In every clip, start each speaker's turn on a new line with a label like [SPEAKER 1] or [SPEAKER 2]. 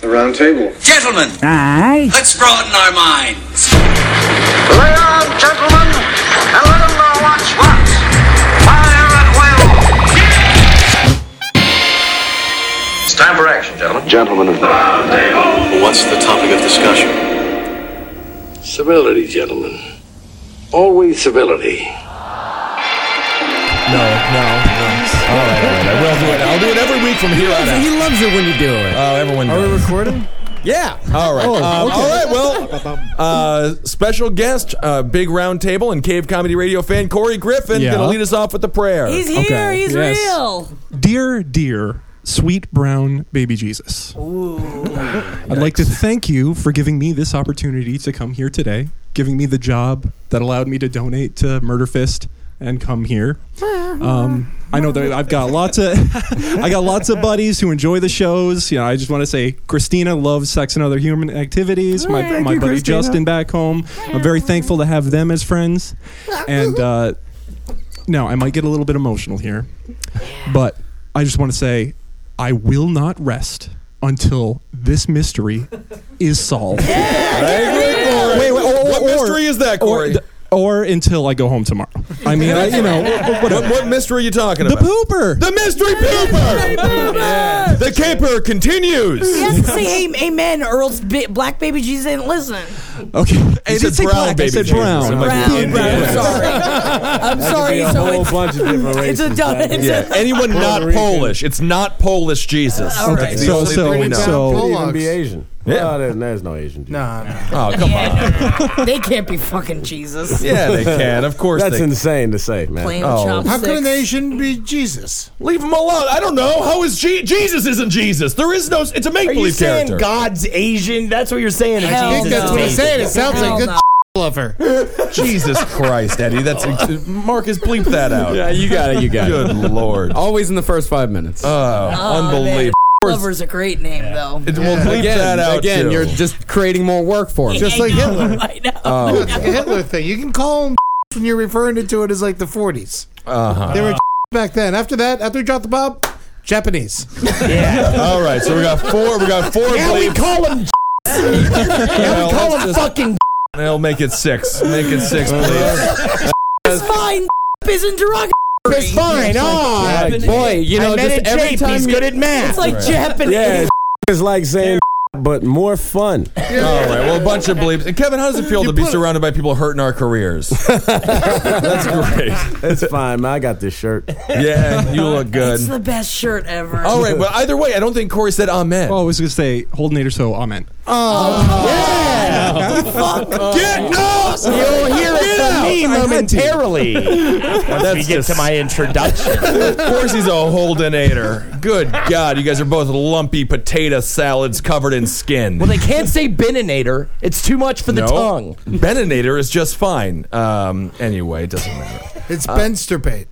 [SPEAKER 1] The round table.
[SPEAKER 2] Gentlemen,
[SPEAKER 3] Aye.
[SPEAKER 2] let's broaden our minds.
[SPEAKER 4] Lay on, gentlemen, and let 'em know what's what. Fire at will. It's time for action, gentlemen.
[SPEAKER 5] Gentlemen of the.
[SPEAKER 6] What's the topic of discussion?
[SPEAKER 5] Civility, gentlemen. Always civility.
[SPEAKER 7] No, no, no. All right, all right. I will do it. I'll do it every week from here on out.
[SPEAKER 3] He loves it when you do it.
[SPEAKER 7] Oh, everyone
[SPEAKER 3] Are we
[SPEAKER 7] knows.
[SPEAKER 3] recording?
[SPEAKER 7] Yeah. All right.
[SPEAKER 3] Oh,
[SPEAKER 7] Um,
[SPEAKER 3] okay.
[SPEAKER 7] All right. Well, uh, special guest, uh, big round table, and Cave Comedy Radio fan Corey Griffin
[SPEAKER 8] Yeah.
[SPEAKER 7] going to lead us off with a prayer.
[SPEAKER 9] He's here.
[SPEAKER 8] Okay,
[SPEAKER 9] He's
[SPEAKER 8] yes.
[SPEAKER 9] real.
[SPEAKER 8] Dear, dear, sweet brown baby Jesus. I'd like to thank you for giving me this opportunity to come here today, giving me the job that allowed me to donate to Murder Fist and come here. Um, I know that I've got lots of I got lots of buddies who enjoy the shows. You know, I just want to say Christina loves sex and other human activities. My, my buddy Justin back home. I'm very thankful to have them as friends. And uh, now I might get a little bit emotional here. But I just want to say, I will not rest until this mystery is solved.
[SPEAKER 7] Wait, wait, what mystery is that,
[SPEAKER 8] Or,
[SPEAKER 7] Corey?
[SPEAKER 8] th- or until I go home tomorrow. I mean, I, you know,
[SPEAKER 7] what, what mystery are you talking
[SPEAKER 8] the
[SPEAKER 7] about?
[SPEAKER 8] pooper.
[SPEAKER 7] The mystery pooper. The caper continues.
[SPEAKER 9] He doesn't say am- amen, or else bi- black baby Jesus ain't listening.
[SPEAKER 8] okay, I
[SPEAKER 7] He
[SPEAKER 8] didn't
[SPEAKER 7] said
[SPEAKER 8] say
[SPEAKER 7] brown,
[SPEAKER 8] black,
[SPEAKER 7] baby
[SPEAKER 8] I said
[SPEAKER 7] Jesus.
[SPEAKER 8] brown.
[SPEAKER 7] It might be
[SPEAKER 9] Brown,
[SPEAKER 7] Indian.
[SPEAKER 9] brown. I'm sorry. I'm sorry. So it's,
[SPEAKER 10] bunch of different
[SPEAKER 9] it's a dumb. It's
[SPEAKER 7] Yeah.
[SPEAKER 9] a,
[SPEAKER 7] Anyone not
[SPEAKER 10] Puerto Rican.
[SPEAKER 7] Polish? It's not Polish Jesus.
[SPEAKER 9] All right.
[SPEAKER 7] That's the
[SPEAKER 8] So-
[SPEAKER 7] only
[SPEAKER 8] so-
[SPEAKER 7] thing we know.
[SPEAKER 8] so-
[SPEAKER 10] Could
[SPEAKER 8] Pollux.
[SPEAKER 10] even be Asian.
[SPEAKER 7] Yeah.
[SPEAKER 10] No, there- there's no Asian. dude.
[SPEAKER 3] Nah, nah.
[SPEAKER 7] oh come on.
[SPEAKER 9] they can't be fucking Jesus.
[SPEAKER 7] Yeah, they can. Of course
[SPEAKER 10] That's
[SPEAKER 7] they.
[SPEAKER 10] insane to say, man.
[SPEAKER 9] Playing
[SPEAKER 7] Oh.
[SPEAKER 9] chopsticks.
[SPEAKER 3] How could an Asian be Jesus?
[SPEAKER 7] Leave him alone. I don't know. How is Je- Jesus? Isn't Jesus? There is no. It's a make
[SPEAKER 11] Are you
[SPEAKER 7] believe
[SPEAKER 11] saying
[SPEAKER 7] character.
[SPEAKER 11] God's Asian? That's what you're saying.
[SPEAKER 9] Hell
[SPEAKER 11] Jesus
[SPEAKER 9] no.
[SPEAKER 11] is
[SPEAKER 3] That's what I'm
[SPEAKER 11] Asian.
[SPEAKER 3] saying. It sounds
[SPEAKER 9] Hell
[SPEAKER 3] like
[SPEAKER 9] no.
[SPEAKER 3] good lover.
[SPEAKER 7] Jesus Christ, Eddie. That's Marcus. Bleep that out.
[SPEAKER 10] Yeah, you got it. You got
[SPEAKER 7] Good lord. Oh,
[SPEAKER 10] Always in the first five minutes.
[SPEAKER 9] Oh,
[SPEAKER 7] unbelievable.
[SPEAKER 9] Lover's a great name, though.
[SPEAKER 7] It- We'll bleep that out. too.
[SPEAKER 10] just creating more work for
[SPEAKER 9] Just like Hitler. I know.
[SPEAKER 10] Oh.
[SPEAKER 3] Oh, It's
[SPEAKER 7] Oh.
[SPEAKER 3] like a Hitler thing. You can call him when you're referring to it as like the 40s.
[SPEAKER 7] Uh-huh.
[SPEAKER 3] They were back then. After that, after we dropped the bomb, Japanese.
[SPEAKER 7] All right, so we got four. We got four.
[SPEAKER 11] Yeah, we
[SPEAKER 7] bleeps.
[SPEAKER 11] call him.
[SPEAKER 7] Well,
[SPEAKER 11] we call
[SPEAKER 7] let's
[SPEAKER 11] him
[SPEAKER 7] just-
[SPEAKER 11] fucking.
[SPEAKER 7] They'll make it six. Make it six, please.
[SPEAKER 9] It's fine. Isn't derogatory.
[SPEAKER 11] It's fine.
[SPEAKER 7] Ah.
[SPEAKER 11] Oh, boy, you know,
[SPEAKER 10] met
[SPEAKER 11] just
[SPEAKER 10] a
[SPEAKER 11] every
[SPEAKER 10] Jape,
[SPEAKER 11] time
[SPEAKER 10] he's
[SPEAKER 11] he's good at math.
[SPEAKER 9] It's like Japanese.
[SPEAKER 10] Yeah, it's like saying, but more fun.
[SPEAKER 7] All right, well, a bunch of bleeps. And Kevin, how does it feel to be surrounded by people hurting our careers? That's great.
[SPEAKER 10] It's fine, man. I got this shirt.
[SPEAKER 7] Yeah, you look
[SPEAKER 9] It's
[SPEAKER 7] good.
[SPEAKER 9] the best shirt ever.
[SPEAKER 7] All right, well, either way, I don't think Corey said amen.
[SPEAKER 8] Oh, I was gonna say, hold Nader so amen.
[SPEAKER 9] Oh,
[SPEAKER 7] Get no!
[SPEAKER 11] You'll hear it from me
[SPEAKER 8] I had to.
[SPEAKER 11] momentarily. Once we
[SPEAKER 7] That's
[SPEAKER 11] get to
[SPEAKER 7] just-
[SPEAKER 11] my introduction.
[SPEAKER 7] Of course, he's a holdenator. Good God, you guys are both lumpy potato salads covered in skin.
[SPEAKER 11] Well, they can't say Beninator. It's too much for the tongue.
[SPEAKER 7] Beninator is just fine. Um, anyway, it doesn't matter.
[SPEAKER 3] It's Ben Bensterpate.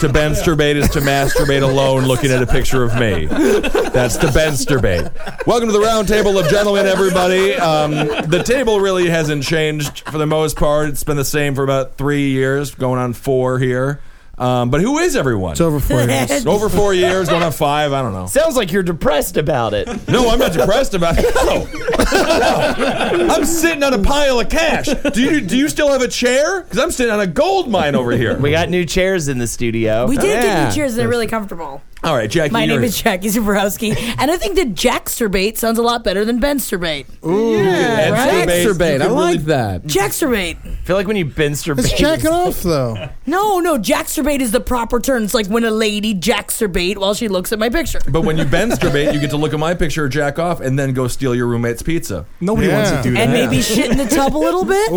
[SPEAKER 7] To bensturbate is to masturbate alone looking at a picture of me. That's the bensturbate. Welcome to the round table of gentlemen, everybody. Um, the table really hasn't changed for the most part. It's been the same for about three years, going on four here. Um, but who is everyone?
[SPEAKER 3] It's over four years.
[SPEAKER 7] Over four years, going on five, I don't know.
[SPEAKER 11] Sounds like you're depressed about it.
[SPEAKER 7] No, I'm not depressed about it. No. No. I'm sitting on a pile of cash. Do you, do you still have a chair? Because I'm sitting on a gold mine over here.
[SPEAKER 11] We got new chairs in the studio.
[SPEAKER 9] We did get
[SPEAKER 7] Yeah.
[SPEAKER 9] new chairs. They're really comfortable.
[SPEAKER 7] All right, Jackie.
[SPEAKER 9] My name
[SPEAKER 7] you're-
[SPEAKER 9] is Jackie Zabrowski, and I think that Jacksterbait sounds a lot better than Bensterbait.
[SPEAKER 7] Ed
[SPEAKER 9] right?
[SPEAKER 7] Surbate, you could really
[SPEAKER 10] that.
[SPEAKER 9] Jacksterbait.
[SPEAKER 11] I feel like when you Benster
[SPEAKER 3] Let's check it off, though.
[SPEAKER 9] No, no, Jacksterbait is the proper term. It's like when a lady Jacksterbait while she looks at my picture.
[SPEAKER 7] But when you bensturbate, you get to look at my picture, jack off, and then go steal your roommate's pizza.
[SPEAKER 8] Nobody
[SPEAKER 3] Yeah.
[SPEAKER 8] wants to do that.
[SPEAKER 9] And maybe shit in the tub a little bit.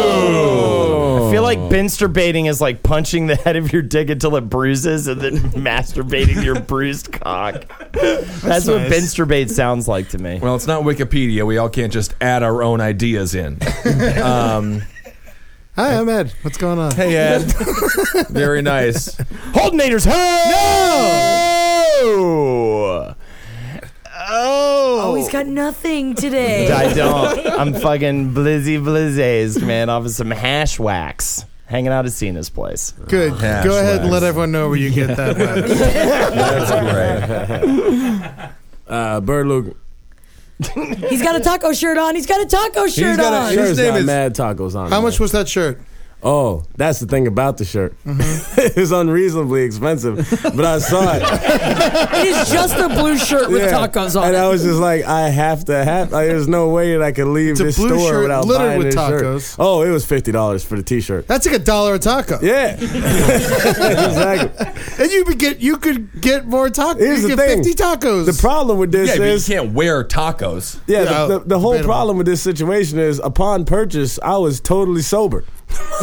[SPEAKER 11] I feel like
[SPEAKER 12] Oh.
[SPEAKER 11] Benster baiting is like punching the head of your dick until it bruises and then masturbating your bruised cock. That's, what
[SPEAKER 3] nice.
[SPEAKER 11] Benster bait sounds like to me.
[SPEAKER 7] Well, it's not Wikipedia. We all can't just add our own ideas in. Um,
[SPEAKER 3] Hi, I'm Ed. What's going on?
[SPEAKER 7] hey, Ed. Very nice.
[SPEAKER 11] Holdenators, ho! No!
[SPEAKER 9] Oh,
[SPEAKER 11] Oh.
[SPEAKER 9] he's got nothing today.
[SPEAKER 11] I don't. I'm fucking blizzy blizzazed, man, off of some hash wax. Hanging out at Cena's place.
[SPEAKER 3] Good.
[SPEAKER 7] Yeah,
[SPEAKER 3] Go ahead and
[SPEAKER 7] sure.
[SPEAKER 3] let everyone know where you get that.
[SPEAKER 7] That's great.
[SPEAKER 10] Uh, Bird Luke.
[SPEAKER 9] He's got a taco shirt on. He's got a taco shirt
[SPEAKER 7] got a
[SPEAKER 9] on.
[SPEAKER 7] shirt.
[SPEAKER 10] Shirt's
[SPEAKER 7] name
[SPEAKER 10] got
[SPEAKER 7] is-
[SPEAKER 10] mad tacos on.
[SPEAKER 3] How
[SPEAKER 10] it.
[SPEAKER 3] much was that shirt? Mm-hmm.
[SPEAKER 10] Oh, that's the thing about the shirt. it was unreasonably expensive, but I saw it.
[SPEAKER 9] It is just a blue shirt with
[SPEAKER 10] Yeah.
[SPEAKER 9] tacos on
[SPEAKER 10] And
[SPEAKER 9] it.
[SPEAKER 10] I was just like, I have to have. Like, there's no way that I could leave
[SPEAKER 3] a
[SPEAKER 10] this
[SPEAKER 3] blue
[SPEAKER 10] store
[SPEAKER 3] shirt
[SPEAKER 10] without
[SPEAKER 3] littered
[SPEAKER 10] buying
[SPEAKER 3] with
[SPEAKER 10] this
[SPEAKER 3] tacos.
[SPEAKER 10] shirt. Oh, it was fifty dollars for the T-shirt.
[SPEAKER 3] That's like a dollar a taco.
[SPEAKER 10] Yeah, exactly.
[SPEAKER 3] And you could get you could get more tacos.
[SPEAKER 10] Here's
[SPEAKER 3] You
[SPEAKER 10] the
[SPEAKER 3] could get
[SPEAKER 10] thing.
[SPEAKER 3] fifty tacos.
[SPEAKER 10] The problem with this
[SPEAKER 7] Yeah, but you
[SPEAKER 10] is
[SPEAKER 7] can't wear tacos.
[SPEAKER 10] Yeah,
[SPEAKER 3] Yeah,
[SPEAKER 10] the, the, the whole
[SPEAKER 3] debatable.
[SPEAKER 10] problem with this situation is upon purchase, I was totally sober.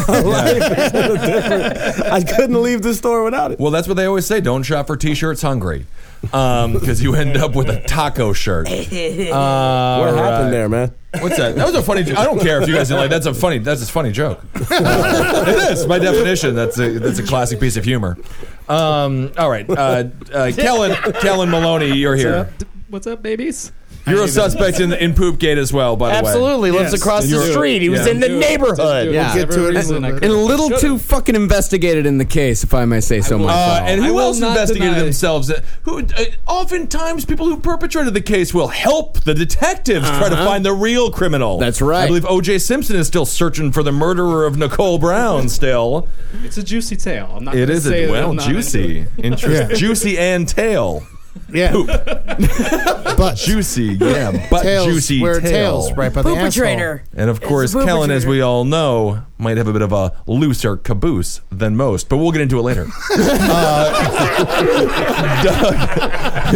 [SPEAKER 10] Like, it's different. I couldn't leave the store without it.
[SPEAKER 7] Well, that's what they always say. Don't shop for t-shirts hungry, because you end up with a taco shirt. Uh,
[SPEAKER 10] What happened there, man?
[SPEAKER 7] What's that? That was a funny. jo- I don't care if you guys didn't like. That's a funny. That's a funny joke. it is by definition. That's a that's a classic piece of humor. Um, all right, uh, uh, Kellen Kellen Maloney, you're here.
[SPEAKER 1] What's up, babies?
[SPEAKER 7] You're a suspect in in Poopgate as well. By the way,
[SPEAKER 11] Absolutely, lives
[SPEAKER 1] Yes.
[SPEAKER 11] across the
[SPEAKER 7] You're-
[SPEAKER 11] street. He was
[SPEAKER 7] yeah.
[SPEAKER 11] in the
[SPEAKER 1] Dude,
[SPEAKER 11] neighborhood.
[SPEAKER 1] dude,
[SPEAKER 3] Yeah.
[SPEAKER 1] for
[SPEAKER 3] We'll get to
[SPEAKER 1] every
[SPEAKER 3] it.
[SPEAKER 1] reason I
[SPEAKER 3] And
[SPEAKER 1] could-
[SPEAKER 3] a
[SPEAKER 10] little too fucking investigated in the case, if I may say so
[SPEAKER 7] Uh, and
[SPEAKER 1] I
[SPEAKER 7] who
[SPEAKER 1] will
[SPEAKER 7] else
[SPEAKER 1] not
[SPEAKER 7] investigated
[SPEAKER 1] deny-
[SPEAKER 7] themselves? Who uh, oftentimes people who perpetrated the case will help the detectives try to find the real criminal.
[SPEAKER 10] That's right.
[SPEAKER 7] I believe O.J. Simpson is still searching for the murderer of Nicole Brown. Still,
[SPEAKER 1] It's a juicy tale. I'm not.
[SPEAKER 7] it
[SPEAKER 1] gonna
[SPEAKER 7] is
[SPEAKER 1] say
[SPEAKER 7] a,
[SPEAKER 1] that
[SPEAKER 7] well
[SPEAKER 1] I'm not into
[SPEAKER 7] juicy,
[SPEAKER 1] it.
[SPEAKER 7] interest, juicy and tail.
[SPEAKER 3] yeah. but
[SPEAKER 7] juicy, yeah, but
[SPEAKER 3] tails
[SPEAKER 7] juicy
[SPEAKER 3] where
[SPEAKER 7] tail.
[SPEAKER 3] tails right by the
[SPEAKER 9] Pooper
[SPEAKER 3] asshole.
[SPEAKER 9] trainer.
[SPEAKER 7] And of
[SPEAKER 9] It's
[SPEAKER 7] course,
[SPEAKER 9] a
[SPEAKER 7] Kellen, as
[SPEAKER 9] perpetrator.
[SPEAKER 7] we all know, might have a bit of a looser caboose than most, but we'll get into it later. uh,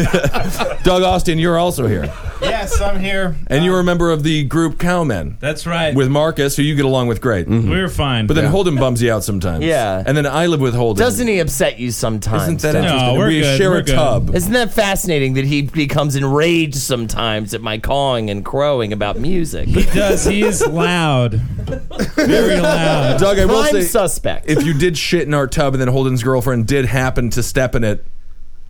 [SPEAKER 7] Doug, Doug Austin, you're also here,
[SPEAKER 12] Yes, I'm here.
[SPEAKER 7] and you're a member of the group Cowmen.
[SPEAKER 12] That's right.
[SPEAKER 7] with Marcus, who you get along with great.
[SPEAKER 12] we were fine.
[SPEAKER 7] But then Holden bums you out sometimes.
[SPEAKER 11] Yeah.
[SPEAKER 7] and then I live with Holden.
[SPEAKER 11] Doesn't he upset you sometimes?
[SPEAKER 7] Isn't that
[SPEAKER 11] Doug?
[SPEAKER 7] interesting?
[SPEAKER 12] we're
[SPEAKER 7] we
[SPEAKER 12] good,
[SPEAKER 7] share
[SPEAKER 12] we're
[SPEAKER 7] a
[SPEAKER 12] good.
[SPEAKER 7] tub.
[SPEAKER 11] Isn't that fascinating that he becomes enraged sometimes at my cawing and crowing about music?
[SPEAKER 12] he does. He is loud, very loud.
[SPEAKER 7] Doug, I will
[SPEAKER 11] Prime
[SPEAKER 7] say,
[SPEAKER 11] suspect.
[SPEAKER 7] if you did shit in our tub and then Holden's girlfriend did happen to step in it,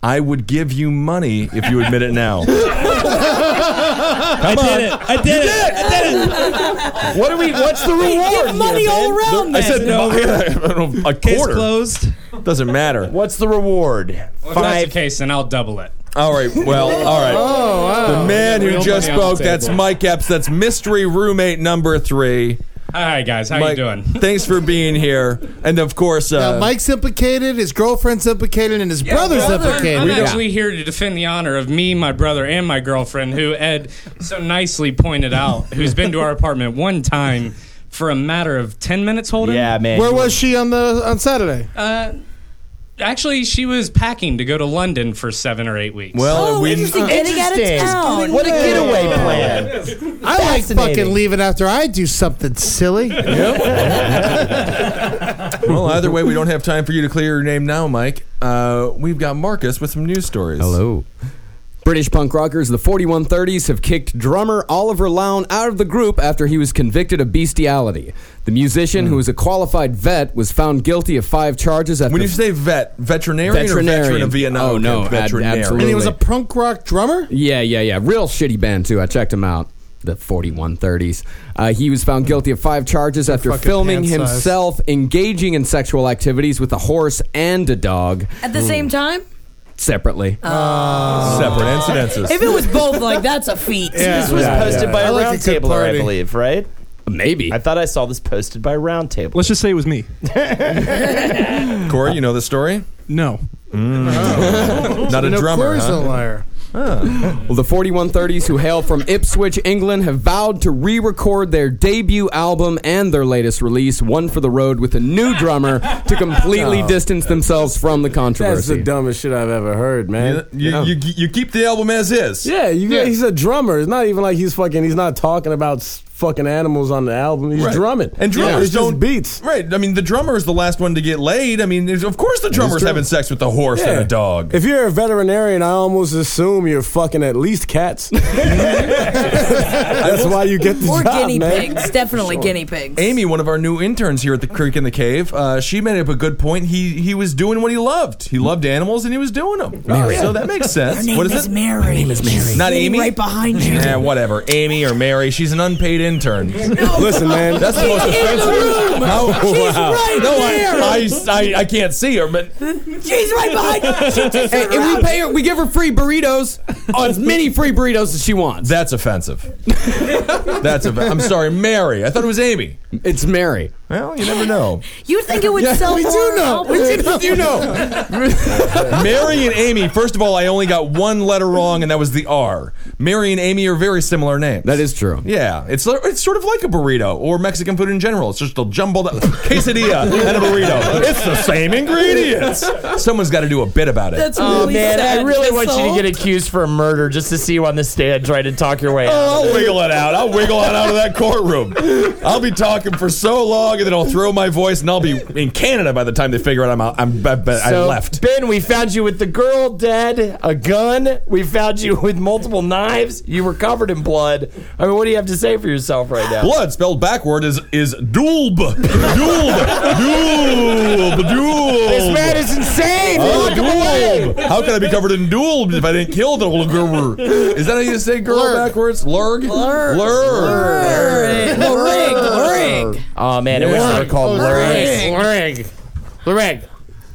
[SPEAKER 7] I would give you money if you admit it now.
[SPEAKER 12] I did it. I did it.
[SPEAKER 11] what are we? What's the
[SPEAKER 9] Hey,
[SPEAKER 11] reward?
[SPEAKER 9] give money all around.
[SPEAKER 7] I
[SPEAKER 9] then.
[SPEAKER 7] said
[SPEAKER 12] no.
[SPEAKER 7] I don't know, a
[SPEAKER 12] Case
[SPEAKER 7] quarter.
[SPEAKER 12] closed.
[SPEAKER 7] Doesn't matter.
[SPEAKER 11] What's the reward?
[SPEAKER 12] If that's the
[SPEAKER 11] Five.
[SPEAKER 12] case, then I'll double it.
[SPEAKER 7] All right. Well, all right. Oh, wow. The man
[SPEAKER 12] Real
[SPEAKER 7] who just
[SPEAKER 12] money on the
[SPEAKER 7] spoke, that's
[SPEAKER 12] table.
[SPEAKER 7] Mike Epps. That's mystery roommate number three.
[SPEAKER 12] Hi guys, how
[SPEAKER 7] Mike,
[SPEAKER 12] you doing?
[SPEAKER 7] thanks for being here. And of course, uh,
[SPEAKER 3] Now, Mike's implicated, his girlfriend's implicated, and his brother's implicated.
[SPEAKER 12] I'm actually here to defend the honor of me, my brother, and my girlfriend, who Ed so nicely pointed out, who's been to our apartment one time for a matter of ten minutes. Holding,
[SPEAKER 11] Yeah, man.
[SPEAKER 3] Where was she on the on Saturday?
[SPEAKER 12] Uh, actually, she was packing to go to London for seven or eight weeks.
[SPEAKER 7] well,
[SPEAKER 9] Oh,
[SPEAKER 7] we
[SPEAKER 9] interesting. Getting out of
[SPEAKER 11] Interesting.
[SPEAKER 9] town.
[SPEAKER 11] What a getaway plan.
[SPEAKER 3] I like
[SPEAKER 11] Fascinating.
[SPEAKER 3] fucking leaving after I do something silly.
[SPEAKER 7] well, either way, we don't have time for you to clear your name now, Mike. Uh, we've got Marcus with some news stories.
[SPEAKER 10] Hello. British punk rockers the 4130s have kicked drummer Oliver Lowne out of the group after he was convicted of bestiality. The musician, who is a qualified vet, was found guilty of five charges after
[SPEAKER 7] Hmm. When you say vet, veterinarian, or veteran
[SPEAKER 10] Veterinarian.
[SPEAKER 7] of Vietnam?
[SPEAKER 10] Oh, no,
[SPEAKER 7] Okay,
[SPEAKER 10] ab-
[SPEAKER 7] veterinarian.
[SPEAKER 10] absolutely.
[SPEAKER 3] and he was a punk rock drummer.
[SPEAKER 10] Yeah, yeah, yeah. Real shitty band too. I checked him out. The 4130s. Uh, he was found guilty of five charges after
[SPEAKER 3] fucking
[SPEAKER 10] filming
[SPEAKER 3] pant size.
[SPEAKER 10] himself engaging in sexual activities with a horse and a dog
[SPEAKER 9] At the same time?
[SPEAKER 10] separately.
[SPEAKER 7] Separate incidences.
[SPEAKER 9] If it was both, like, that's a feat.
[SPEAKER 11] This was posted by
[SPEAKER 3] I
[SPEAKER 11] a
[SPEAKER 3] like a good
[SPEAKER 11] roundtable, I
[SPEAKER 3] party.
[SPEAKER 11] believe, right?
[SPEAKER 10] Maybe.
[SPEAKER 11] I thought I saw this posted by roundtable.
[SPEAKER 8] Let's just say it was me.
[SPEAKER 7] Corey, you know the story?
[SPEAKER 8] No.
[SPEAKER 7] Not a
[SPEAKER 3] No,
[SPEAKER 7] drummer.
[SPEAKER 3] Corey's
[SPEAKER 7] huh?
[SPEAKER 3] a liar.
[SPEAKER 10] Well, the 4130s, who hail from Ipswich, England, have vowed to re record their debut album and their latest release, One for the Road, with a new drummer to completely distance themselves from the controversy. Oh. That's the dumbest shit I've ever heard,
[SPEAKER 7] You, you, you, you keep the album as is.
[SPEAKER 10] Yeah, you, he's a drummer. It's not even like he's fucking. He's not talking about s- fucking animals on the album. He's
[SPEAKER 7] Right.
[SPEAKER 10] drumming,
[SPEAKER 7] And drummers
[SPEAKER 10] It's just
[SPEAKER 7] don't-
[SPEAKER 10] beats.
[SPEAKER 7] Right. I mean, the drummer is the last one to get laid. I mean, there's- of course the drummer's
[SPEAKER 10] true.
[SPEAKER 7] having sex with a horse and a dog.
[SPEAKER 10] If you're a veterinarian, I almost assume you're fucking at least cats. That's why you get the
[SPEAKER 9] Or
[SPEAKER 10] job,
[SPEAKER 9] guinea
[SPEAKER 10] man.
[SPEAKER 9] pigs. Definitely guinea pigs.
[SPEAKER 7] Amy, one of our new interns here at the Creek in the Cave, uh, she made up a good point. He he was doing what he loved. He loved animals and he was doing them. So that makes sense.
[SPEAKER 9] Her name
[SPEAKER 7] what is
[SPEAKER 9] is
[SPEAKER 7] it?
[SPEAKER 9] Mary. Her name is Mary.
[SPEAKER 7] Not Amy?
[SPEAKER 9] Right behind you.
[SPEAKER 7] Yeah, whatever. Amy or Mary, she's an unpaid interns.
[SPEAKER 13] Listen, man.
[SPEAKER 7] That's the most
[SPEAKER 13] In the
[SPEAKER 7] offensive.
[SPEAKER 13] room. She's right
[SPEAKER 7] no,
[SPEAKER 13] there.
[SPEAKER 7] I, I, I, I can't see her, but
[SPEAKER 13] She's right behind you. She
[SPEAKER 10] and,
[SPEAKER 13] just
[SPEAKER 10] and we pay her. We give her free burritos, as many free burritos as she wants.
[SPEAKER 7] That's offensive. that's a. I'm sorry, Mary. I thought it was Amy.
[SPEAKER 10] It's Mary.
[SPEAKER 7] Well, you never know.
[SPEAKER 9] You think it would
[SPEAKER 13] Yeah,
[SPEAKER 9] sell
[SPEAKER 13] we do
[SPEAKER 9] more?
[SPEAKER 13] know. We do know.
[SPEAKER 7] You know. Mary and Amy. First of all, I only got one letter wrong, and that was the R. Mary and Amy are very similar names. That
[SPEAKER 10] is true.
[SPEAKER 7] Yeah, it's it's sort of like a burrito or Mexican food in general. It's just a jumbled up quesadilla and a burrito. It's the same ingredients. Someone's got to do a bit about it.
[SPEAKER 13] That's
[SPEAKER 11] Oh
[SPEAKER 13] really
[SPEAKER 11] man,
[SPEAKER 13] sad.
[SPEAKER 11] I really
[SPEAKER 13] That's
[SPEAKER 11] want you to
[SPEAKER 13] all.
[SPEAKER 11] get accused for a murder just to see you on the stand trying to talk your way out.
[SPEAKER 7] Oh, I'll wiggle it out. I'll wiggle it out of that courtroom. I'll be talking for so long, and then I'll throw my voice, and I'll be in Canada by the time they figure out I'm out. I'm, I, I
[SPEAKER 11] So,
[SPEAKER 7] left.
[SPEAKER 11] Ben, we found you with the girl dead, a gun. We found you with multiple knives. You were covered in blood. I mean, what do you have to say for yourself right now?
[SPEAKER 7] Blood spelled backward is is dulb, dulb, dulb, dulb.
[SPEAKER 13] This man is insane.
[SPEAKER 7] Oh,
[SPEAKER 13] Look
[SPEAKER 7] dulb. How could I be covered in dulb if I didn't kill the little girl? Is that how you say girl backwards? Lurg, lurg, lurg,
[SPEAKER 11] Lurg. Oh man, it was
[SPEAKER 7] Yeah.
[SPEAKER 11] they were called
[SPEAKER 7] Lurg.
[SPEAKER 11] Lurg. Lurg.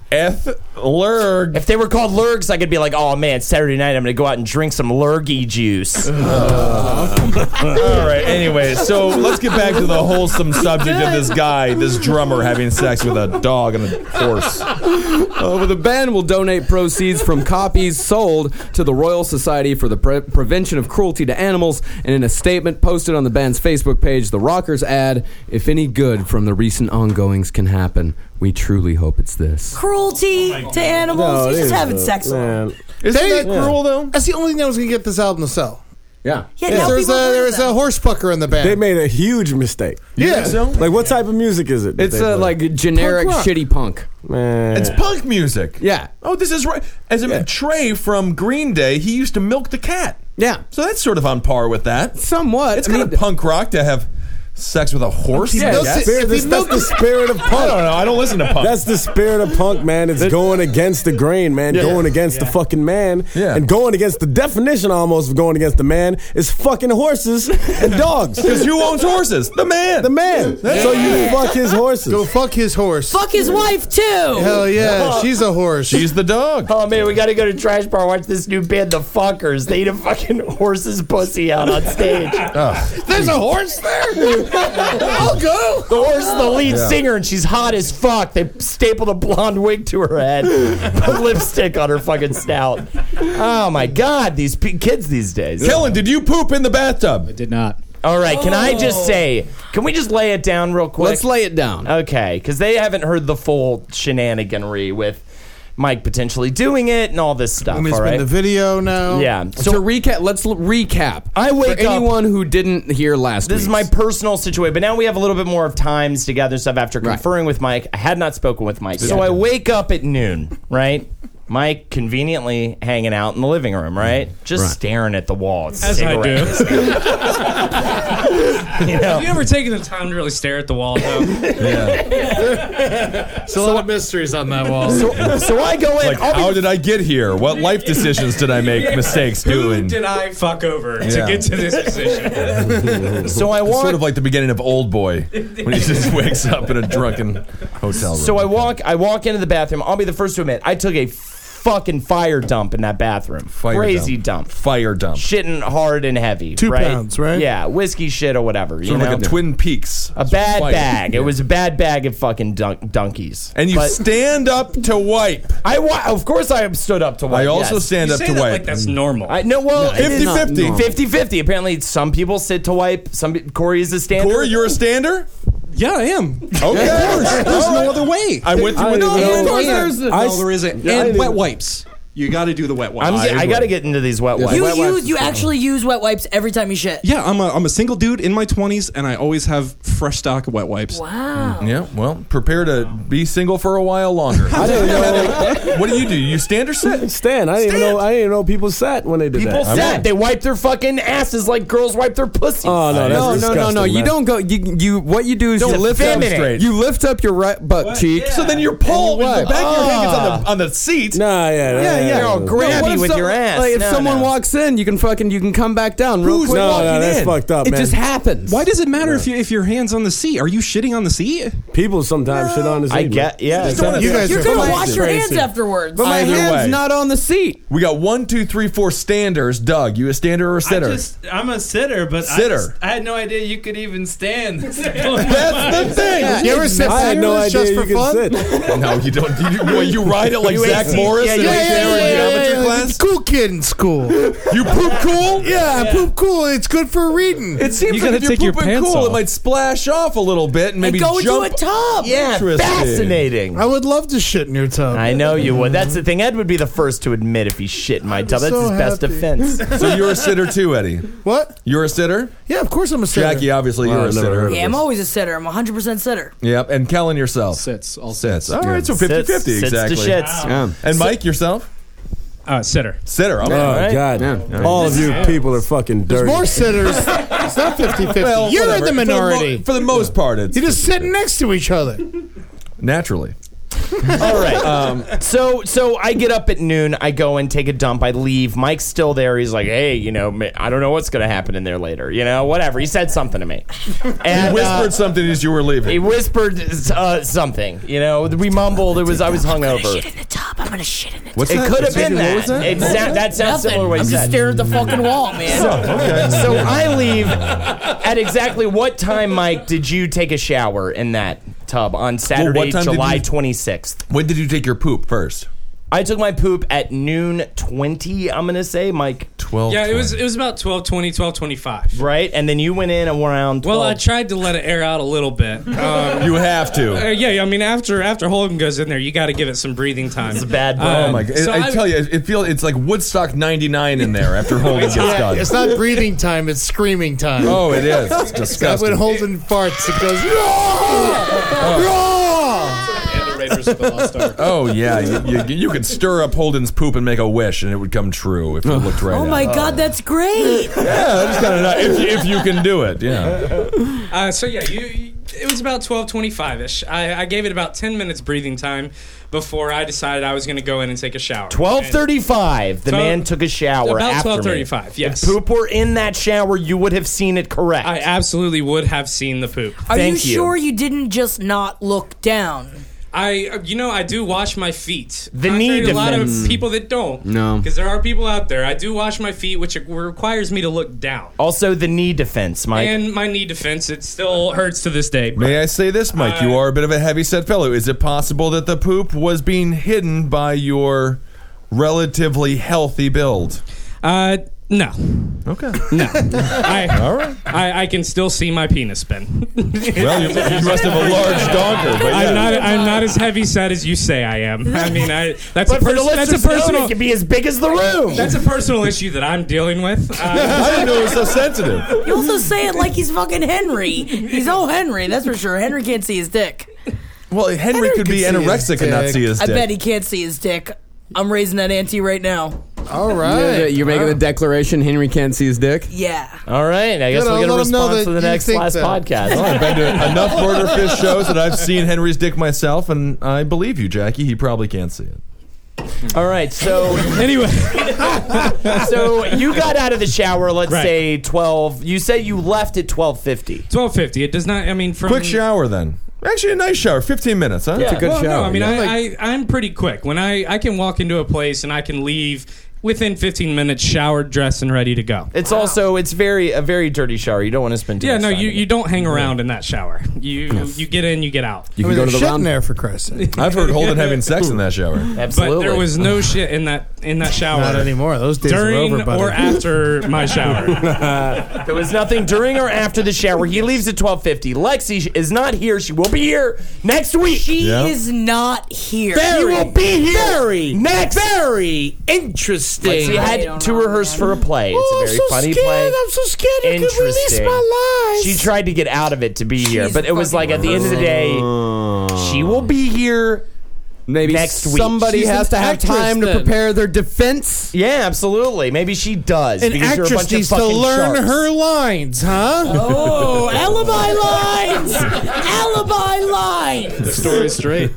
[SPEAKER 7] F Lurg.
[SPEAKER 11] If they were called Lurgs, I could be like, oh man, Saturday night I'm gonna go out and drink some Lurgy juice.
[SPEAKER 7] Uh, All right. Anyway, so let's get back to the wholesome subject of this guy, this drummer having sex with a dog and a horse.
[SPEAKER 10] Uh, Over the band will donate proceeds from copies sold to the Royal Society for the Pre- Prevention of Cruelty to Animals. And in a statement posted on the band's Facebook page, the Rockers add, "If any good from the recent ongoings can happen, we truly hope it's this."
[SPEAKER 9] Cruelty to animals. You're just having sex.
[SPEAKER 10] Isn't
[SPEAKER 3] They-
[SPEAKER 10] that cruel,
[SPEAKER 3] though? That's the only thing that was gonna get this album to sell.
[SPEAKER 10] Yeah.
[SPEAKER 3] Yeah, now there's a
[SPEAKER 10] people
[SPEAKER 3] there was a horse pucker in the band.
[SPEAKER 13] They made a huge mistake.
[SPEAKER 3] You think so?
[SPEAKER 13] Like, what type of music is it? that
[SPEAKER 10] It's
[SPEAKER 13] they
[SPEAKER 10] uh,
[SPEAKER 13] play?
[SPEAKER 10] like generic
[SPEAKER 13] Punk rock.
[SPEAKER 10] shitty punk.
[SPEAKER 13] Man.
[SPEAKER 7] It's punk music.
[SPEAKER 10] Yeah.
[SPEAKER 7] Oh, this is right. As a Trey from Green Day, he used to milk the cat.
[SPEAKER 10] Yeah.
[SPEAKER 7] So that's sort of on par with that.
[SPEAKER 10] Somewhat.
[SPEAKER 7] It's kind of punk rock to have sex with a horse.
[SPEAKER 13] Yeah,
[SPEAKER 7] I
[SPEAKER 13] that's
[SPEAKER 7] guess.
[SPEAKER 13] the spirit- that's- that's the spirit of punk.
[SPEAKER 7] I don't know. I don't listen to punk.
[SPEAKER 13] That's the spirit of punk, man. It's going against the grain, man.
[SPEAKER 7] Yeah.
[SPEAKER 13] Going against the fucking man.
[SPEAKER 7] Yeah.
[SPEAKER 13] And going against the definition almost of going against the man is fucking horses and dogs.
[SPEAKER 7] because who owns horses? The man.
[SPEAKER 13] The man. So you fuck his horses.
[SPEAKER 3] Go fuck his horse.
[SPEAKER 9] Fuck his wife too.
[SPEAKER 3] Hell yeah, she's a horse.
[SPEAKER 7] She's the dog.
[SPEAKER 11] Oh man, we gotta go to Trash Bar watch this new band, The Fuckers. They eat a fucking horse's pussy out on stage.
[SPEAKER 3] Ah. There's a horse there.
[SPEAKER 11] I'll go. The horse is the lead singer, and she's hot as fuck. They stapled a blonde wig to her head, put lipstick on her fucking snout. Oh my god, these p- kids these days.
[SPEAKER 7] Kellen, did you poop in the bathtub? I
[SPEAKER 1] did not.
[SPEAKER 11] All right, can I just say? Can we just Oh. lay it down real quick?
[SPEAKER 10] Let's lay it down.
[SPEAKER 11] Okay, because they haven't heard the full shenaniganry with Mike potentially doing it and all this stuff.
[SPEAKER 3] I mean, it's
[SPEAKER 11] all
[SPEAKER 3] been
[SPEAKER 11] right.
[SPEAKER 3] the video now.
[SPEAKER 11] yeah.
[SPEAKER 10] So to recap, let's l- recap.
[SPEAKER 11] I wake
[SPEAKER 10] For
[SPEAKER 11] up-
[SPEAKER 10] anyone who didn't hear last
[SPEAKER 11] This is my
[SPEAKER 10] week's.
[SPEAKER 11] personal situation, but now we have a little bit more of times to gather stuff after conferring with Mike. I had not spoken with Mike, so I wake up at noon, right? Mike conveniently hanging out in the living room, right? Just staring at the wall. It's
[SPEAKER 12] As I do.
[SPEAKER 11] cigarettes. you know?
[SPEAKER 12] Have you ever taken the time to really stare at the wall, though?
[SPEAKER 1] There's a lot of mysteries on that wall.
[SPEAKER 11] So, so I go in.
[SPEAKER 7] Like,
[SPEAKER 11] I'll be-
[SPEAKER 7] how did I get here? What life decisions did I make? Mistakes
[SPEAKER 12] Who
[SPEAKER 7] doing?
[SPEAKER 12] did I fuck over to
[SPEAKER 7] Yeah.
[SPEAKER 12] get to this position?
[SPEAKER 11] so I
[SPEAKER 7] It's
[SPEAKER 11] walk.
[SPEAKER 7] sort of like the beginning of Old Boy when he just wakes up in a drunken hotel room.
[SPEAKER 11] So I walk. I walk into the bathroom. I'll be the first to admit I took a fucking fire dump in that bathroom.
[SPEAKER 7] Fire
[SPEAKER 11] Crazy dump.
[SPEAKER 7] fire dump.
[SPEAKER 11] Shitting hard and heavy.
[SPEAKER 3] Two
[SPEAKER 11] right?
[SPEAKER 3] pounds, right?
[SPEAKER 11] Yeah, whiskey shit or whatever. you
[SPEAKER 7] Sort of
[SPEAKER 11] know?
[SPEAKER 7] like a Twin Peaks.
[SPEAKER 11] A bad
[SPEAKER 7] Fire.
[SPEAKER 11] bag. It was a bad bag of fucking dunk- donkeys.
[SPEAKER 7] And you
[SPEAKER 11] But
[SPEAKER 7] stand up to wipe.
[SPEAKER 11] I wa- of course I stood up to wipe.
[SPEAKER 7] I also
[SPEAKER 11] yes.
[SPEAKER 7] stand
[SPEAKER 12] You
[SPEAKER 7] up
[SPEAKER 12] say
[SPEAKER 7] to
[SPEAKER 12] that like
[SPEAKER 7] wipe.
[SPEAKER 12] that's normal.
[SPEAKER 11] I no well it is
[SPEAKER 7] 50-50.
[SPEAKER 11] not normal. 50-50. Apparently some people sit to wipe. Some pe- Corey is a standard.
[SPEAKER 7] Corey, you're a stander?
[SPEAKER 8] Yeah, I am.
[SPEAKER 7] Okay.
[SPEAKER 8] There's no other way.
[SPEAKER 7] I went through
[SPEAKER 13] I
[SPEAKER 7] with
[SPEAKER 13] don't
[SPEAKER 7] the
[SPEAKER 13] even
[SPEAKER 8] And-
[SPEAKER 13] know.
[SPEAKER 8] and-
[SPEAKER 13] I
[SPEAKER 8] no,
[SPEAKER 13] s-
[SPEAKER 8] there isn't.
[SPEAKER 13] Yeah, I
[SPEAKER 8] and
[SPEAKER 13] didn't-
[SPEAKER 8] wet wipes. You got to do the wet wipes.
[SPEAKER 11] I'm j- I got to get into these wet wipes.
[SPEAKER 9] You
[SPEAKER 11] Wet wipes.
[SPEAKER 9] use. You actually use wet wipes every time you shit.
[SPEAKER 8] yeah, I'm a, I'm a single dude in my 20s, and I always have fresh stock of wet wipes.
[SPEAKER 9] Wow.
[SPEAKER 7] Yeah, well, prepare to be single for a while longer.
[SPEAKER 13] I didn't know.
[SPEAKER 7] what do you do? You stand or sit?
[SPEAKER 13] Stan, I didn't even know. I didn't even know people sat when they did
[SPEAKER 11] People
[SPEAKER 13] that.
[SPEAKER 11] sat. They wipe their fucking asses like girls wipe their pussies.
[SPEAKER 13] Oh no, that's
[SPEAKER 10] no, no, no,
[SPEAKER 13] disgusting,
[SPEAKER 10] no! You
[SPEAKER 13] man.
[SPEAKER 10] don't go. You, you what you do is
[SPEAKER 11] Don't
[SPEAKER 10] you lift up
[SPEAKER 11] feminine.
[SPEAKER 7] Straight.
[SPEAKER 10] You lift up your right butt cheek.
[SPEAKER 7] So then your pole,
[SPEAKER 10] And you
[SPEAKER 7] the
[SPEAKER 10] wipe.
[SPEAKER 7] back of your hand gets on
[SPEAKER 11] Ah.
[SPEAKER 7] the, on the seat.
[SPEAKER 13] Nah, yeah,
[SPEAKER 7] Yeah,
[SPEAKER 13] yeah,
[SPEAKER 7] you
[SPEAKER 11] yeah.
[SPEAKER 10] No,
[SPEAKER 11] You're all
[SPEAKER 10] what
[SPEAKER 11] grabby
[SPEAKER 10] if
[SPEAKER 11] with
[SPEAKER 10] some-
[SPEAKER 11] your ass.
[SPEAKER 10] Like, if
[SPEAKER 11] No,
[SPEAKER 10] someone
[SPEAKER 11] no.
[SPEAKER 10] walks in, you can fucking you can come back down real quick.
[SPEAKER 13] no,
[SPEAKER 10] walking
[SPEAKER 13] no, that's
[SPEAKER 10] in.
[SPEAKER 13] fucked up.
[SPEAKER 10] It
[SPEAKER 13] man.
[SPEAKER 10] just happens.
[SPEAKER 8] Why does it matter if you if your hands on the seat? Are you shitting on the seat?
[SPEAKER 13] People sometimes shit on the
[SPEAKER 11] I seat, get- man. yeah,
[SPEAKER 8] You
[SPEAKER 11] You don't wanna-
[SPEAKER 8] guys
[SPEAKER 11] you're
[SPEAKER 8] are
[SPEAKER 11] gonna
[SPEAKER 8] fucking
[SPEAKER 11] wash your
[SPEAKER 8] crazy.
[SPEAKER 9] hands afterwards.
[SPEAKER 10] But my
[SPEAKER 7] Either
[SPEAKER 10] hand's
[SPEAKER 7] way.
[SPEAKER 10] not on the seat.
[SPEAKER 7] We got one, two, three, four standers. Doug, you a stander or a sitter?
[SPEAKER 14] I just, I'm a sitter, but I
[SPEAKER 7] Sitter.
[SPEAKER 14] just- I, had no idea you could even stand. That's
[SPEAKER 7] That's the thing.
[SPEAKER 13] I had no idea you could
[SPEAKER 7] sit. no, you don't. You, well, you ride it like
[SPEAKER 3] You
[SPEAKER 7] Zach
[SPEAKER 3] AC
[SPEAKER 7] Morris
[SPEAKER 3] yeah,
[SPEAKER 7] in
[SPEAKER 3] yeah,
[SPEAKER 7] like
[SPEAKER 3] yeah,
[SPEAKER 7] there
[SPEAKER 3] yeah,
[SPEAKER 7] in geometry
[SPEAKER 3] yeah, yeah.
[SPEAKER 7] class.
[SPEAKER 3] Cool kid in school.
[SPEAKER 7] You poop cool?
[SPEAKER 3] Yeah, I poop cool. It's good for reading.
[SPEAKER 7] It seems like if you're pooping cool, it might splash off a little bit and maybe jump.
[SPEAKER 11] Yeah,
[SPEAKER 7] Interesting.
[SPEAKER 11] fascinating.
[SPEAKER 3] I would love to shit in your tub.
[SPEAKER 11] I know you would. That's the thing. Ed would be the first to admit if he shit in my tub. That's
[SPEAKER 3] so
[SPEAKER 11] his best
[SPEAKER 3] happy.
[SPEAKER 11] defense.
[SPEAKER 7] So you're a sitter too, Eddie.
[SPEAKER 3] What?
[SPEAKER 7] You're a sitter.
[SPEAKER 3] Yeah, of course I'm a
[SPEAKER 9] sitter.
[SPEAKER 7] Jackie, obviously,
[SPEAKER 9] Wow,
[SPEAKER 7] you're a
[SPEAKER 9] I've never
[SPEAKER 7] sitter.
[SPEAKER 9] Yeah, I'm always a sitter. I'm 100% sitter.
[SPEAKER 7] Yep, and Kellen yourself. Sits. All sits. All right, so 50
[SPEAKER 11] Sits.
[SPEAKER 7] 50
[SPEAKER 11] Sits to
[SPEAKER 7] exactly.
[SPEAKER 11] shits. Wow.
[SPEAKER 7] And Mike, yourself?
[SPEAKER 12] Uh, sitter.
[SPEAKER 7] Sitter.
[SPEAKER 13] Oh,
[SPEAKER 7] Okay.
[SPEAKER 13] God.
[SPEAKER 7] Yeah.
[SPEAKER 13] All of you people are fucking dirty.
[SPEAKER 3] There's more sitters. It's not 50 50.
[SPEAKER 7] Well,
[SPEAKER 3] You're
[SPEAKER 7] whatever.
[SPEAKER 3] in the
[SPEAKER 7] For the mo-
[SPEAKER 3] minority.
[SPEAKER 7] for the most part, it's
[SPEAKER 3] You're just sitting next to each other.
[SPEAKER 7] Naturally.
[SPEAKER 11] All right. Um, so so I get up at noon. I go and take a dump. I leave. Mike's still there. He's like, hey, you know, ma- I don't know what's gonna happen in there later. You know, whatever. He said something to me.
[SPEAKER 7] he
[SPEAKER 11] And,
[SPEAKER 7] whispered
[SPEAKER 11] uh,
[SPEAKER 7] something as you were leaving.
[SPEAKER 11] he whispered uh, something. You know, we mumbled. It was I was hungover.
[SPEAKER 9] The tub. I'm gonna shit in the
[SPEAKER 7] What's
[SPEAKER 11] it
[SPEAKER 7] that?
[SPEAKER 11] could have been
[SPEAKER 7] What
[SPEAKER 11] that.
[SPEAKER 7] was that?
[SPEAKER 11] It sa- that sounds
[SPEAKER 9] Nothing.
[SPEAKER 11] similar to what he
[SPEAKER 9] I'm
[SPEAKER 11] said.
[SPEAKER 9] just staring at the fucking wall, man.
[SPEAKER 11] So I leave at exactly what time, Mike, did you take a shower in that tub on Saturday,
[SPEAKER 7] what time did
[SPEAKER 11] July
[SPEAKER 7] you-
[SPEAKER 11] 26th?
[SPEAKER 7] When did you take your poop first?
[SPEAKER 11] I took my poop at noon 20, I'm going to say, Mike.
[SPEAKER 7] 12.
[SPEAKER 12] Yeah, it was it was about 1220, 1225.
[SPEAKER 11] Right? And then you went in around 12.
[SPEAKER 12] Well, I tried to let it air out a little bit. Um,
[SPEAKER 7] You have to.
[SPEAKER 12] uh, yeah, I mean, after after Holden goes in there, you got to give it some breathing time. Um, It's a
[SPEAKER 11] bad
[SPEAKER 7] oh my god! I, I tell you, it, it feels it's like Woodstock '99 in there after Holden gets
[SPEAKER 3] Yeah,
[SPEAKER 7] done.
[SPEAKER 3] it's not breathing time, it's screaming time.
[SPEAKER 7] Oh, it is. It's
[SPEAKER 3] That
[SPEAKER 7] disgusting.
[SPEAKER 3] when Holden farts, it goes,
[SPEAKER 9] Oh
[SPEAKER 7] Oh yeah, you, you, you could stir up Holden's poop and make a wish, and it would come true if it looked right.
[SPEAKER 9] Oh
[SPEAKER 7] at
[SPEAKER 9] my
[SPEAKER 7] it.
[SPEAKER 9] god, that's great.
[SPEAKER 7] Yeah, that's kind of nice. If, you- if you can do it, yeah.
[SPEAKER 12] Uh, so yeah, you, you- it was about twelve twenty-five ish. I, I gave it about ten minutes breathing time before I decided I was going to go in and take a shower.
[SPEAKER 11] 12:35. The
[SPEAKER 12] So-
[SPEAKER 11] man took a shower
[SPEAKER 12] About
[SPEAKER 11] after me.
[SPEAKER 12] 12:35, yes.
[SPEAKER 11] If poop were in that shower, you would have seen it correct.
[SPEAKER 12] I absolutely would have seen the poop.
[SPEAKER 9] Are you, sure you didn't just not look down?
[SPEAKER 12] I, you know, I do wash my feet.
[SPEAKER 9] The
[SPEAKER 12] Contrary
[SPEAKER 9] knee
[SPEAKER 12] to a lot of
[SPEAKER 9] defense.
[SPEAKER 12] people that don't.
[SPEAKER 11] No.
[SPEAKER 12] because there are people out there. I do wash my feet, which requires me to look down.
[SPEAKER 11] Also, the knee defense, Mike.
[SPEAKER 12] and my knee defense, it still hurts to this day.
[SPEAKER 7] May I say this, Mike? You are a bit of a heavy-set fellow. Is it possible that the poop was being hidden by your relatively healthy build?
[SPEAKER 12] Uh, no.
[SPEAKER 7] Okay.
[SPEAKER 12] No. I, All right. I, I can still see my penis, Ben.
[SPEAKER 7] Well, you, you must have a large donker. But yeah.
[SPEAKER 12] I'm not. I'm not as heavy set as you say I am. I mean, I that's a
[SPEAKER 11] But for the
[SPEAKER 12] personal. That's a
[SPEAKER 11] listeners, no,
[SPEAKER 12] personal.
[SPEAKER 11] it can be as big as the room.
[SPEAKER 12] That's a personal issue that I'm dealing with. Uh,
[SPEAKER 7] I didn't know it was so sensitive.
[SPEAKER 9] You also say it like he's fucking Henry. He's old Henry, that's for sure. Henry can't see his dick.
[SPEAKER 7] Well, Henry,
[SPEAKER 9] Henry
[SPEAKER 7] could be
[SPEAKER 3] could see his
[SPEAKER 7] anorexic and not
[SPEAKER 3] dick.
[SPEAKER 7] see his
[SPEAKER 9] I
[SPEAKER 7] dick.
[SPEAKER 9] bet he can't see his dick. I'm raising that ante right now.
[SPEAKER 3] All
[SPEAKER 10] Yeah,
[SPEAKER 3] right.
[SPEAKER 10] You're making the declaration Henry can't see his dick.
[SPEAKER 9] Yeah.
[SPEAKER 11] All right. I guess
[SPEAKER 3] Good,
[SPEAKER 11] we'll
[SPEAKER 3] I'll
[SPEAKER 11] get a
[SPEAKER 3] let 'em know
[SPEAKER 11] response
[SPEAKER 3] that
[SPEAKER 11] to the
[SPEAKER 3] you
[SPEAKER 11] next
[SPEAKER 3] think
[SPEAKER 11] last
[SPEAKER 3] that.
[SPEAKER 11] podcast.
[SPEAKER 7] Well, Oh, I've been to enough Murder Fish shows that I've seen Henry's dick myself, and I believe you, Jackie. He probably can't see it.
[SPEAKER 11] All right, so
[SPEAKER 12] anyway,
[SPEAKER 11] so you got out of the shower. Let's
[SPEAKER 12] Right.
[SPEAKER 11] say twelve. You say you left at twelve fifty.
[SPEAKER 12] Twelve fifty. It does not. I mean, from
[SPEAKER 7] Quick shower, then. Actually, a nice shower. 15 minutes, huh?
[SPEAKER 12] Yeah. well, No, I mean, I, I, I'm pretty quick. When I, I can walk into a place and I can leave within 15 minutes, showered, dressed, and ready to go.
[SPEAKER 11] It's also it's very a very dirty shower. You don't want to spend. Too
[SPEAKER 12] Yeah,
[SPEAKER 11] much
[SPEAKER 12] no,
[SPEAKER 11] time
[SPEAKER 12] you,
[SPEAKER 11] in it.
[SPEAKER 12] you don't hang around in that shower. You you get in, you get out.
[SPEAKER 10] You
[SPEAKER 3] I mean,
[SPEAKER 10] can
[SPEAKER 3] they're
[SPEAKER 10] go to the
[SPEAKER 3] shitting
[SPEAKER 10] round.
[SPEAKER 3] there for Christ's sake.
[SPEAKER 7] I've heard Holden having sex in that shower.
[SPEAKER 11] Absolutely.
[SPEAKER 12] But there was no shit in that in that shower.
[SPEAKER 3] Not anymore. Those days are
[SPEAKER 12] During
[SPEAKER 3] over, buddy.
[SPEAKER 12] or after my shower.
[SPEAKER 11] There was nothing during or after the shower. He leaves at twelve fifty. Lexi is not here. She will be here next week.
[SPEAKER 9] She
[SPEAKER 7] Yeah.
[SPEAKER 9] is not here.
[SPEAKER 11] She will be here next.
[SPEAKER 14] Very interesting.
[SPEAKER 11] Lexi had to rehearse for a play. It's a very funny play.
[SPEAKER 3] I'm so scared
[SPEAKER 11] Interesting. She tried to get out of it to be here,
[SPEAKER 9] She's
[SPEAKER 11] but it was
[SPEAKER 9] fucking
[SPEAKER 11] like at the end of the day, she will be here
[SPEAKER 10] Maybe
[SPEAKER 11] next week.
[SPEAKER 10] somebody
[SPEAKER 11] She's
[SPEAKER 10] has
[SPEAKER 11] an
[SPEAKER 10] to have
[SPEAKER 11] actress
[SPEAKER 10] time to
[SPEAKER 11] then.
[SPEAKER 10] prepare their defense.
[SPEAKER 11] Yeah, absolutely. Maybe she does.
[SPEAKER 10] An
[SPEAKER 11] because you're a
[SPEAKER 10] actress
[SPEAKER 11] bunch of
[SPEAKER 10] needs to
[SPEAKER 11] fucking
[SPEAKER 10] learn
[SPEAKER 11] sharks.
[SPEAKER 3] her lines, huh?
[SPEAKER 9] Oh, alibi lines! alibi lines!
[SPEAKER 11] The story's straight.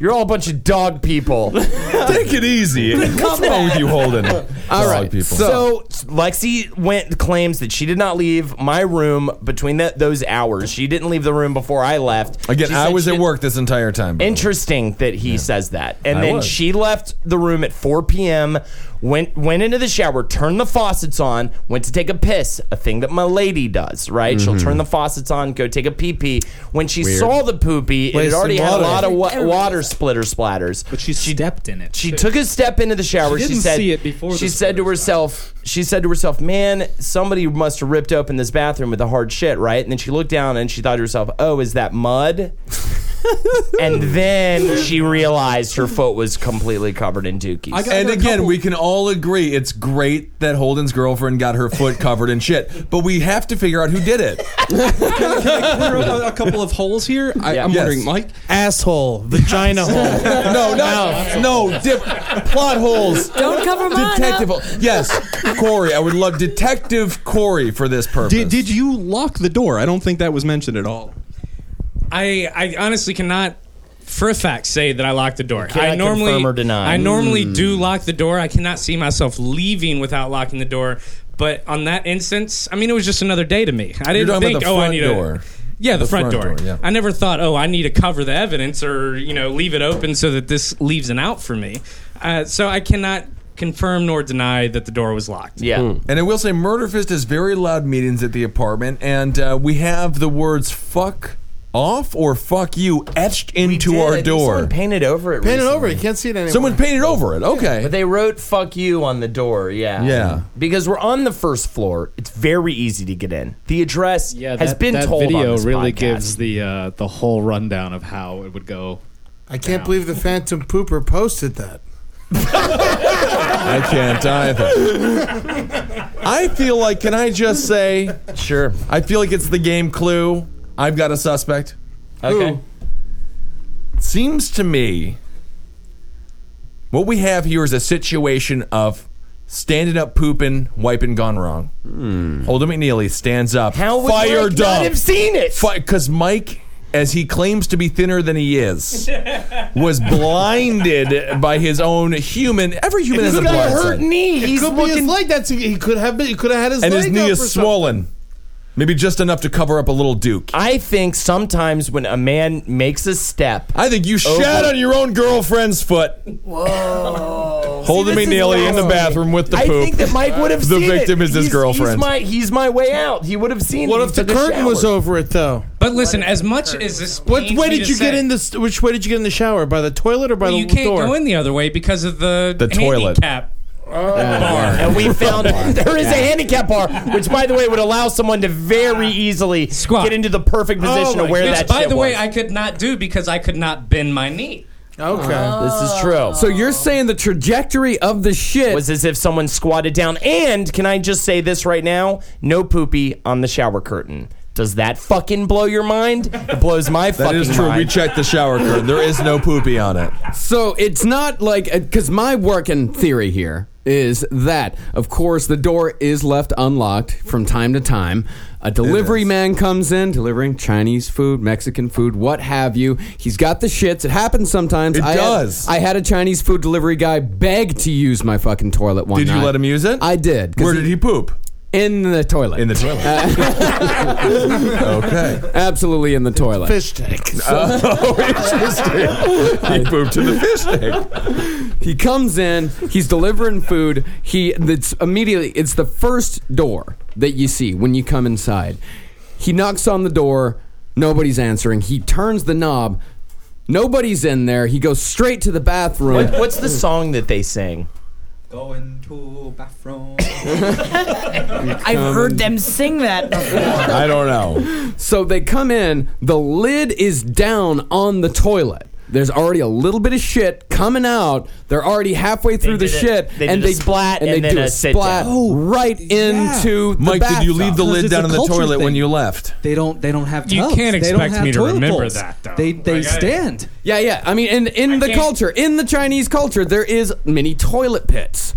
[SPEAKER 11] You're all a bunch of dog people.
[SPEAKER 7] Take it easy. What's wrong with you, Holden?
[SPEAKER 11] All
[SPEAKER 7] Dog
[SPEAKER 11] right.
[SPEAKER 7] people.
[SPEAKER 11] So Lexi went claims that she did not leave my room between that those hours. She didn't leave the room before I left.
[SPEAKER 7] Again,
[SPEAKER 11] She
[SPEAKER 7] I
[SPEAKER 11] said
[SPEAKER 7] was
[SPEAKER 11] she
[SPEAKER 7] at
[SPEAKER 11] didn't-
[SPEAKER 7] work this entire time. by the way.
[SPEAKER 11] Interesting that he says that. And
[SPEAKER 7] I
[SPEAKER 11] then
[SPEAKER 7] was.
[SPEAKER 11] she left the room at 4 p.m., went went into the shower, turned the faucets on, went to take a piss, a thing that my lady does, right? She'll
[SPEAKER 7] Mm-hmm.
[SPEAKER 10] Mhm.
[SPEAKER 11] turn the faucets on, go take a pee pee. When she
[SPEAKER 10] Weird.
[SPEAKER 11] saw the poopy, it had
[SPEAKER 10] Wasting
[SPEAKER 11] already had a
[SPEAKER 10] water.
[SPEAKER 11] lot of wa-
[SPEAKER 10] Everybody
[SPEAKER 11] water splitter splatters. But she, stepped in it. She took a step into the shower.
[SPEAKER 14] She
[SPEAKER 11] She,
[SPEAKER 14] didn't
[SPEAKER 11] said
[SPEAKER 14] see it before
[SPEAKER 11] She
[SPEAKER 14] the
[SPEAKER 11] said to herself, she said to herself, "Man, somebody must have ripped open this bathroom with a hard shit, right?" And then she looked down and she thought to herself, "Oh, is that mud?" and then she realized her foot was completely covered in dookies.
[SPEAKER 7] And again, we can all agree it's great that Holden's girlfriend got her foot covered in shit, but we have to figure out who did it.
[SPEAKER 8] Can I clear up a- a couple of holes here? I, I'm
[SPEAKER 7] Yes.
[SPEAKER 8] wondering, Mike.
[SPEAKER 3] Asshole, vagina hole.
[SPEAKER 7] no, no, no, diff- plot holes.
[SPEAKER 9] Don't cover mine
[SPEAKER 7] Detective hole- Yes, Corey. I would love Detective Corey for this purpose.
[SPEAKER 8] Did, did you lock the door? I don't think that was mentioned at all.
[SPEAKER 12] I, I honestly cannot, for a fact, say that I locked the door.
[SPEAKER 11] Cannot
[SPEAKER 12] I normally
[SPEAKER 11] confirm or deny.
[SPEAKER 12] I normally
[SPEAKER 11] Mm.
[SPEAKER 12] do lock the door. I cannot see myself leaving without locking the door. But on that instance, I mean, it was just another day to me. I
[SPEAKER 7] You're
[SPEAKER 12] didn't
[SPEAKER 7] talking
[SPEAKER 12] think,
[SPEAKER 7] about the
[SPEAKER 12] oh, I
[SPEAKER 7] front
[SPEAKER 12] need
[SPEAKER 7] door.
[SPEAKER 12] a yeah, the,
[SPEAKER 7] The
[SPEAKER 12] front,
[SPEAKER 7] front
[SPEAKER 12] door.
[SPEAKER 7] door, yeah.
[SPEAKER 12] I never thought, oh, I need to cover the evidence or you know leave it open so that this leaves an out for me. Uh, so I cannot confirm nor deny that the door was locked.
[SPEAKER 7] And I will say, Murder Fist has very loud meetings at the apartment, and uh, we have the words "fuck off" or "fuck you" etched into
[SPEAKER 11] Yeah,
[SPEAKER 7] our
[SPEAKER 11] and
[SPEAKER 7] door.
[SPEAKER 11] Someone painted over it.
[SPEAKER 7] Painted over it.
[SPEAKER 11] recently.
[SPEAKER 7] You can't see it anymore. Someone painted over it. Okay.
[SPEAKER 11] But they wrote "fuck you" on the door. Yeah.
[SPEAKER 7] Yeah.
[SPEAKER 11] Because we're on the first floor. It's very easy to get in. The address
[SPEAKER 14] Yeah,
[SPEAKER 11] has
[SPEAKER 14] that-
[SPEAKER 11] been
[SPEAKER 14] that
[SPEAKER 11] told.
[SPEAKER 14] video
[SPEAKER 11] on this
[SPEAKER 14] really
[SPEAKER 11] podcast.
[SPEAKER 14] gives the uh, the whole rundown of how it would go.
[SPEAKER 3] I can't believe the Phantom Pooper posted that.
[SPEAKER 7] I can't either. I feel like, can I just say?
[SPEAKER 11] Sure.
[SPEAKER 7] I feel like it's the game clue. I've got a suspect.
[SPEAKER 11] Okay.
[SPEAKER 7] Seems to me what we have here is a situation of standing up, pooping, wiping gone wrong. Holden McNeely stands up.
[SPEAKER 11] How would
[SPEAKER 7] fire
[SPEAKER 11] Mike not
[SPEAKER 7] dump.
[SPEAKER 11] have seen it?
[SPEAKER 7] Because Mike, as he claims to be thinner than he is, was blinded by his own human. Every human has a blind side.
[SPEAKER 3] It could be his leg. That's he could have been. He could have had his
[SPEAKER 7] and
[SPEAKER 3] leg
[SPEAKER 7] his knee
[SPEAKER 3] up or
[SPEAKER 7] is
[SPEAKER 3] something.
[SPEAKER 7] swollen. Maybe just enough to cover up a little duke.
[SPEAKER 11] I think sometimes when a man makes a step,
[SPEAKER 7] I think you shat on your own girlfriend's foot. Whoa. Holding
[SPEAKER 11] See, this is
[SPEAKER 7] McNeely
[SPEAKER 11] why-
[SPEAKER 7] in the bathroom with the
[SPEAKER 11] I
[SPEAKER 7] poop.
[SPEAKER 11] think that Mike would have
[SPEAKER 7] The
[SPEAKER 11] seen
[SPEAKER 7] victim
[SPEAKER 11] it.
[SPEAKER 7] is his
[SPEAKER 11] He's- He's
[SPEAKER 7] girlfriend.
[SPEAKER 11] my, he's my way out. He would have seen
[SPEAKER 3] What
[SPEAKER 11] it.
[SPEAKER 3] if
[SPEAKER 11] He's in
[SPEAKER 3] the curtain was
[SPEAKER 11] shower.
[SPEAKER 3] over it though?
[SPEAKER 12] But listen, as much as this,
[SPEAKER 3] What
[SPEAKER 12] pains
[SPEAKER 3] way
[SPEAKER 12] me
[SPEAKER 3] did
[SPEAKER 12] to
[SPEAKER 3] you get
[SPEAKER 12] say-
[SPEAKER 3] in this? Which way did you get in the shower? By the toilet or by
[SPEAKER 12] Well,
[SPEAKER 3] the
[SPEAKER 12] you can't
[SPEAKER 3] door?
[SPEAKER 12] go in the other way because of the
[SPEAKER 3] The toilet.
[SPEAKER 12] handicap bar.
[SPEAKER 11] And we found there is a handicap bar, which, by the way, would allow someone to very easily get into the perfect
[SPEAKER 7] Oh
[SPEAKER 11] position of Oh, where
[SPEAKER 12] Ah. Which,
[SPEAKER 11] that.
[SPEAKER 12] by
[SPEAKER 11] shit
[SPEAKER 12] the way,
[SPEAKER 11] was.
[SPEAKER 12] I could not do because I could not bend my knee.
[SPEAKER 3] Okay.
[SPEAKER 11] This is true.
[SPEAKER 10] So you're saying the trajectory of the shit
[SPEAKER 11] was as if someone squatted down. And can I just say this right now? No poopy on the shower curtain. Does that fucking blow your mind? It blows my
[SPEAKER 7] that
[SPEAKER 11] fucking
[SPEAKER 7] is true. We
[SPEAKER 11] mind.
[SPEAKER 7] checked the shower curtain. There is no poopy on it.
[SPEAKER 10] So it's not like because my working theory here is that, of course, the door is left unlocked from time to time. A delivery man comes in delivering Chinese food, Mexican food, what have you. He's got the shits. It happens sometimes.
[SPEAKER 7] It
[SPEAKER 10] I
[SPEAKER 7] does.
[SPEAKER 10] Had, I had a Chinese food delivery guy beg to use my fucking toilet one
[SPEAKER 7] Did you
[SPEAKER 10] night.
[SPEAKER 7] let him use it?
[SPEAKER 10] I did. 'cause
[SPEAKER 7] Where did he poop?
[SPEAKER 10] In the toilet.
[SPEAKER 7] In the toilet. okay.
[SPEAKER 10] Absolutely in the toilet.
[SPEAKER 3] Fish tank.
[SPEAKER 7] Oh, interesting. He pooped in the fish tank.
[SPEAKER 10] He comes in, he's delivering food. He that's immediately it's the first door that you see when you come inside. He knocks on the door, nobody's answering. He turns the knob, nobody's in there. He goes straight to the bathroom.
[SPEAKER 11] What- what's the song that they sing?
[SPEAKER 15] Going to bathroom.
[SPEAKER 9] I've heard them sing that before.
[SPEAKER 7] I don't know.
[SPEAKER 10] So they come in, the lid is down on the toilet. There's already a little bit of shit coming out. They're already halfway through the
[SPEAKER 11] did a-
[SPEAKER 10] shit,
[SPEAKER 11] they
[SPEAKER 10] and
[SPEAKER 11] did a
[SPEAKER 10] they
[SPEAKER 11] splat
[SPEAKER 10] and,
[SPEAKER 11] and
[SPEAKER 10] they
[SPEAKER 11] then
[SPEAKER 10] do
[SPEAKER 11] a
[SPEAKER 10] a
[SPEAKER 11] sit
[SPEAKER 10] splat
[SPEAKER 11] down.
[SPEAKER 7] Oh,
[SPEAKER 10] right into the
[SPEAKER 7] Mike, did you
[SPEAKER 10] bathtub.
[SPEAKER 7] leave the lid down in the toilet when you left?
[SPEAKER 16] They don't. They don't have.
[SPEAKER 10] You
[SPEAKER 16] Tubs.
[SPEAKER 10] can't
[SPEAKER 16] They don't
[SPEAKER 7] expect
[SPEAKER 16] have
[SPEAKER 7] me to
[SPEAKER 16] toilet
[SPEAKER 7] remember
[SPEAKER 16] bowls.
[SPEAKER 7] that, though.
[SPEAKER 16] They they
[SPEAKER 7] Like, I-
[SPEAKER 16] stand.
[SPEAKER 10] Yeah, yeah. I mean, in in the culture, in the Chinese culture, there is mini toilet pits.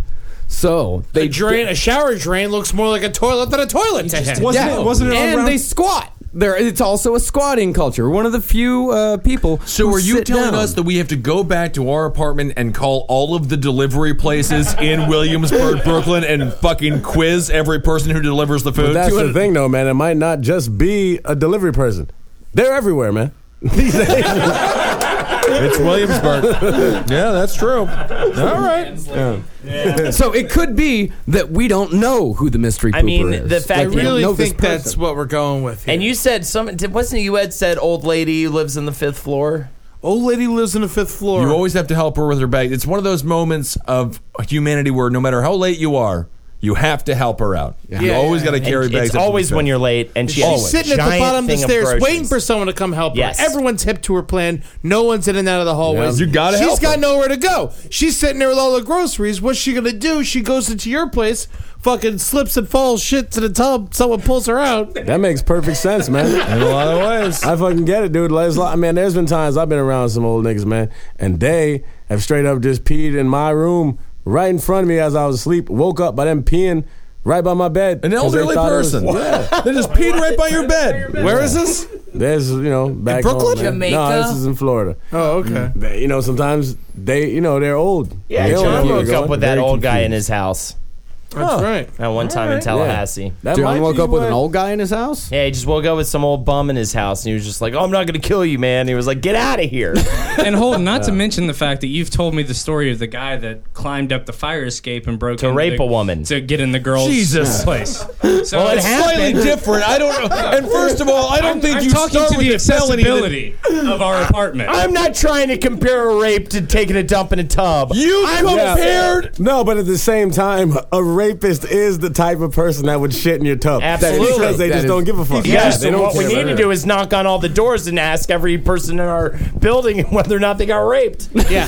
[SPEAKER 10] So they
[SPEAKER 1] a drain, a shower drain looks more like a toilet than a toilet to him.
[SPEAKER 10] Yeah. And they squat. There, it's also a squatting culture. One of the few uh, people.
[SPEAKER 7] So
[SPEAKER 10] who
[SPEAKER 7] are you
[SPEAKER 10] sit
[SPEAKER 7] telling
[SPEAKER 10] down.
[SPEAKER 7] us that we have to go back to our apartment and call all of the delivery places in Williamsburg, Brooklyn, and fucking quiz every person who delivers the
[SPEAKER 13] But
[SPEAKER 7] food?
[SPEAKER 13] that's the thing, though, man. It might not just be a delivery person. They're everywhere, man. These days.
[SPEAKER 7] it's Williamsburg. yeah, that's true. All right.
[SPEAKER 10] so it could be that we don't know who the mystery pooper
[SPEAKER 11] I mean,
[SPEAKER 10] is.
[SPEAKER 11] the fact
[SPEAKER 10] Like, we don't know this person.
[SPEAKER 11] what we're going with. And you said some. did- Wasn't it you had said old lady who lives in the fifth floor?
[SPEAKER 7] Old lady lives in the fifth floor. You always have to help her with her bag. It's one of those moments of humanity where no matter how late you are, you have to help her out. you always got to carry
[SPEAKER 11] And
[SPEAKER 7] bags. up
[SPEAKER 11] It's
[SPEAKER 7] to the
[SPEAKER 11] always
[SPEAKER 7] fifth.
[SPEAKER 11] when you're late, and she
[SPEAKER 7] Always.
[SPEAKER 11] has a
[SPEAKER 1] sitting at the
[SPEAKER 11] giant
[SPEAKER 1] bottom of the
[SPEAKER 11] thing
[SPEAKER 1] stairs
[SPEAKER 11] groceries.
[SPEAKER 1] waiting for someone to come help
[SPEAKER 11] Yes.
[SPEAKER 1] her. Everyone's hip to her plan. No one's in and out of the hallways.
[SPEAKER 7] Yeah, you gotta
[SPEAKER 1] She's
[SPEAKER 7] help
[SPEAKER 1] got
[SPEAKER 7] her.
[SPEAKER 1] nowhere to go. She's sitting there with all the groceries. What's she gonna do? She goes into your place, fucking slips and falls, shit to the tub. Someone pulls her out.
[SPEAKER 13] That makes perfect sense, man.
[SPEAKER 7] In a lot of ways.
[SPEAKER 13] I fucking get it, dude. There's, I mean, there's been times I've been around some old niggas, man, and they have straight up just peed in my room right in front of me as I was asleep. Woke up by them peeing right by my bed.
[SPEAKER 7] An
[SPEAKER 13] 'cause they
[SPEAKER 7] elderly
[SPEAKER 13] thought it was-
[SPEAKER 7] person.
[SPEAKER 13] Yeah.
[SPEAKER 7] they just peed right by your bed.
[SPEAKER 13] Where is this? There's, you know, back
[SPEAKER 7] Brooklyn?
[SPEAKER 13] home, man.
[SPEAKER 7] Jamaica?
[SPEAKER 13] No, this is in Florida. Mm.
[SPEAKER 1] Oh, okay.
[SPEAKER 13] They, you know, sometimes they, you know, they're old.
[SPEAKER 11] Yeah,
[SPEAKER 13] They don't know
[SPEAKER 11] John
[SPEAKER 13] where
[SPEAKER 11] woke
[SPEAKER 13] they're
[SPEAKER 11] up
[SPEAKER 13] going.
[SPEAKER 11] with that
[SPEAKER 13] Very
[SPEAKER 11] old guy in
[SPEAKER 13] confused.
[SPEAKER 11] his house.
[SPEAKER 13] That's Oh. right.
[SPEAKER 11] At one time in
[SPEAKER 13] Alright.
[SPEAKER 11] Tallahassee.
[SPEAKER 13] Yeah. That John might woke be up with an what- old
[SPEAKER 10] guy in his house?
[SPEAKER 11] Yeah, he just woke up with some old bum in his house and he was just like, Oh, I'm not gonna kill you, man. He was like, Get out of here.
[SPEAKER 12] and hold, not to mention the fact that you've told me the story of the guy that climbed up the fire escape and broke
[SPEAKER 11] To
[SPEAKER 12] into
[SPEAKER 11] rape
[SPEAKER 12] the-
[SPEAKER 11] a woman.
[SPEAKER 12] to get in the girl's
[SPEAKER 11] Jesus.
[SPEAKER 12] place. So
[SPEAKER 11] Well, it
[SPEAKER 12] it's
[SPEAKER 11] happened.
[SPEAKER 12] slightly
[SPEAKER 7] different. I don't know. And first of all, I don't
[SPEAKER 12] I'm,
[SPEAKER 7] think
[SPEAKER 12] I'm
[SPEAKER 7] you
[SPEAKER 12] talking
[SPEAKER 7] start
[SPEAKER 12] to
[SPEAKER 7] with
[SPEAKER 12] the
[SPEAKER 7] a felony that-
[SPEAKER 12] accessibility of our apartment.
[SPEAKER 11] I'm not trying to compare a rape to taking a dump in a tub. I'm
[SPEAKER 13] No, but at the same time, a rapist is the type of person that would shit in your tub.
[SPEAKER 11] Absolutely.
[SPEAKER 13] Because they just don't give a fuck.
[SPEAKER 11] Yeah, so what we need to do is knock on all the doors and ask every person in our building whether or not they got raped. Yeah.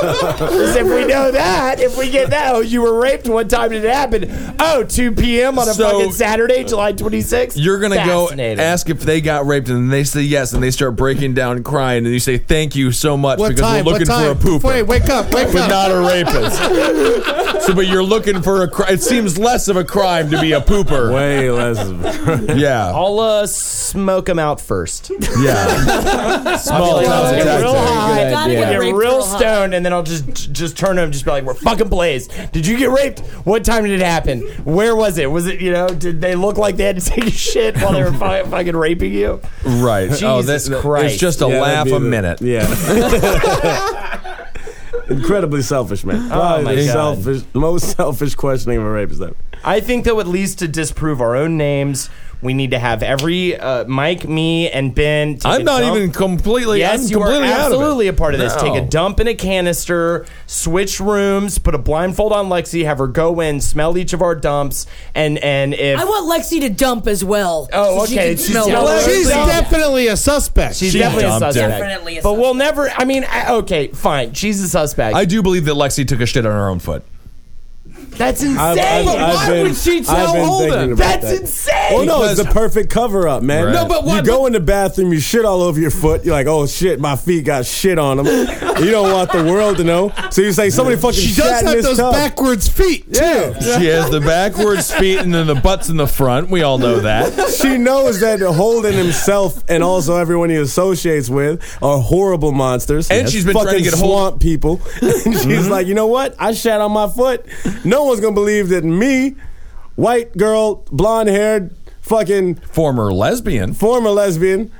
[SPEAKER 11] Because if we know that, if we get that, oh, you were raped one time and it happened. Oh, 2 p.m. on a
[SPEAKER 7] So-
[SPEAKER 11] fucking Saturday, July 26th.
[SPEAKER 7] You're gonna go
[SPEAKER 11] Fascinating.
[SPEAKER 7] ask if they got raped, and they say yes, and they start breaking down and crying, and you say thank you so much
[SPEAKER 1] What
[SPEAKER 7] because
[SPEAKER 1] time?
[SPEAKER 7] we're
[SPEAKER 1] What
[SPEAKER 7] looking for a
[SPEAKER 1] time?
[SPEAKER 7] pooper.
[SPEAKER 1] Wait, wake up, wake
[SPEAKER 7] but
[SPEAKER 1] up.
[SPEAKER 7] not a rapist. so, but you're looking for a. Cri- it seems less of a crime to be a pooper.
[SPEAKER 13] Way less. Of a-
[SPEAKER 7] yeah.
[SPEAKER 11] I'll uh, smoke them out first.
[SPEAKER 7] Yeah. Small town
[SPEAKER 11] Get
[SPEAKER 7] tactic.
[SPEAKER 11] real
[SPEAKER 7] Good
[SPEAKER 11] high,
[SPEAKER 7] idea.
[SPEAKER 11] get
[SPEAKER 7] Gotta get
[SPEAKER 11] real
[SPEAKER 7] raped real
[SPEAKER 11] stoned, and then I'll just just turn to him, and just be like, "We're fucking blazed. Did you get raped? What time did it happen? Where was it? Was it you know? Did they look like they had to take a shit while they were fu- fucking raping you?
[SPEAKER 7] Right. oh,
[SPEAKER 11] Jesus
[SPEAKER 7] that's
[SPEAKER 11] Christ.
[SPEAKER 7] It's just a
[SPEAKER 11] Yeah, that'd
[SPEAKER 7] laugh
[SPEAKER 11] be
[SPEAKER 7] a
[SPEAKER 11] the-
[SPEAKER 7] minute.
[SPEAKER 13] Yeah. Incredibly selfish, man.
[SPEAKER 11] Oh,
[SPEAKER 13] Probably
[SPEAKER 11] my
[SPEAKER 13] the
[SPEAKER 11] God.
[SPEAKER 13] selfish, most selfish questioning of a rapist ever.
[SPEAKER 11] I think though, at least to disprove our own names, we need to have every uh, Mike, me, and Ben. take
[SPEAKER 7] I'm
[SPEAKER 11] a
[SPEAKER 7] not
[SPEAKER 11] dump.
[SPEAKER 7] even completely-
[SPEAKER 11] Yes,
[SPEAKER 7] I'm
[SPEAKER 11] you
[SPEAKER 7] completely
[SPEAKER 11] are
[SPEAKER 7] out of it.
[SPEAKER 11] absolutely a part of this.
[SPEAKER 7] No.
[SPEAKER 11] Take a dump in a canister, switch rooms, put a blindfold on Lexi, have her go in, smell each of our dumps, and and if
[SPEAKER 9] I want Lexi to dump as well.
[SPEAKER 11] Oh,
[SPEAKER 9] so she
[SPEAKER 11] okay.
[SPEAKER 9] can
[SPEAKER 11] She
[SPEAKER 9] smell
[SPEAKER 11] smelled
[SPEAKER 9] it.
[SPEAKER 11] it. She's Yeah.
[SPEAKER 1] definitely a suspect.
[SPEAKER 11] She's definitely a suspect. but we'll never. I mean, I- okay, fine. She's a suspect.
[SPEAKER 7] I do believe that Lexi took a shit on her own foot.
[SPEAKER 11] That's insane.
[SPEAKER 13] I've- I've-
[SPEAKER 11] But
[SPEAKER 13] I've been- I've been thinking about
[SPEAKER 11] That's
[SPEAKER 13] that.
[SPEAKER 11] insane.
[SPEAKER 13] Oh no, it's the perfect cover up, man.
[SPEAKER 11] Right. No, but
[SPEAKER 13] you
[SPEAKER 11] what-
[SPEAKER 13] go in the bathroom, you shit all over your foot. You're like, oh shit, my feet got shit on them. you don't want the world to know, so you say somebody fucking.
[SPEAKER 1] She
[SPEAKER 13] shat
[SPEAKER 1] does
[SPEAKER 13] in
[SPEAKER 1] have
[SPEAKER 13] this
[SPEAKER 1] those
[SPEAKER 13] tub.
[SPEAKER 1] backwards feet too.
[SPEAKER 7] She has the backwards feet and then the butts in the front. We all know that.
[SPEAKER 13] She knows that Holden himself and also everyone he associates with are horrible monsters.
[SPEAKER 7] And she's been
[SPEAKER 13] fucking
[SPEAKER 7] trying to get Mm-hmm.
[SPEAKER 13] swamp
[SPEAKER 7] Holden-
[SPEAKER 13] people. And she's like, you know what? I shat on my foot. No one's gonna believe that me, white girl, blonde haired, fucking
[SPEAKER 7] former lesbian,
[SPEAKER 13] former lesbian,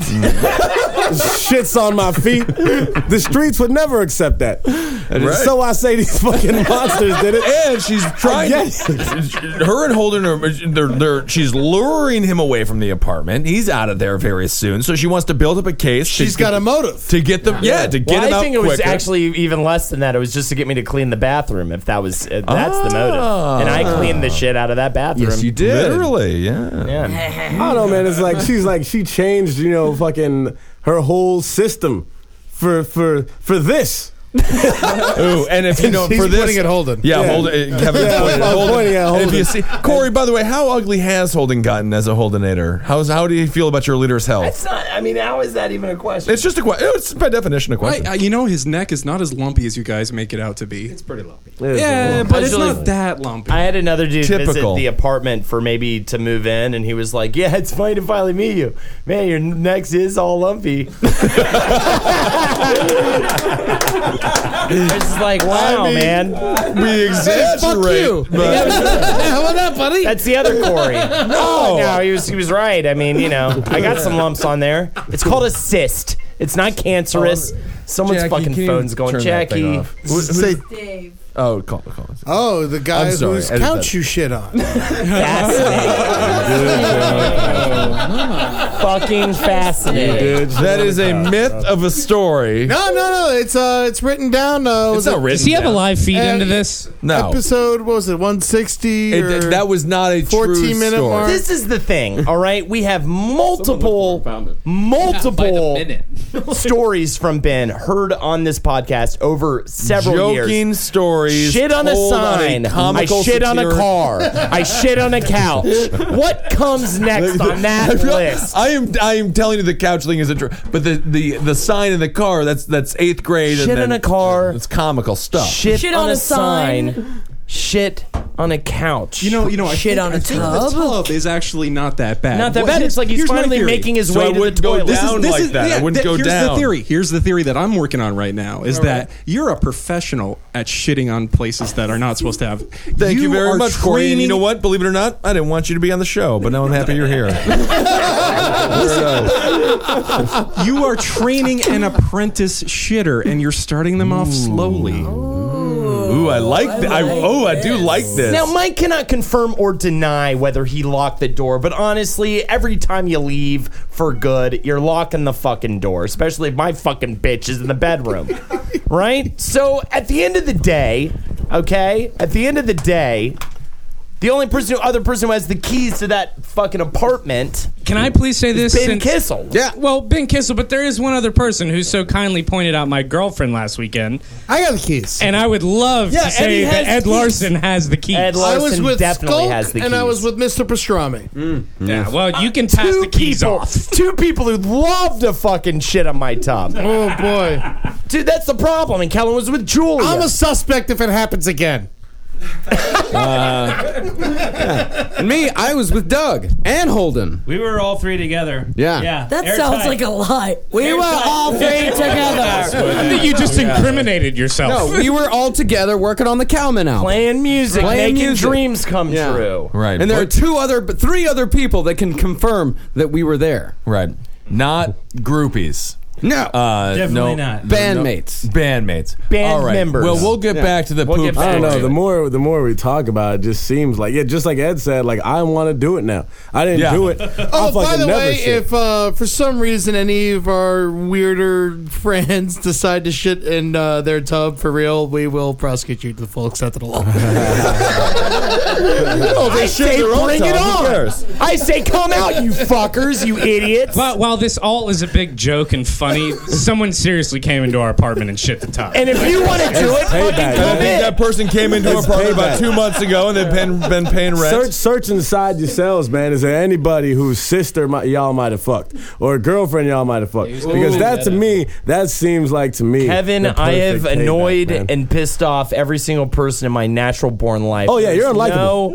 [SPEAKER 13] shits on my feet. The streets would never accept that.
[SPEAKER 7] is-
[SPEAKER 13] So I say these fucking monsters did it.
[SPEAKER 7] And she's trying. To, her and Holden are. They're, they're. She's luring him away from the apartment. He's out of there very soon. So she wants to build up a case. She's
[SPEAKER 1] got a motive
[SPEAKER 7] to get the. Yeah, to get
[SPEAKER 11] well,
[SPEAKER 7] him
[SPEAKER 11] I
[SPEAKER 7] out
[SPEAKER 11] think it was
[SPEAKER 7] quicker.
[SPEAKER 11] actually even less than that. It was just to get me to clean the bathroom. If that was, if that's the motive. And I cleaned the shit out of that bathroom.
[SPEAKER 7] Ah. Yes, you did. Literally, yeah.
[SPEAKER 13] I don't know, man. It's like she's like she changed, you know, fucking her whole system for for for this.
[SPEAKER 7] Ooh, and if you know for this, Yeah, Holden. uh, Kevin's
[SPEAKER 13] Yeah,
[SPEAKER 7] pointing, at
[SPEAKER 13] I'm
[SPEAKER 7] Holden.
[SPEAKER 13] pointing at
[SPEAKER 7] And If
[SPEAKER 13] Holden.
[SPEAKER 7] you see Corey, by the way, how ugly has Holden gotten as a Holdenator? How's how do you feel about your leader's health?
[SPEAKER 11] It's not. I mean, how is that even a question?
[SPEAKER 7] It's just a question. It's by definition a question.
[SPEAKER 8] I, I- you know, his neck is not as lumpy as you guys make it out to be. It's
[SPEAKER 14] pretty lumpy.
[SPEAKER 8] Yeah, but it's not that lumpy.
[SPEAKER 11] I had another dude
[SPEAKER 8] Typical.
[SPEAKER 11] visit the apartment for maybe to move in, and he was like, "Yeah, it's funny to finally meet you, man. Your neck is all lumpy." it's just like, wow, man.
[SPEAKER 7] We
[SPEAKER 4] exaggerate,
[SPEAKER 11] fuck you.
[SPEAKER 4] but-
[SPEAKER 11] Yeah,
[SPEAKER 1] what up, buddy?
[SPEAKER 11] That's the other Corey.
[SPEAKER 4] No.
[SPEAKER 11] no, he was he was right. I mean, you know, I got some lumps on there. It's called a cyst. It's not cancerous. Someone's
[SPEAKER 3] Oh, Jackie,
[SPEAKER 11] fucking
[SPEAKER 3] can you
[SPEAKER 11] phone's going.
[SPEAKER 3] turn that thing
[SPEAKER 11] Jackie,
[SPEAKER 3] off? Who- who's- Say-
[SPEAKER 7] Oh, call, call.
[SPEAKER 3] Oh, the guy
[SPEAKER 7] I'm sorry,
[SPEAKER 3] whose
[SPEAKER 7] edit
[SPEAKER 3] couch
[SPEAKER 7] that.
[SPEAKER 3] you shit on. Ah.
[SPEAKER 11] fucking fascinating.
[SPEAKER 7] That is a myth of a story.
[SPEAKER 3] No, no, no. It's uh, it's written down. Uh, was it-
[SPEAKER 12] Does he have a live feed into this?
[SPEAKER 7] No.
[SPEAKER 3] Episode what was it 160?
[SPEAKER 7] It-
[SPEAKER 3] or
[SPEAKER 7] that was not a true
[SPEAKER 3] 14 minute
[SPEAKER 7] story.
[SPEAKER 3] mark.
[SPEAKER 11] This is the thing, all right? We have multiple, multiple stories from Ben heard on this podcast over several years.
[SPEAKER 7] Joking stories
[SPEAKER 11] Shit on a
[SPEAKER 7] told on a
[SPEAKER 11] sign. I
[SPEAKER 7] comical
[SPEAKER 11] shit on a
[SPEAKER 7] satiric-
[SPEAKER 11] car. I shit on a couch. What comes next on that list?
[SPEAKER 7] I am I am telling you the couch thing isn't true, but the the the sign in the car that's that's eighth grade.
[SPEAKER 11] Shit
[SPEAKER 7] and then
[SPEAKER 11] in a car.
[SPEAKER 7] It's comical stuff.
[SPEAKER 11] Shit, on, a sign. Shit on a couch.
[SPEAKER 8] You know, you know, I
[SPEAKER 11] Shit
[SPEAKER 8] think-
[SPEAKER 11] on a
[SPEAKER 8] I think
[SPEAKER 11] tub?
[SPEAKER 8] The tub is actually not that bad.
[SPEAKER 11] Not that
[SPEAKER 8] Well,
[SPEAKER 11] bad.
[SPEAKER 8] here's-
[SPEAKER 11] It's like he's
[SPEAKER 8] here's my
[SPEAKER 11] finally
[SPEAKER 8] theory.
[SPEAKER 11] making his way to the toilet.
[SPEAKER 8] This is-
[SPEAKER 7] down
[SPEAKER 8] this
[SPEAKER 7] like
[SPEAKER 8] is-
[SPEAKER 7] that. I
[SPEAKER 8] yeah,
[SPEAKER 7] wouldn't go
[SPEAKER 8] here's
[SPEAKER 7] down.
[SPEAKER 8] the theory. Here's the theory that I'm working on right now is that you're a professional at shitting on places that are not supposed to have.
[SPEAKER 7] Thank you, very
[SPEAKER 8] are
[SPEAKER 7] much, Corey. And you
[SPEAKER 8] training-
[SPEAKER 7] know what? Believe it or not, I didn't want you to be on the show, but now I'm happy you're here.
[SPEAKER 8] you are training an apprentice shitter, and you're starting them off slowly.
[SPEAKER 7] Ooh, I like that. I, oh, I do like this.
[SPEAKER 11] Now, Mike cannot confirm or deny whether he locked the door, but honestly, every time you leave for good, you're locking the fucking door, especially if my fucking bitch is in the bedroom. right? So, at the end of the day, okay? At the end of the day, the only person, other person who has the keys to that fucking apartment.
[SPEAKER 12] Can I please say
[SPEAKER 11] is
[SPEAKER 12] this?
[SPEAKER 11] Ben Kissel.
[SPEAKER 12] Yeah. Well, Ben Kissel, but there is one other person who so kindly pointed out my girlfriend last weekend.
[SPEAKER 3] I got the keys.
[SPEAKER 12] And I would love
[SPEAKER 3] Yeah,
[SPEAKER 12] to
[SPEAKER 3] and
[SPEAKER 12] say
[SPEAKER 3] he has
[SPEAKER 12] that Ed
[SPEAKER 3] keys.
[SPEAKER 12] Larson has the keys.
[SPEAKER 3] I was with Skulk and I was with Mr. Pastrami.
[SPEAKER 7] Mm.
[SPEAKER 12] Yeah, well, you can pass the keys
[SPEAKER 11] people,
[SPEAKER 12] off.
[SPEAKER 11] Two people who love to fucking shit on my top.
[SPEAKER 3] Oh boy,
[SPEAKER 11] dude, that's the problem. And Kellen was with Julia.
[SPEAKER 3] I'm a suspect if it happens again.
[SPEAKER 13] Uh,
[SPEAKER 10] And me, I was with Doug and Holden.
[SPEAKER 16] We were all three together.
[SPEAKER 10] Yeah.
[SPEAKER 16] Yeah.
[SPEAKER 9] That
[SPEAKER 16] Airtight.
[SPEAKER 9] sounds like a lie. We were
[SPEAKER 16] Airtight.
[SPEAKER 9] all three together.
[SPEAKER 12] I think you just incriminated
[SPEAKER 10] No,
[SPEAKER 12] yourself.
[SPEAKER 10] we were all together working on the Cowman album.
[SPEAKER 11] Playing music,
[SPEAKER 10] Playing
[SPEAKER 11] making
[SPEAKER 10] music.
[SPEAKER 11] dreams come
[SPEAKER 10] Yeah.
[SPEAKER 11] true.
[SPEAKER 7] Right.
[SPEAKER 10] And there are
[SPEAKER 7] But-
[SPEAKER 10] two other, three other people that can confirm that we were there.
[SPEAKER 7] Right. Not groupies.
[SPEAKER 10] No.
[SPEAKER 7] Uh, no,
[SPEAKER 10] Definitely not.
[SPEAKER 7] no,
[SPEAKER 10] Bandmates.
[SPEAKER 7] No, bandmates.
[SPEAKER 11] Band
[SPEAKER 7] All right.
[SPEAKER 11] members.
[SPEAKER 7] Well, we'll get
[SPEAKER 11] Yeah.
[SPEAKER 7] back to the
[SPEAKER 11] We'll
[SPEAKER 7] poop
[SPEAKER 11] get back
[SPEAKER 13] I
[SPEAKER 7] story.
[SPEAKER 13] don't know. The more the more we talk about it, it just seems like yeah, just like Ed said, like I want to do it now. I didn't
[SPEAKER 7] Yeah.
[SPEAKER 13] do it.
[SPEAKER 3] Oh,
[SPEAKER 13] I
[SPEAKER 3] by
[SPEAKER 13] fucking
[SPEAKER 3] the
[SPEAKER 13] never
[SPEAKER 3] way,
[SPEAKER 13] shit.
[SPEAKER 3] if uh, for some reason any of our weirder friends decide to shit in uh, their tub for real, we will prosecute you to the full extent of the law.
[SPEAKER 11] No,
[SPEAKER 3] they
[SPEAKER 11] I
[SPEAKER 3] shit
[SPEAKER 11] say
[SPEAKER 3] their own
[SPEAKER 11] bring it
[SPEAKER 3] tub. Who
[SPEAKER 11] on.
[SPEAKER 3] cares?
[SPEAKER 11] I say come out, you fuckers, you idiots.
[SPEAKER 12] But while this all is a big joke and funny, someone seriously came into our apartment and shit the top.
[SPEAKER 11] And if you want to do it, fucking
[SPEAKER 7] I
[SPEAKER 11] come
[SPEAKER 7] think
[SPEAKER 11] in.
[SPEAKER 7] that person came into our
[SPEAKER 13] It's
[SPEAKER 7] apartment about
[SPEAKER 13] payback.
[SPEAKER 7] two months ago, and they've been, been paying rent.
[SPEAKER 13] Search, search inside yourselves, man. Is there anybody whose sister mi- y'all might have fucked or a girlfriend y'all might have fucked? Because
[SPEAKER 11] Ooh.
[SPEAKER 13] that to me, that seems like to me.
[SPEAKER 11] Kevin,
[SPEAKER 13] the
[SPEAKER 11] I have
[SPEAKER 13] perfect payback,
[SPEAKER 11] annoyed
[SPEAKER 13] man.
[SPEAKER 11] and pissed off every single person in my natural born life.
[SPEAKER 13] Oh, yeah, you're
[SPEAKER 11] There's
[SPEAKER 13] unlikable.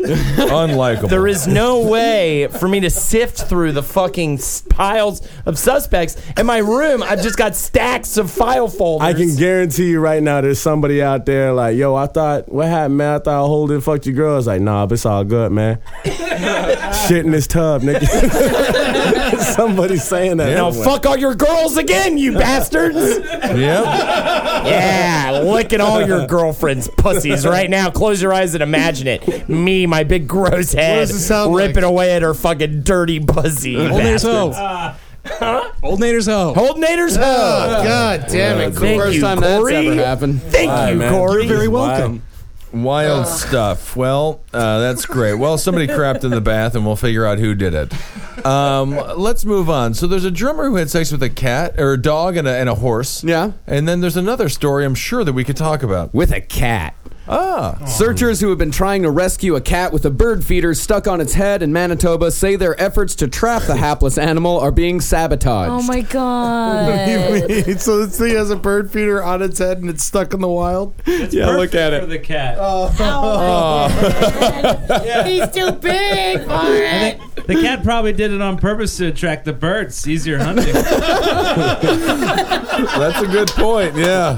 [SPEAKER 11] no-
[SPEAKER 7] Unlikable.
[SPEAKER 11] There is no way for me to sift through the fucking s- piles of suspects. In my room, I've just got stacks of file folders.
[SPEAKER 13] I can guarantee you right now, there's somebody out there like, yo, I thought, what happened, man? I thought Holden fucked your girl. It's like, nah, but it's all good, man. Shit in this tub, nigga. Somebody's saying that.
[SPEAKER 11] Now
[SPEAKER 13] somewhere.
[SPEAKER 11] fuck all your girls again, you bastards!
[SPEAKER 7] Yeah.
[SPEAKER 11] Yeah, look at all your girlfriends' pussies right now. Close your eyes and imagine it. Me, my big gross head,
[SPEAKER 8] does it sound like?
[SPEAKER 11] ripping away at her fucking dirty pussy.
[SPEAKER 8] Old Nader's hoe. Old Nader's hoe.
[SPEAKER 11] Old Nader's hoe.
[SPEAKER 3] God damn it!
[SPEAKER 10] the
[SPEAKER 11] Thank
[SPEAKER 10] first
[SPEAKER 11] you,
[SPEAKER 10] time
[SPEAKER 11] Corey.
[SPEAKER 10] that's ever happened. Oh.
[SPEAKER 11] Thank you, Corey.
[SPEAKER 8] You're very welcome.
[SPEAKER 7] Wild stuff. Well, uh, that's great. Well, somebody crapped in the bath, and we'll figure out who did it. Um, let's move on. So there's a drummer who had sex with a cat or a dog and a, and a horse. Yeah. And then there's another story I'm sure that we could talk about
[SPEAKER 10] with a cat.
[SPEAKER 7] Ah.
[SPEAKER 10] Searchers who have been trying to rescue a cat with a bird feeder stuck on its head in Manitoba say their efforts to trap the hapless animal are being sabotaged.
[SPEAKER 9] Oh my god.
[SPEAKER 3] so this thing has a bird feeder on its head and it's stuck in the wild.
[SPEAKER 7] yeah, look at it. Oh.
[SPEAKER 15] For the cat.
[SPEAKER 8] Oh.
[SPEAKER 15] Oh.
[SPEAKER 9] He's too big for it.
[SPEAKER 15] The cat probably did it on purpose to attract the birds. Easier hunting.
[SPEAKER 7] That's a good point. Yeah.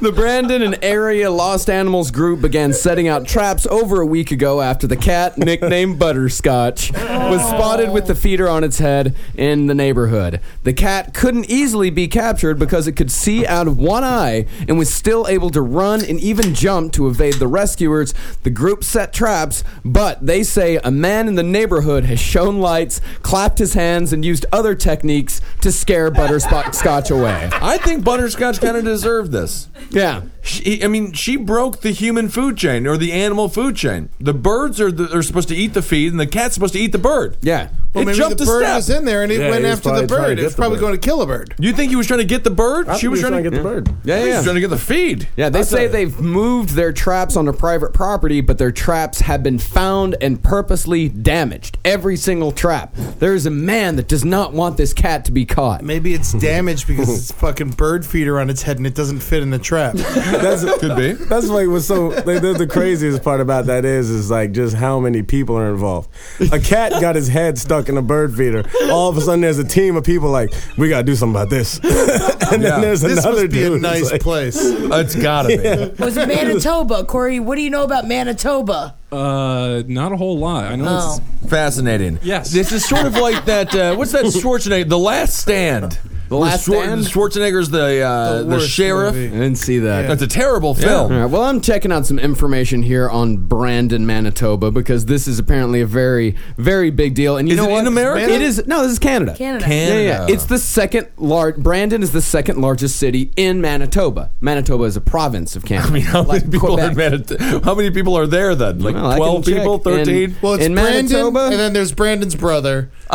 [SPEAKER 10] The Brandon and Area Lost Animals group began setting out traps over a week ago after the cat, nicknamed Butterscotch, was spotted with the feeder on its head in the neighborhood. The cat couldn't easily be captured because it could see out of one eye and was still able to run and even jump to evade the rescuers. The group set traps, but they say a man in the neighborhood has shown lights, clapped his hands, and used other techniques to scare Butterscotch away.
[SPEAKER 7] I think Butterscotch kind of deserved this.
[SPEAKER 10] Yeah.
[SPEAKER 7] She, I mean, she broke the human food chain or the animal food chain. The birds are, the, are supposed to eat the feed, and the cat's supposed to eat the bird.
[SPEAKER 10] Yeah.
[SPEAKER 1] Well,
[SPEAKER 7] it
[SPEAKER 1] maybe
[SPEAKER 7] jumped
[SPEAKER 1] the
[SPEAKER 7] a
[SPEAKER 1] bird
[SPEAKER 7] step.
[SPEAKER 1] was in there and it
[SPEAKER 7] Yeah,
[SPEAKER 1] went
[SPEAKER 7] he was
[SPEAKER 1] after
[SPEAKER 7] probably
[SPEAKER 1] the
[SPEAKER 7] trying to
[SPEAKER 1] bird.
[SPEAKER 7] get
[SPEAKER 1] It's
[SPEAKER 7] the
[SPEAKER 1] probably
[SPEAKER 7] bird.
[SPEAKER 1] going to kill a bird.
[SPEAKER 7] You think he was trying to get the bird?
[SPEAKER 1] I
[SPEAKER 7] she
[SPEAKER 1] think he was
[SPEAKER 7] was, trying,
[SPEAKER 1] trying to get the Yeah. bird.
[SPEAKER 10] Yeah,
[SPEAKER 7] He was
[SPEAKER 10] yeah.
[SPEAKER 7] trying to get the feed.
[SPEAKER 10] Yeah, they say they've moved their traps onto private property, but their traps have been found and purposely damaged. Every single trap. There is a man that does not want this cat to be caught.
[SPEAKER 3] Maybe it's damaged because it's fucking bird feeder on its head and it doesn't fit in the trap.
[SPEAKER 13] That's
[SPEAKER 7] could be.
[SPEAKER 13] That's like what's so. Like, that's the craziest part about that is is like just how many people are involved. A cat got his head stuck in a bird feeder. All of a sudden, there's a team of people like we gotta do something about this. and
[SPEAKER 7] Yeah.
[SPEAKER 13] then there's
[SPEAKER 7] This
[SPEAKER 13] another
[SPEAKER 7] must be a
[SPEAKER 13] dude. who's
[SPEAKER 7] nice
[SPEAKER 13] like-
[SPEAKER 3] place.
[SPEAKER 7] Uh, It's gotta be.
[SPEAKER 13] Yeah.
[SPEAKER 9] Was it Manitoba, Corey? What do you know about Manitoba?
[SPEAKER 7] Uh, not a whole lot. I know.
[SPEAKER 9] Oh.
[SPEAKER 7] It's fascinating.
[SPEAKER 15] Yes.
[SPEAKER 7] this is sort of like that. Uh, what's that Schwarzenegger? The Last Stand. The
[SPEAKER 10] Last Stand?
[SPEAKER 7] Schwarzenegger's the uh,
[SPEAKER 10] The
[SPEAKER 7] the,
[SPEAKER 10] worst
[SPEAKER 7] sheriff.
[SPEAKER 10] I didn't see that.
[SPEAKER 7] That's a terrible
[SPEAKER 10] Yeah.
[SPEAKER 7] film.
[SPEAKER 10] All right, well, I'm checking out some information here on Brandon, Manitoba, because this is apparently a very, very big deal. And you
[SPEAKER 7] Is
[SPEAKER 10] know
[SPEAKER 7] it
[SPEAKER 10] what?
[SPEAKER 7] in America?
[SPEAKER 10] It is. No, this is Canada.
[SPEAKER 9] Canada.
[SPEAKER 10] Yeah,
[SPEAKER 7] Canada.
[SPEAKER 10] yeah. It's the second large. Brandon is the second largest city in Manitoba. Manitoba is a province of Canada.
[SPEAKER 7] I mean, how many people are
[SPEAKER 10] Quebec.
[SPEAKER 7] in Manit- How many people are there then? Like
[SPEAKER 10] Well, I can
[SPEAKER 7] twelve
[SPEAKER 10] check.
[SPEAKER 7] people, thirteen.
[SPEAKER 10] In-
[SPEAKER 3] Well, it's
[SPEAKER 10] in
[SPEAKER 3] Brandon,
[SPEAKER 10] Manitoba.
[SPEAKER 3] and then there's Brandon's brother.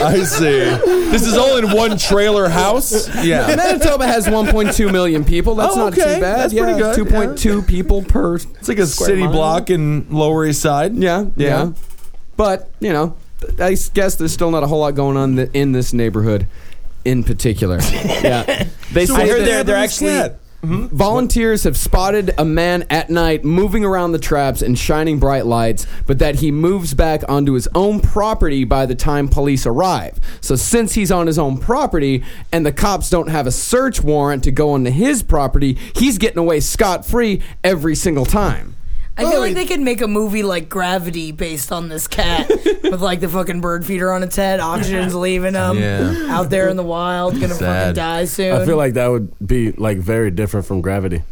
[SPEAKER 7] I see. This is all in one trailer house. Yeah.
[SPEAKER 10] Manitoba has 1.2 million people. That's
[SPEAKER 7] Oh,
[SPEAKER 10] not
[SPEAKER 7] okay.
[SPEAKER 10] too bad.
[SPEAKER 7] That's
[SPEAKER 10] yeah,
[SPEAKER 7] pretty good,
[SPEAKER 10] 2.2 people per.
[SPEAKER 7] It's like a
[SPEAKER 10] square
[SPEAKER 7] city
[SPEAKER 10] mile.
[SPEAKER 7] block in Lower East Side.
[SPEAKER 10] Yeah, yeah, But you know, th- I s- guess there's still not a whole lot going on th- in this neighborhood, in particular. yeah, they
[SPEAKER 7] So what happened hmm?
[SPEAKER 10] say that they're,
[SPEAKER 7] to
[SPEAKER 10] they're
[SPEAKER 7] this
[SPEAKER 10] actually.
[SPEAKER 7] cat?
[SPEAKER 10] Volunteers have spotted a man at night moving around the traps and shining bright lights, but that he moves back onto his own property by the time police arrive. So, since he's on his own property and the cops don't have a search warrant to go onto his property, he's getting away scot free every single time.
[SPEAKER 9] I feel like they could make a movie like Gravity based on this cat with like the fucking bird feeder on its head, oxygen's leaving him
[SPEAKER 13] Yeah.
[SPEAKER 9] out there in the wild, gonna fucking
[SPEAKER 13] Sad.
[SPEAKER 9] die soon.
[SPEAKER 13] I feel like that would be like very different from gravity.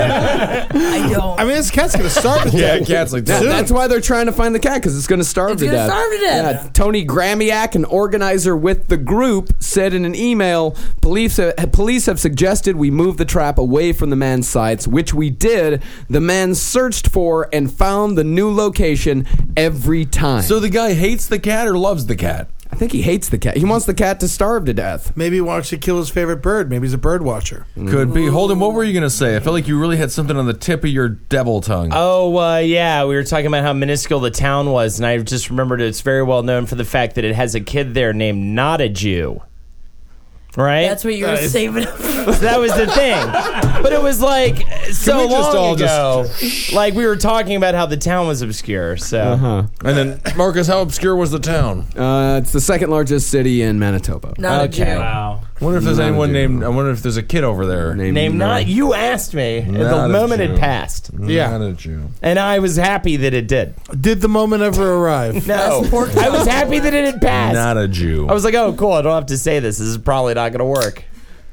[SPEAKER 9] I don't.
[SPEAKER 1] I mean, this cat's going to starve to
[SPEAKER 7] Yeah,
[SPEAKER 1] death.
[SPEAKER 7] cats like
[SPEAKER 10] Yeah,
[SPEAKER 7] that.
[SPEAKER 10] that's why they're trying to find the cat because it's going to starve
[SPEAKER 9] It's
[SPEAKER 10] to
[SPEAKER 9] gonna
[SPEAKER 10] death.
[SPEAKER 9] starve to death.
[SPEAKER 10] Yeah. Tony Gramiak, an organizer with the group, said in an email, police have, police have suggested we move the trap away from the man's sites, which we did. The man searched for and found the new location every time.
[SPEAKER 7] So the guy hates the cat or loves the cat?
[SPEAKER 10] I think he hates the cat. He wants the cat to starve to death.
[SPEAKER 3] Maybe he wants to kill his favorite bird. Maybe he's a bird watcher.
[SPEAKER 10] Mm.
[SPEAKER 7] Could be. Holden, what were you gonna say? I felt like you really had something on the tip of your devil tongue.
[SPEAKER 11] Oh uh, yeah, we were talking about how minuscule the town was, and I just remembered it's very well known for the fact that it has a kid there named Not a Jew. Right,
[SPEAKER 9] That's what you were saving.
[SPEAKER 11] that was the thing. But it was like so
[SPEAKER 7] we just
[SPEAKER 11] long
[SPEAKER 7] all
[SPEAKER 11] ago. Like we were talking about how the town was obscure. So
[SPEAKER 7] Uh-huh. And then Marcus, how obscure was the town?
[SPEAKER 10] Uh, it's the second largest city in Manitoba.
[SPEAKER 9] Not a Jew.
[SPEAKER 11] wow.
[SPEAKER 7] I wonder if there's
[SPEAKER 10] Not a
[SPEAKER 7] anyone
[SPEAKER 10] dude.
[SPEAKER 7] named. I wonder if there's a kid over there.
[SPEAKER 11] Name not you asked me.
[SPEAKER 7] Not
[SPEAKER 11] the
[SPEAKER 7] a
[SPEAKER 11] moment
[SPEAKER 7] Jew.
[SPEAKER 11] had passed,
[SPEAKER 7] Yeah, not a Jew.
[SPEAKER 11] and I was happy that it did.
[SPEAKER 3] Did the moment ever arrive?
[SPEAKER 11] No, Oh. I was happy that it had passed.
[SPEAKER 7] Not a Jew.
[SPEAKER 11] I was like, oh, cool. I don't have to say this. This is probably not going to work.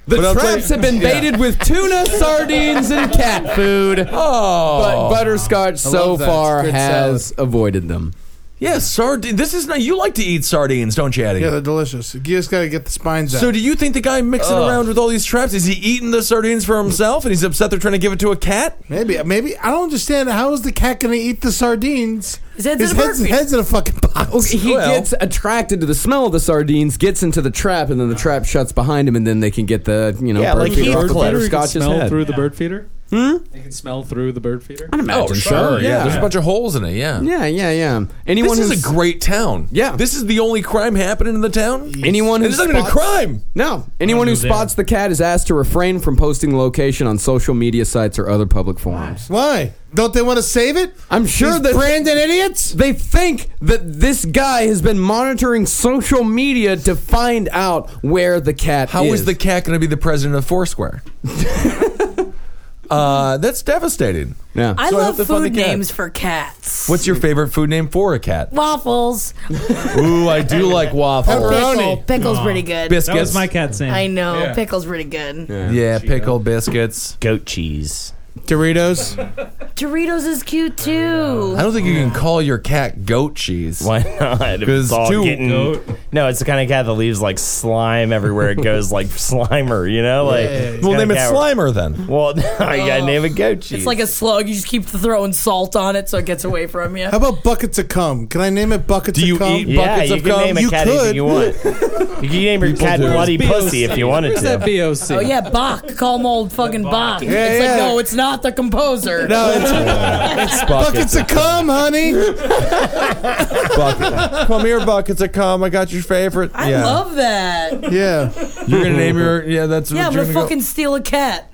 [SPEAKER 10] The
[SPEAKER 7] But I'll tell
[SPEAKER 10] traps
[SPEAKER 7] you-
[SPEAKER 10] have been
[SPEAKER 7] Yeah.
[SPEAKER 10] baited with tuna, sardines, and cat food.
[SPEAKER 7] oh,
[SPEAKER 10] but butterscotch so
[SPEAKER 3] love that. It's
[SPEAKER 10] far
[SPEAKER 3] good
[SPEAKER 10] has avoided them.
[SPEAKER 7] Yeah, sardine. This is not. You like to eat sardines, don't you, Eddie?
[SPEAKER 1] Yeah, they're delicious. You just gotta get the spines out.
[SPEAKER 7] So do you think the guy mixing around with all these traps is he eating the sardines for himself and he's upset they're trying to give it to a cat?
[SPEAKER 1] Maybe, maybe I don't understand. How is the cat gonna eat the sardines? His
[SPEAKER 10] head's in a
[SPEAKER 1] head's,
[SPEAKER 10] bird feeder.
[SPEAKER 1] head's in a fucking box.
[SPEAKER 10] He gets attracted to the smell of the sardines, gets into the trap, and then the trap shuts behind him, and then they can get the you know
[SPEAKER 14] Yeah,
[SPEAKER 10] bird
[SPEAKER 14] like
[SPEAKER 10] feeder
[SPEAKER 14] Heath
[SPEAKER 10] off the
[SPEAKER 14] Ledger can
[SPEAKER 10] butterscotch's
[SPEAKER 14] smell
[SPEAKER 10] head.
[SPEAKER 14] through the bird feeder.
[SPEAKER 10] Hmm?
[SPEAKER 14] They can smell through the bird feeder.
[SPEAKER 10] I'd imagine.
[SPEAKER 7] Oh, sure.
[SPEAKER 10] sure,
[SPEAKER 7] Yeah.
[SPEAKER 10] yeah.
[SPEAKER 7] there's a bunch of holes in it. Yeah.
[SPEAKER 10] Yeah, yeah, yeah. Anyone
[SPEAKER 7] this
[SPEAKER 10] who's-
[SPEAKER 7] is a great town.
[SPEAKER 10] Yeah.
[SPEAKER 7] This is the only crime happening in the town.
[SPEAKER 10] Anyone who
[SPEAKER 7] It's not even a
[SPEAKER 10] spots-
[SPEAKER 7] crime.
[SPEAKER 10] No. Anyone who
[SPEAKER 7] Under there.
[SPEAKER 10] spots the cat is asked to refrain from posting the location on social media sites or other public forums.
[SPEAKER 1] Why? Don't they want to save it?
[SPEAKER 10] I'm sure
[SPEAKER 1] These
[SPEAKER 10] that
[SPEAKER 1] Brandon idiots.
[SPEAKER 10] They think that this guy has been monitoring social media to find out where the cat
[SPEAKER 7] How
[SPEAKER 10] is.
[SPEAKER 7] is the cat going to be the president of Foursquare? uh, that's devastating.
[SPEAKER 10] Yeah.
[SPEAKER 9] I
[SPEAKER 7] So hope
[SPEAKER 9] love
[SPEAKER 7] they find the
[SPEAKER 9] food
[SPEAKER 7] cat.
[SPEAKER 9] names for cats.
[SPEAKER 7] What's your favorite food name for a cat?
[SPEAKER 9] Waffles.
[SPEAKER 7] Ooh, I do like waffles.
[SPEAKER 9] Pickle. Pickle's pretty good.
[SPEAKER 7] Biscuits. That was my
[SPEAKER 15] cat's
[SPEAKER 9] I know.
[SPEAKER 7] Yeah.
[SPEAKER 9] Pickle's pretty good.
[SPEAKER 7] Yeah, pickle biscuits.
[SPEAKER 11] Goat cheese.
[SPEAKER 7] Doritos.
[SPEAKER 9] Doritos is cute too.
[SPEAKER 7] I don't think you can call your cat goat cheese.
[SPEAKER 11] Why not? If
[SPEAKER 7] Because
[SPEAKER 11] it's all
[SPEAKER 7] two-
[SPEAKER 11] getting-
[SPEAKER 7] Goat.
[SPEAKER 11] No, it's the kind of cat that leaves like slime everywhere it goes, like Slimer. You know, like it's the
[SPEAKER 7] We'll
[SPEAKER 11] kind of
[SPEAKER 7] name it
[SPEAKER 11] cat where-
[SPEAKER 7] Slimer then.
[SPEAKER 11] Well, no, you gotta name it goat cheese.
[SPEAKER 9] It's like a slug. You just keep throwing salt on it so it gets away from you.
[SPEAKER 1] How about buckets of cum? Can I name it buckets of cum?
[SPEAKER 11] yeah, you can name a
[SPEAKER 1] you
[SPEAKER 11] cat
[SPEAKER 1] could.
[SPEAKER 11] anything you want. you can name your cat
[SPEAKER 1] do.
[SPEAKER 11] bloody
[SPEAKER 1] Where's
[SPEAKER 11] pussy if you
[SPEAKER 1] BOC?
[SPEAKER 11] wanted
[SPEAKER 1] Where's
[SPEAKER 11] to.
[SPEAKER 1] that
[SPEAKER 14] BOC?
[SPEAKER 9] Oh yeah, Bach. Call him old fucking Bach.
[SPEAKER 11] Yeah,
[SPEAKER 9] it's
[SPEAKER 1] yeah.
[SPEAKER 9] like no, it's not the composer.
[SPEAKER 1] No, it's,
[SPEAKER 7] it's
[SPEAKER 1] buckets of cum, honey.
[SPEAKER 7] Bucket. Come here, buckets of cum. I got your favorite.
[SPEAKER 9] I love that.
[SPEAKER 1] Yeah.
[SPEAKER 7] You're gonna name your yeah. That's
[SPEAKER 9] yeah,
[SPEAKER 7] what
[SPEAKER 9] I'm
[SPEAKER 7] you're
[SPEAKER 9] gonna
[SPEAKER 7] go-
[SPEAKER 9] fucking steal a cat.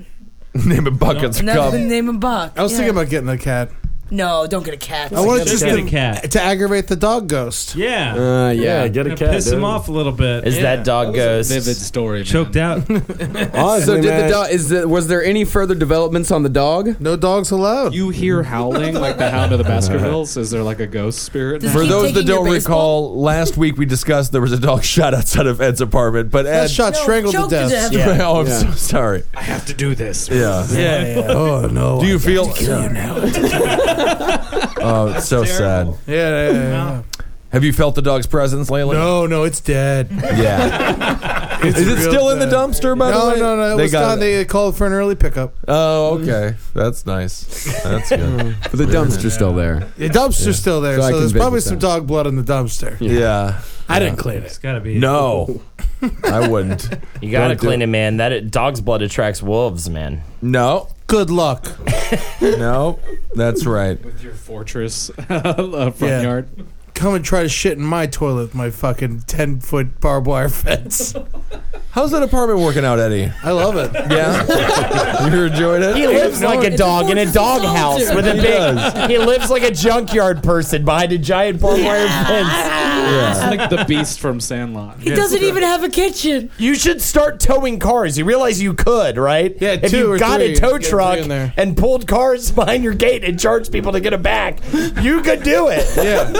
[SPEAKER 7] name it buckets
[SPEAKER 9] And
[SPEAKER 7] of
[SPEAKER 9] that's the
[SPEAKER 7] cum.
[SPEAKER 9] name of Bach.
[SPEAKER 1] I was
[SPEAKER 9] Yeah.
[SPEAKER 1] thinking about getting a cat.
[SPEAKER 9] No, don't get a cat.
[SPEAKER 1] I wanted
[SPEAKER 9] Get
[SPEAKER 1] just
[SPEAKER 9] a
[SPEAKER 1] to,
[SPEAKER 9] cat.
[SPEAKER 1] to aggravate the dog ghost.
[SPEAKER 15] Yeah.
[SPEAKER 10] Uh, yeah. Yeah,
[SPEAKER 13] get a
[SPEAKER 15] Gonna
[SPEAKER 13] cat,
[SPEAKER 15] Piss him
[SPEAKER 13] dude.
[SPEAKER 15] off a little bit.
[SPEAKER 11] Is that dog ghost?
[SPEAKER 14] vivid story. Man.
[SPEAKER 15] Choked out.
[SPEAKER 10] so
[SPEAKER 13] Honestly,
[SPEAKER 10] did the
[SPEAKER 13] man.
[SPEAKER 10] dog? Is the, was there any further developments on the dog?
[SPEAKER 1] No dogs allowed.
[SPEAKER 14] You hear howling like the hound of the Baskervilles. Is there like a ghost spirit?
[SPEAKER 7] For those that don't recall, last week we discussed there was a dog shot outside of Ed's apartment, but Ed
[SPEAKER 1] That shot No, strangled to choked to death. death. Yeah.
[SPEAKER 7] oh, I'm
[SPEAKER 1] Yeah.
[SPEAKER 7] so sorry.
[SPEAKER 14] I have to do this.
[SPEAKER 7] Yeah.
[SPEAKER 1] Yeah.
[SPEAKER 7] Oh no. Do you feel? yeah. oh, it's so sad.
[SPEAKER 1] Yeah, yeah, yeah, yeah.
[SPEAKER 7] Have you felt the dog's presence lately?
[SPEAKER 1] No, no, it's dead.
[SPEAKER 7] Yeah.
[SPEAKER 1] It's
[SPEAKER 7] Is it
[SPEAKER 1] real
[SPEAKER 7] still in the
[SPEAKER 1] dead.
[SPEAKER 7] dumpster? By
[SPEAKER 1] no,
[SPEAKER 7] the way,
[SPEAKER 1] no, no, it
[SPEAKER 7] They
[SPEAKER 1] was
[SPEAKER 7] got
[SPEAKER 1] gone.
[SPEAKER 7] it.
[SPEAKER 1] They called for an early pickup. Hmm.
[SPEAKER 7] Oh,
[SPEAKER 1] Mm.
[SPEAKER 7] okay. That's nice. That's good.
[SPEAKER 10] But the dumpster's still there.
[SPEAKER 1] The dumpster's
[SPEAKER 7] Yeah.
[SPEAKER 1] still there,
[SPEAKER 7] So
[SPEAKER 1] so,
[SPEAKER 7] I can
[SPEAKER 1] there's probably
[SPEAKER 7] visit
[SPEAKER 1] some
[SPEAKER 7] that.
[SPEAKER 1] dog blood in the dumpster.
[SPEAKER 7] Yeah.
[SPEAKER 1] I didn't clean it.
[SPEAKER 15] It's gotta be.
[SPEAKER 7] No, I wouldn't.
[SPEAKER 11] You gotta
[SPEAKER 7] Don't do
[SPEAKER 11] clean it, man. That it, dog's blood attracts wolves, man.
[SPEAKER 7] No.
[SPEAKER 1] Good luck.
[SPEAKER 7] No. That's right.
[SPEAKER 14] With your fortress uh, front
[SPEAKER 1] Yeah.
[SPEAKER 14] yard.
[SPEAKER 1] Come and try to shit in my toilet with my fucking ten foot barbed wire fence.
[SPEAKER 7] How's that apartment working out, Eddie?
[SPEAKER 1] I love it.
[SPEAKER 7] Yeah. you enjoying it?
[SPEAKER 11] He lives like a dog in a dog house with a
[SPEAKER 7] He does.
[SPEAKER 11] big. He lives like a junkyard person behind a giant barbed wire fence.
[SPEAKER 14] It's like the beast from Sandlot.
[SPEAKER 9] He Ah. doesn't even have a kitchen.
[SPEAKER 11] You should start towing cars. You realize you could, right? Yeah, if
[SPEAKER 1] two
[SPEAKER 11] you
[SPEAKER 1] or
[SPEAKER 11] got
[SPEAKER 1] three.
[SPEAKER 11] a tow
[SPEAKER 1] Get three
[SPEAKER 11] truck
[SPEAKER 1] in there.
[SPEAKER 11] and pulled cars behind your gate and charged people to get it back, you could do it.
[SPEAKER 1] Yeah.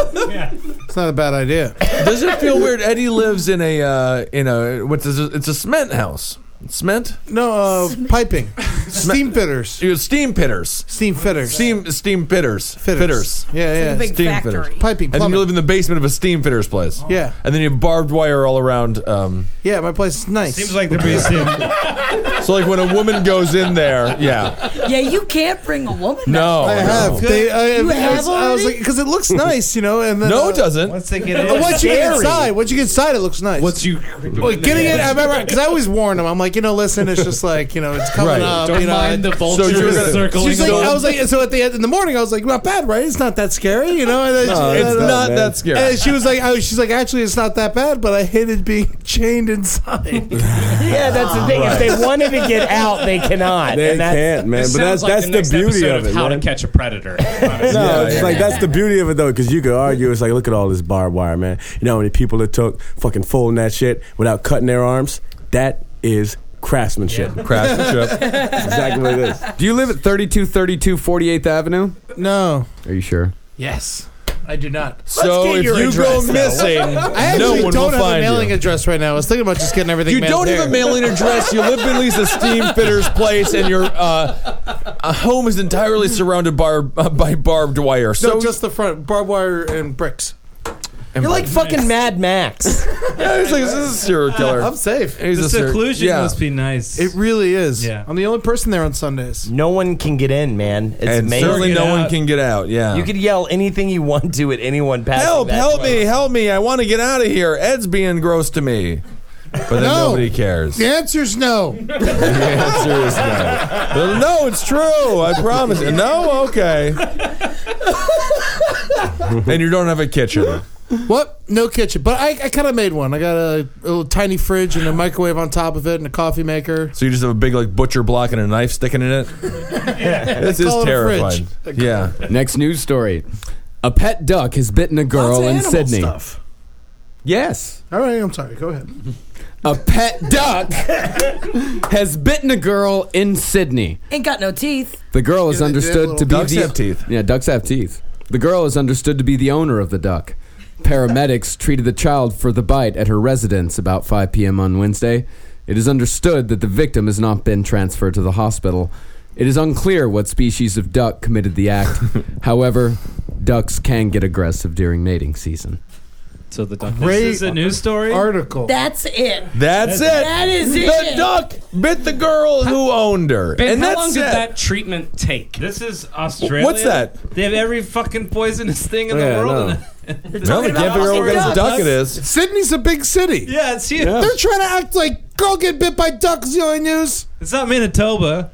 [SPEAKER 1] It's not a bad idea.
[SPEAKER 7] Does it feel weird? Eddie lives in a uh, in a what's this, it's a cement house. Cement?
[SPEAKER 1] No, uh, piping. Steam fitters.
[SPEAKER 7] You have steam pitters.
[SPEAKER 1] Steam fitters.
[SPEAKER 7] Steam steam pitters. Fitters.
[SPEAKER 1] Yeah, yeah. Piping,
[SPEAKER 7] And then
[SPEAKER 1] plumbing.
[SPEAKER 7] you live in the basement of a steam fitters place.
[SPEAKER 1] Yeah.
[SPEAKER 7] And then you have barbed wire all around. Um,
[SPEAKER 1] yeah, my place is nice.
[SPEAKER 15] Seems like the beast.
[SPEAKER 7] so like when a woman goes in there, yeah.
[SPEAKER 9] Yeah, you can't bring a woman.
[SPEAKER 7] No.
[SPEAKER 1] I have.
[SPEAKER 7] no.
[SPEAKER 1] They, I,
[SPEAKER 9] You
[SPEAKER 1] I
[SPEAKER 9] have
[SPEAKER 1] was, I was
[SPEAKER 9] already?
[SPEAKER 1] like, because it looks nice, you know. And then
[SPEAKER 7] No, it
[SPEAKER 1] uh,
[SPEAKER 7] doesn't.
[SPEAKER 15] Once they get
[SPEAKER 1] Uh,
[SPEAKER 15] in,
[SPEAKER 1] Once you get
[SPEAKER 11] Scary.
[SPEAKER 1] inside, once you get inside, it looks nice.
[SPEAKER 14] What's you?
[SPEAKER 1] Well, getting it? I remember because I always warn them. I'm like, you know, listen, it's just like you know, it's coming
[SPEAKER 7] Right.
[SPEAKER 1] up.
[SPEAKER 14] Don't
[SPEAKER 1] you know,
[SPEAKER 14] mind the
[SPEAKER 7] So
[SPEAKER 14] vultures
[SPEAKER 7] you're gonna-
[SPEAKER 1] She's
[SPEAKER 14] circling.
[SPEAKER 1] like,
[SPEAKER 14] the-
[SPEAKER 1] I was like, so at the end in the morning, I was like, not bad, right? It's not that scary, you know. And then
[SPEAKER 7] No,
[SPEAKER 1] she,
[SPEAKER 7] it's
[SPEAKER 1] and-
[SPEAKER 7] not
[SPEAKER 13] man.
[SPEAKER 7] that scary.
[SPEAKER 1] and she was like, oh, she's like, actually, it's not that bad, but I hated being chained inside.
[SPEAKER 11] Yeah, that's the thing. If they wanted to get out, they cannot.
[SPEAKER 13] They
[SPEAKER 11] and that's,
[SPEAKER 13] can't, man.
[SPEAKER 12] This
[SPEAKER 13] But
[SPEAKER 12] sounds
[SPEAKER 13] that's
[SPEAKER 12] like
[SPEAKER 13] that's
[SPEAKER 12] the,
[SPEAKER 13] the,
[SPEAKER 12] next
[SPEAKER 13] beauty
[SPEAKER 12] episode
[SPEAKER 13] of it.
[SPEAKER 12] How
[SPEAKER 13] man.
[SPEAKER 12] to catch a predator. honestly.
[SPEAKER 13] No,
[SPEAKER 7] Yeah,
[SPEAKER 13] it's
[SPEAKER 7] yeah.
[SPEAKER 13] like that's the beauty of it though, because you could argue it's like, look at all this barbed wire, man. You know how many people it took fucking folding that shit without cutting their arms? That is craftsmanship.
[SPEAKER 7] Craftsmanship.
[SPEAKER 13] That's exactly what it is.
[SPEAKER 10] Do you live at 3232 48th Avenue?
[SPEAKER 1] no.
[SPEAKER 10] Are you sure?
[SPEAKER 1] Yes, I do not.
[SPEAKER 7] so
[SPEAKER 11] get
[SPEAKER 7] if
[SPEAKER 11] your
[SPEAKER 7] you
[SPEAKER 11] address,
[SPEAKER 7] go
[SPEAKER 11] though.
[SPEAKER 7] missing,
[SPEAKER 1] I
[SPEAKER 7] no
[SPEAKER 1] actually
[SPEAKER 7] one will
[SPEAKER 1] don't have a
[SPEAKER 7] find
[SPEAKER 1] mailing
[SPEAKER 7] you.
[SPEAKER 1] address right now. I was thinking about just getting everything.
[SPEAKER 7] You
[SPEAKER 1] mailed
[SPEAKER 7] don't
[SPEAKER 1] there.
[SPEAKER 7] have a mailing address. You live in Lisa's steam fitter's place, and your uh, uh, home is entirely surrounded bar- uh, by barbed wire.
[SPEAKER 1] No,
[SPEAKER 7] So
[SPEAKER 1] just the front barbed wire and bricks.
[SPEAKER 11] You're like fucking Mad Max.
[SPEAKER 7] yeah, he's like, this is a serial killer.
[SPEAKER 3] I'm safe.
[SPEAKER 7] He's a
[SPEAKER 15] the
[SPEAKER 7] serial-
[SPEAKER 15] seclusion
[SPEAKER 7] yeah.
[SPEAKER 15] must be nice.
[SPEAKER 3] It really is.
[SPEAKER 15] Yeah.
[SPEAKER 3] I'm the only person there on Sundays.
[SPEAKER 11] No one can get in, man. It's
[SPEAKER 7] and
[SPEAKER 11] amazing.
[SPEAKER 7] certainly no one can get out. Yeah.
[SPEAKER 11] You could yell anything you want to at anyone passing.
[SPEAKER 7] help!
[SPEAKER 11] that
[SPEAKER 7] Help
[SPEAKER 11] way.
[SPEAKER 7] me! Help me! I want to get out of here. Ed's being gross to me. But then
[SPEAKER 1] No.
[SPEAKER 7] nobody cares.
[SPEAKER 1] The answer's no.
[SPEAKER 7] The answer is no. Well, no, it's true. I promise. you. No, okay. and you don't have a kitchen.
[SPEAKER 3] What? No kitchen. But I, I kind of made one. I got a, a little tiny fridge and a microwave on top of it and a coffee maker.
[SPEAKER 7] So you just have a big like butcher block and a knife sticking in it. This
[SPEAKER 3] I
[SPEAKER 7] is
[SPEAKER 3] call it a
[SPEAKER 7] terrifying.
[SPEAKER 3] fridge.
[SPEAKER 7] Yeah.
[SPEAKER 10] Next news story: A pet duck has bitten a
[SPEAKER 3] Lots
[SPEAKER 10] girl
[SPEAKER 3] of
[SPEAKER 10] in
[SPEAKER 3] animal
[SPEAKER 10] Sydney.
[SPEAKER 3] stuff.
[SPEAKER 10] Yes,
[SPEAKER 3] All right, I'm sorry. Go ahead.
[SPEAKER 10] a pet duck has bitten a girl in Sydney.
[SPEAKER 9] Ain't got no teeth.
[SPEAKER 10] The girl is
[SPEAKER 9] Yeah, they- they have
[SPEAKER 10] understood
[SPEAKER 9] little
[SPEAKER 10] to be
[SPEAKER 9] Ducks
[SPEAKER 10] the
[SPEAKER 9] have
[SPEAKER 7] teeth.
[SPEAKER 10] Yeah, ducks have teeth. The girl is understood to be the owner of the duck. Paramedics treated the child for the bite at her residence about 5 p.m. on Wednesday. It is understood that the victim has not been transferred to the hospital. It is unclear what species of duck committed the act. However, ducks can get aggressive during mating season.
[SPEAKER 14] So the duck.
[SPEAKER 15] This is a news story.
[SPEAKER 3] Article.
[SPEAKER 9] That's it.
[SPEAKER 7] That's it.
[SPEAKER 9] That is
[SPEAKER 7] the
[SPEAKER 9] it.
[SPEAKER 7] duck bit the girl who owned her.
[SPEAKER 12] Ben,
[SPEAKER 7] and
[SPEAKER 12] how
[SPEAKER 7] that's
[SPEAKER 12] long
[SPEAKER 7] it.
[SPEAKER 12] did that treatment take?
[SPEAKER 15] This is Australia.
[SPEAKER 7] What's that?
[SPEAKER 15] They have every fucking poisonous thing in
[SPEAKER 7] Yeah,
[SPEAKER 15] the world.
[SPEAKER 7] no.
[SPEAKER 15] in it.
[SPEAKER 7] No, they can't figure out what kind of duck it is.
[SPEAKER 3] Sydney's a big city.
[SPEAKER 15] Yeah, it's huge.
[SPEAKER 3] They're trying to act like girl get bit by duck is the only news.
[SPEAKER 15] It's not Manitoba.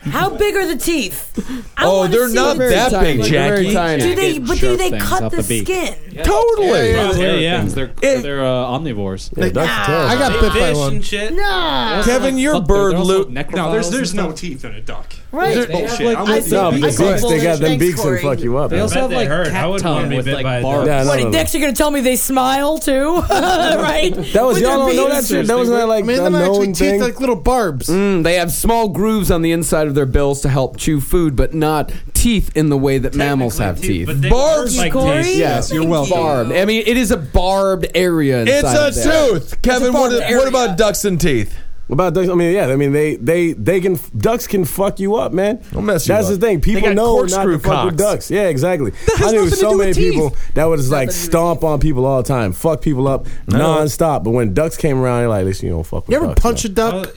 [SPEAKER 9] How big are the teeth? I
[SPEAKER 7] Oh,
[SPEAKER 9] wanna
[SPEAKER 7] they're
[SPEAKER 9] see
[SPEAKER 7] not
[SPEAKER 9] the-
[SPEAKER 7] that
[SPEAKER 14] tiny.
[SPEAKER 7] big,
[SPEAKER 14] They're very
[SPEAKER 7] Jackie.
[SPEAKER 14] tiny.
[SPEAKER 9] Do they?
[SPEAKER 14] Jagged,
[SPEAKER 9] But do
[SPEAKER 14] sharp
[SPEAKER 9] they
[SPEAKER 14] things
[SPEAKER 9] cut
[SPEAKER 14] off
[SPEAKER 9] the
[SPEAKER 14] the beak.
[SPEAKER 9] skin?
[SPEAKER 7] Totally.
[SPEAKER 14] Probably, yeah.
[SPEAKER 15] things.
[SPEAKER 14] They're, they're uh, omnivores.
[SPEAKER 3] I got bit by
[SPEAKER 15] Fish
[SPEAKER 3] one.
[SPEAKER 15] and shit.
[SPEAKER 9] Nah.
[SPEAKER 7] Kevin, your bird loot.
[SPEAKER 12] No, there's there's no teeth in a duck.
[SPEAKER 9] Right.
[SPEAKER 12] Bullshit. I'm with
[SPEAKER 13] No,
[SPEAKER 12] you.
[SPEAKER 13] but the beaks, they got them beaks and fuck you up.
[SPEAKER 14] They
[SPEAKER 13] man.
[SPEAKER 14] also have
[SPEAKER 15] they
[SPEAKER 14] like
[SPEAKER 15] hurt. I
[SPEAKER 14] cat
[SPEAKER 15] wouldn't wanna
[SPEAKER 14] tongue
[SPEAKER 15] be
[SPEAKER 14] with
[SPEAKER 15] bit by
[SPEAKER 14] like
[SPEAKER 15] a dog.
[SPEAKER 14] barbs.
[SPEAKER 13] Yeah, no,
[SPEAKER 9] What,
[SPEAKER 13] no, no.
[SPEAKER 9] Dex, you're gonna tell me they smile too, right?
[SPEAKER 13] That was
[SPEAKER 9] With
[SPEAKER 13] y'all
[SPEAKER 9] their
[SPEAKER 13] don't know that
[SPEAKER 9] beaks?
[SPEAKER 13] shit. That was not like
[SPEAKER 3] I mean,
[SPEAKER 13] a
[SPEAKER 3] them actually
[SPEAKER 13] known
[SPEAKER 3] teeth
[SPEAKER 13] thing.
[SPEAKER 3] like little barbs.
[SPEAKER 10] Mm, they have small grooves on the inside of their bills to help chew food, but not teeth in the way that mammals have teeth.
[SPEAKER 15] But they
[SPEAKER 7] Barbs.
[SPEAKER 15] like
[SPEAKER 9] Corey?
[SPEAKER 15] teeth.
[SPEAKER 10] Yes,
[SPEAKER 9] you're welcome.
[SPEAKER 10] Barbed. I mean, it is a barbed area. Inside of
[SPEAKER 7] It's a
[SPEAKER 10] there.
[SPEAKER 7] tooth. Kevin, what,
[SPEAKER 9] barbed
[SPEAKER 7] what about ducks and teeth?
[SPEAKER 13] About ducks, I mean, yeah, I mean, they they they can ducks can fuck you up, man.
[SPEAKER 7] They'll mess you
[SPEAKER 13] That's
[SPEAKER 7] up.
[SPEAKER 13] the thing. People
[SPEAKER 7] got
[SPEAKER 13] know not
[SPEAKER 7] corkscrew
[SPEAKER 13] to fuck with
[SPEAKER 7] cocks.
[SPEAKER 13] ducks. Yeah, exactly.
[SPEAKER 3] has
[SPEAKER 13] I knew
[SPEAKER 3] nothing to
[SPEAKER 13] so
[SPEAKER 3] do with
[SPEAKER 13] many
[SPEAKER 3] teeth.
[SPEAKER 13] people that would just like stomp on people all the time, fuck people up nonstop. But when ducks came around, you're like, listen, you don't fuck with
[SPEAKER 3] You ever
[SPEAKER 13] ducks.
[SPEAKER 3] punch a duck?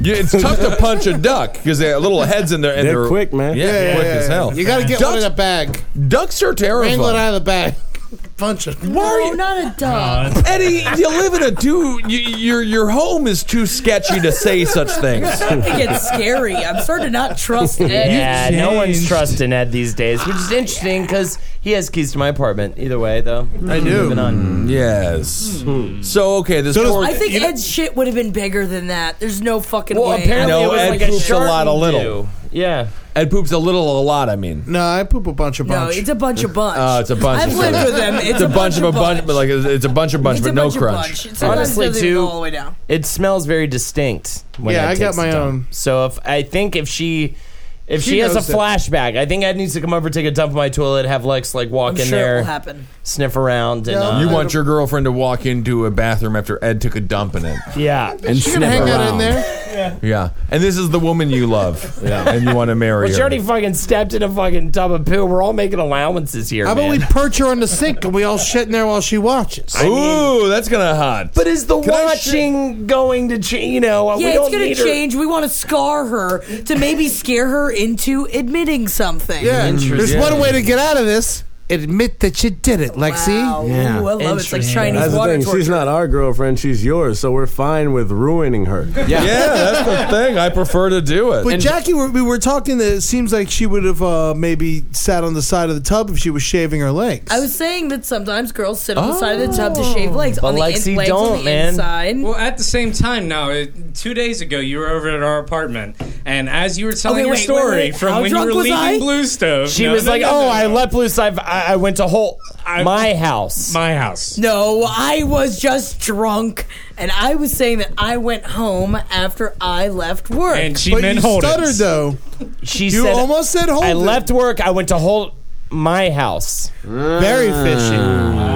[SPEAKER 7] Yeah, it's tough to punch a duck because their little heads in there and
[SPEAKER 13] They're
[SPEAKER 7] they're,
[SPEAKER 13] quick, man.
[SPEAKER 7] Yeah, they're quick as hell.
[SPEAKER 3] You got to get
[SPEAKER 7] ducks,
[SPEAKER 3] one in a bag.
[SPEAKER 7] ducks are
[SPEAKER 3] Wrangle it
[SPEAKER 7] terrifying.
[SPEAKER 3] out of the bag. Punch it.
[SPEAKER 9] No, not a
[SPEAKER 3] Uh,
[SPEAKER 9] duck.
[SPEAKER 7] Eddie, you live in a too. You, your your home is too sketchy to say such things.
[SPEAKER 9] It gets scary. I'm starting to not trust Ed.
[SPEAKER 11] Yeah, no one's trusting Ed these days, which is interesting because he has keys to my apartment. Either way, though, I
[SPEAKER 3] do.
[SPEAKER 11] Moving on.
[SPEAKER 7] Mm,
[SPEAKER 11] Hmm.
[SPEAKER 7] Yes. So okay, this
[SPEAKER 3] So does-
[SPEAKER 7] poor-
[SPEAKER 9] I think
[SPEAKER 7] you know-
[SPEAKER 9] Ed's shit would have been bigger than that. There's no fucking
[SPEAKER 11] Well,
[SPEAKER 9] way.
[SPEAKER 11] apparently
[SPEAKER 7] No,
[SPEAKER 11] it was
[SPEAKER 7] Ed
[SPEAKER 11] like a
[SPEAKER 7] poops a
[SPEAKER 11] shark
[SPEAKER 7] lot, a little.
[SPEAKER 11] do. Yeah.
[SPEAKER 7] Ed poops a little, a lot. I mean,
[SPEAKER 3] No, I poop a bunch of
[SPEAKER 9] no,
[SPEAKER 3] bunch.
[SPEAKER 9] it's a bunch of bunch.
[SPEAKER 7] uh, it's a bunch.
[SPEAKER 9] I've
[SPEAKER 7] of
[SPEAKER 9] lived
[SPEAKER 7] stuff.
[SPEAKER 9] with them. It's,
[SPEAKER 7] It's a bunch of a bunch, but like it's, it's a bunch of bunch,
[SPEAKER 9] It's a
[SPEAKER 7] but no
[SPEAKER 9] bunch of
[SPEAKER 7] crunch.
[SPEAKER 9] bunch. It sometimes
[SPEAKER 11] Honestly,
[SPEAKER 9] doesn't
[SPEAKER 11] too-
[SPEAKER 9] go all the way down.
[SPEAKER 11] It smells very distinct. When
[SPEAKER 3] Yeah,
[SPEAKER 11] Ed
[SPEAKER 3] I
[SPEAKER 11] takes
[SPEAKER 3] got my
[SPEAKER 11] it down.
[SPEAKER 3] own.
[SPEAKER 11] So if I think if she. If she,
[SPEAKER 3] She
[SPEAKER 11] has a
[SPEAKER 3] knows it.
[SPEAKER 11] flashback, I think Ed needs to come over, take a dump in my toilet, have Lex like walk
[SPEAKER 9] I'm
[SPEAKER 11] in
[SPEAKER 9] sure it will
[SPEAKER 11] there,
[SPEAKER 9] happen.
[SPEAKER 11] sniff around, and
[SPEAKER 3] Yeah.
[SPEAKER 11] uh,
[SPEAKER 7] You want your girlfriend to walk into a bathroom after Ed took a dump in it.
[SPEAKER 11] yeah,
[SPEAKER 10] And
[SPEAKER 3] You can
[SPEAKER 10] sniff
[SPEAKER 3] hang that
[SPEAKER 10] around.
[SPEAKER 3] in there.
[SPEAKER 7] Yeah, and this is the woman you love, yeah. and you want to marry
[SPEAKER 11] Well, she
[SPEAKER 7] her.
[SPEAKER 11] already fucking stepped in a fucking tub of poo. We're all making allowances here,
[SPEAKER 3] How about we
[SPEAKER 11] man.
[SPEAKER 3] perch her on the sink and we all shit in there while she watches?
[SPEAKER 7] Ooh, that's gonna hot.
[SPEAKER 11] But is the
[SPEAKER 7] Can I sh-
[SPEAKER 11] watching going to change? You know, we
[SPEAKER 9] Yeah,
[SPEAKER 11] don't
[SPEAKER 9] it's gonna
[SPEAKER 11] need her-
[SPEAKER 9] change. We want to scar her to maybe scare her into admitting something.
[SPEAKER 3] Yeah. There's
[SPEAKER 7] Interesting.
[SPEAKER 3] one way to get out of this. Admit that you did it, Lexi.
[SPEAKER 9] Wow.
[SPEAKER 10] Yeah.
[SPEAKER 9] Ooh, I love it. It's like
[SPEAKER 11] Interesting.
[SPEAKER 9] Chinese
[SPEAKER 13] That's the
[SPEAKER 9] water
[SPEAKER 13] thing.
[SPEAKER 9] torture.
[SPEAKER 13] She's not our girlfriend. She's yours. So we're fine with ruining her.
[SPEAKER 10] Yeah.
[SPEAKER 7] Yeah, that's the thing. I prefer to do it.
[SPEAKER 3] But Jackie, we we were talking that it seems like she would have uh, maybe sat on the side of the tub if she was shaving her legs.
[SPEAKER 9] I was saying that sometimes girls sit on the side of the tub to shave legs.
[SPEAKER 11] Oh. But
[SPEAKER 9] on the
[SPEAKER 11] Lexi
[SPEAKER 9] in- legs
[SPEAKER 11] don't,
[SPEAKER 9] on the
[SPEAKER 11] man.
[SPEAKER 9] inside.
[SPEAKER 12] Well, at the same time, now it, two days ago, you were over at our apartment, and as you were telling
[SPEAKER 9] Okay,
[SPEAKER 12] your
[SPEAKER 9] wait, wait,
[SPEAKER 12] story
[SPEAKER 9] wait.
[SPEAKER 12] from
[SPEAKER 9] How
[SPEAKER 12] when you
[SPEAKER 9] drunk
[SPEAKER 12] were
[SPEAKER 9] was
[SPEAKER 12] leaving
[SPEAKER 9] I?
[SPEAKER 12] Blue Stove,
[SPEAKER 11] She
[SPEAKER 12] No,
[SPEAKER 11] was
[SPEAKER 12] no,
[SPEAKER 11] like,
[SPEAKER 12] no,
[SPEAKER 11] "Oh,
[SPEAKER 12] no.
[SPEAKER 11] I left Blue Stove. I, I went to whole
[SPEAKER 12] I-
[SPEAKER 11] my house."
[SPEAKER 12] my house."
[SPEAKER 9] No, I was just drunk, and I was saying that I went home after I left work.
[SPEAKER 12] And she
[SPEAKER 3] but
[SPEAKER 12] meant
[SPEAKER 3] you
[SPEAKER 12] hold it.
[SPEAKER 3] stuttered though.
[SPEAKER 11] she
[SPEAKER 3] You
[SPEAKER 11] said,
[SPEAKER 3] almost said hold
[SPEAKER 11] "I
[SPEAKER 3] it.
[SPEAKER 11] left work. I went to whole my house."
[SPEAKER 10] Ah.
[SPEAKER 3] Very fishy.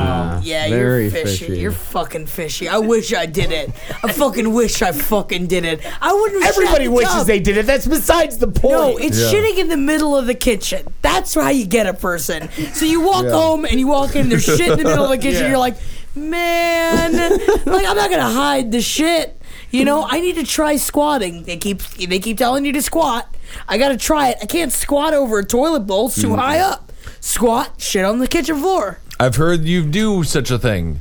[SPEAKER 9] Yeah,
[SPEAKER 16] very
[SPEAKER 9] you're fishy.
[SPEAKER 16] fishy.
[SPEAKER 9] You're fucking fishy. I wish I did it. I fucking wish I fucking did it. I wouldn't.
[SPEAKER 11] Everybody wishes they
[SPEAKER 9] did it. That's besides the point. No, it's
[SPEAKER 11] Yeah.
[SPEAKER 9] shitting in the middle of the kitchen. That's how you get a person. So you walk
[SPEAKER 16] Yeah.
[SPEAKER 9] home and you walk in. There's shit in the middle of the kitchen.
[SPEAKER 16] Yeah.
[SPEAKER 9] You're like, man, like I'm not gonna hide the shit. You know, I need to try squatting. They keep they keep telling you to squat. I gotta try it. I can't squat over a toilet bowl. It's too
[SPEAKER 7] Mm.
[SPEAKER 9] high up. Squat, shit on the kitchen floor.
[SPEAKER 7] I've heard you do such a thing.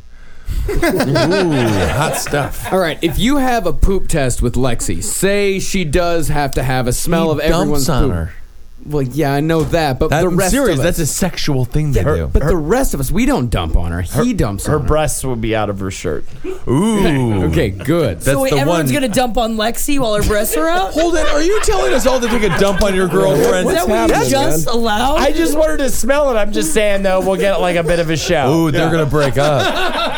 [SPEAKER 10] hot stuff. All right, if you have a poop test with Lexi, say she does have to have a smell
[SPEAKER 7] He
[SPEAKER 10] of everyone's
[SPEAKER 7] dumps on
[SPEAKER 10] poop.
[SPEAKER 7] her.
[SPEAKER 10] Well, yeah, I know that, but
[SPEAKER 7] That-
[SPEAKER 10] the
[SPEAKER 7] I'm
[SPEAKER 10] rest
[SPEAKER 7] serious,
[SPEAKER 10] of us,
[SPEAKER 7] that's a sexual thing they
[SPEAKER 10] yeah, her-
[SPEAKER 7] do.
[SPEAKER 10] But the rest of us, we don't dump on her. He dumps on her. Her breasts will be out of her shirt.
[SPEAKER 7] Ooh.
[SPEAKER 10] okay, good.
[SPEAKER 9] so wait, everyone's gonna dump on Lexi while her breasts are out.
[SPEAKER 7] Hold it. Are you telling us all to take a dump on your girlfriend?
[SPEAKER 9] Is that what you just allowed?
[SPEAKER 11] I just want her to smell it. I'm just saying, though, we'll get like a bit of a show.
[SPEAKER 7] Ooh, they're gonna break up.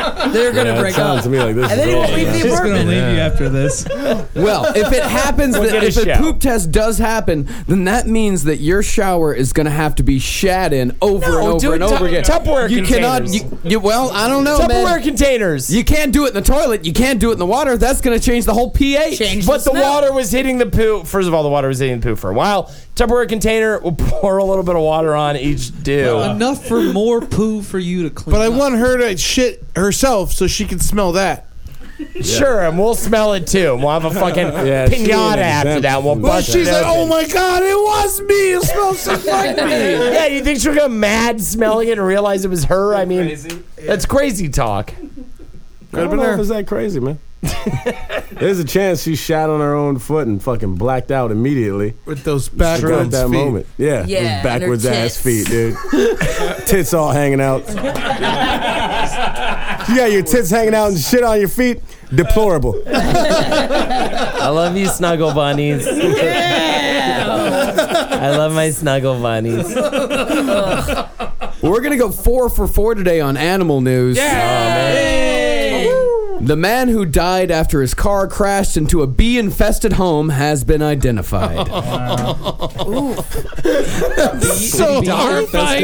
[SPEAKER 11] uh,
[SPEAKER 9] They're gonna
[SPEAKER 11] Yeah, it
[SPEAKER 9] break
[SPEAKER 11] sounds
[SPEAKER 9] up.
[SPEAKER 11] to me like this
[SPEAKER 9] and
[SPEAKER 11] is
[SPEAKER 9] then he won't
[SPEAKER 11] all
[SPEAKER 9] leave the
[SPEAKER 11] about- She's gonna
[SPEAKER 9] apartment.
[SPEAKER 11] leave you
[SPEAKER 10] after this. Well, if it happens,
[SPEAKER 11] We'll
[SPEAKER 10] that
[SPEAKER 11] get a
[SPEAKER 10] if a
[SPEAKER 11] shower.
[SPEAKER 10] poop test does happen, then that means that your shower is going to have to be shat in over
[SPEAKER 11] No,
[SPEAKER 10] and over
[SPEAKER 11] do
[SPEAKER 10] and
[SPEAKER 11] it
[SPEAKER 10] over
[SPEAKER 11] tu-
[SPEAKER 10] again.
[SPEAKER 11] Tupperware
[SPEAKER 10] you cannot.
[SPEAKER 11] containers.
[SPEAKER 10] You, you, well, I don't know.
[SPEAKER 11] Tupperware
[SPEAKER 10] containers. You can't do it in the toilet. You can't do it in the water. That's going to change the whole pH.
[SPEAKER 11] but the, water was hitting the poo. First of all, the water was hitting the poo for a while. Tupperware container. We'll pour a little bit of water on each dew.
[SPEAKER 1] Uh, enough for more poo for you to clean. But I want her to shit herself so she can smell that.
[SPEAKER 11] Sure, and we'll smell it too. We'll have a fucking
[SPEAKER 1] Yeah, she ain't
[SPEAKER 11] pinata after
[SPEAKER 1] exempt
[SPEAKER 11] that. We'll
[SPEAKER 1] from Well,
[SPEAKER 11] bust
[SPEAKER 1] she's
[SPEAKER 11] it
[SPEAKER 1] like,
[SPEAKER 11] open.
[SPEAKER 1] "Oh my God, it was me. It smells just like me."
[SPEAKER 11] yeah, you think she'll go mad smelling it and realize it was her? I mean, that's crazy talk.
[SPEAKER 13] I don't know if it's that crazy, man. There's a chance she shot on her own foot and fucking blacked out immediately.
[SPEAKER 1] With those
[SPEAKER 13] Forgot
[SPEAKER 1] backwards
[SPEAKER 13] that
[SPEAKER 1] feet.
[SPEAKER 13] moment. Yeah, those
[SPEAKER 1] Yeah, and her
[SPEAKER 13] backwards ass feet,
[SPEAKER 1] tits.
[SPEAKER 13] dude. tits all hanging out. you got your tits hanging out and shit on your feet. Deplorable.
[SPEAKER 11] I love you, snuggle bunnies. I love my snuggle bunnies.
[SPEAKER 10] We're going to go four for four today on animal news. The man who died after his car crashed into a bee infested home has been identified.
[SPEAKER 4] So horrifying.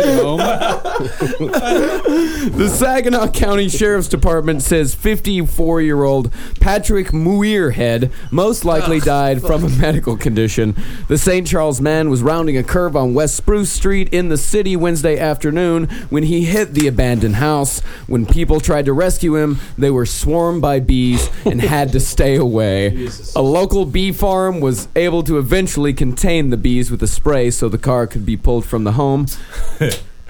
[SPEAKER 10] the Saginaw County Sheriff's Department says 54 year old Patrick Muirhead most likely died from a medical condition. The St. Charles man was rounding a curve on West Spruce Street in the city Wednesday afternoon when he hit the abandoned house. When people tried to rescue him, they were swarmed by bees and had to stay away. A local bee farm was able to eventually contain the bees with a spray so the car could be pulled from the home.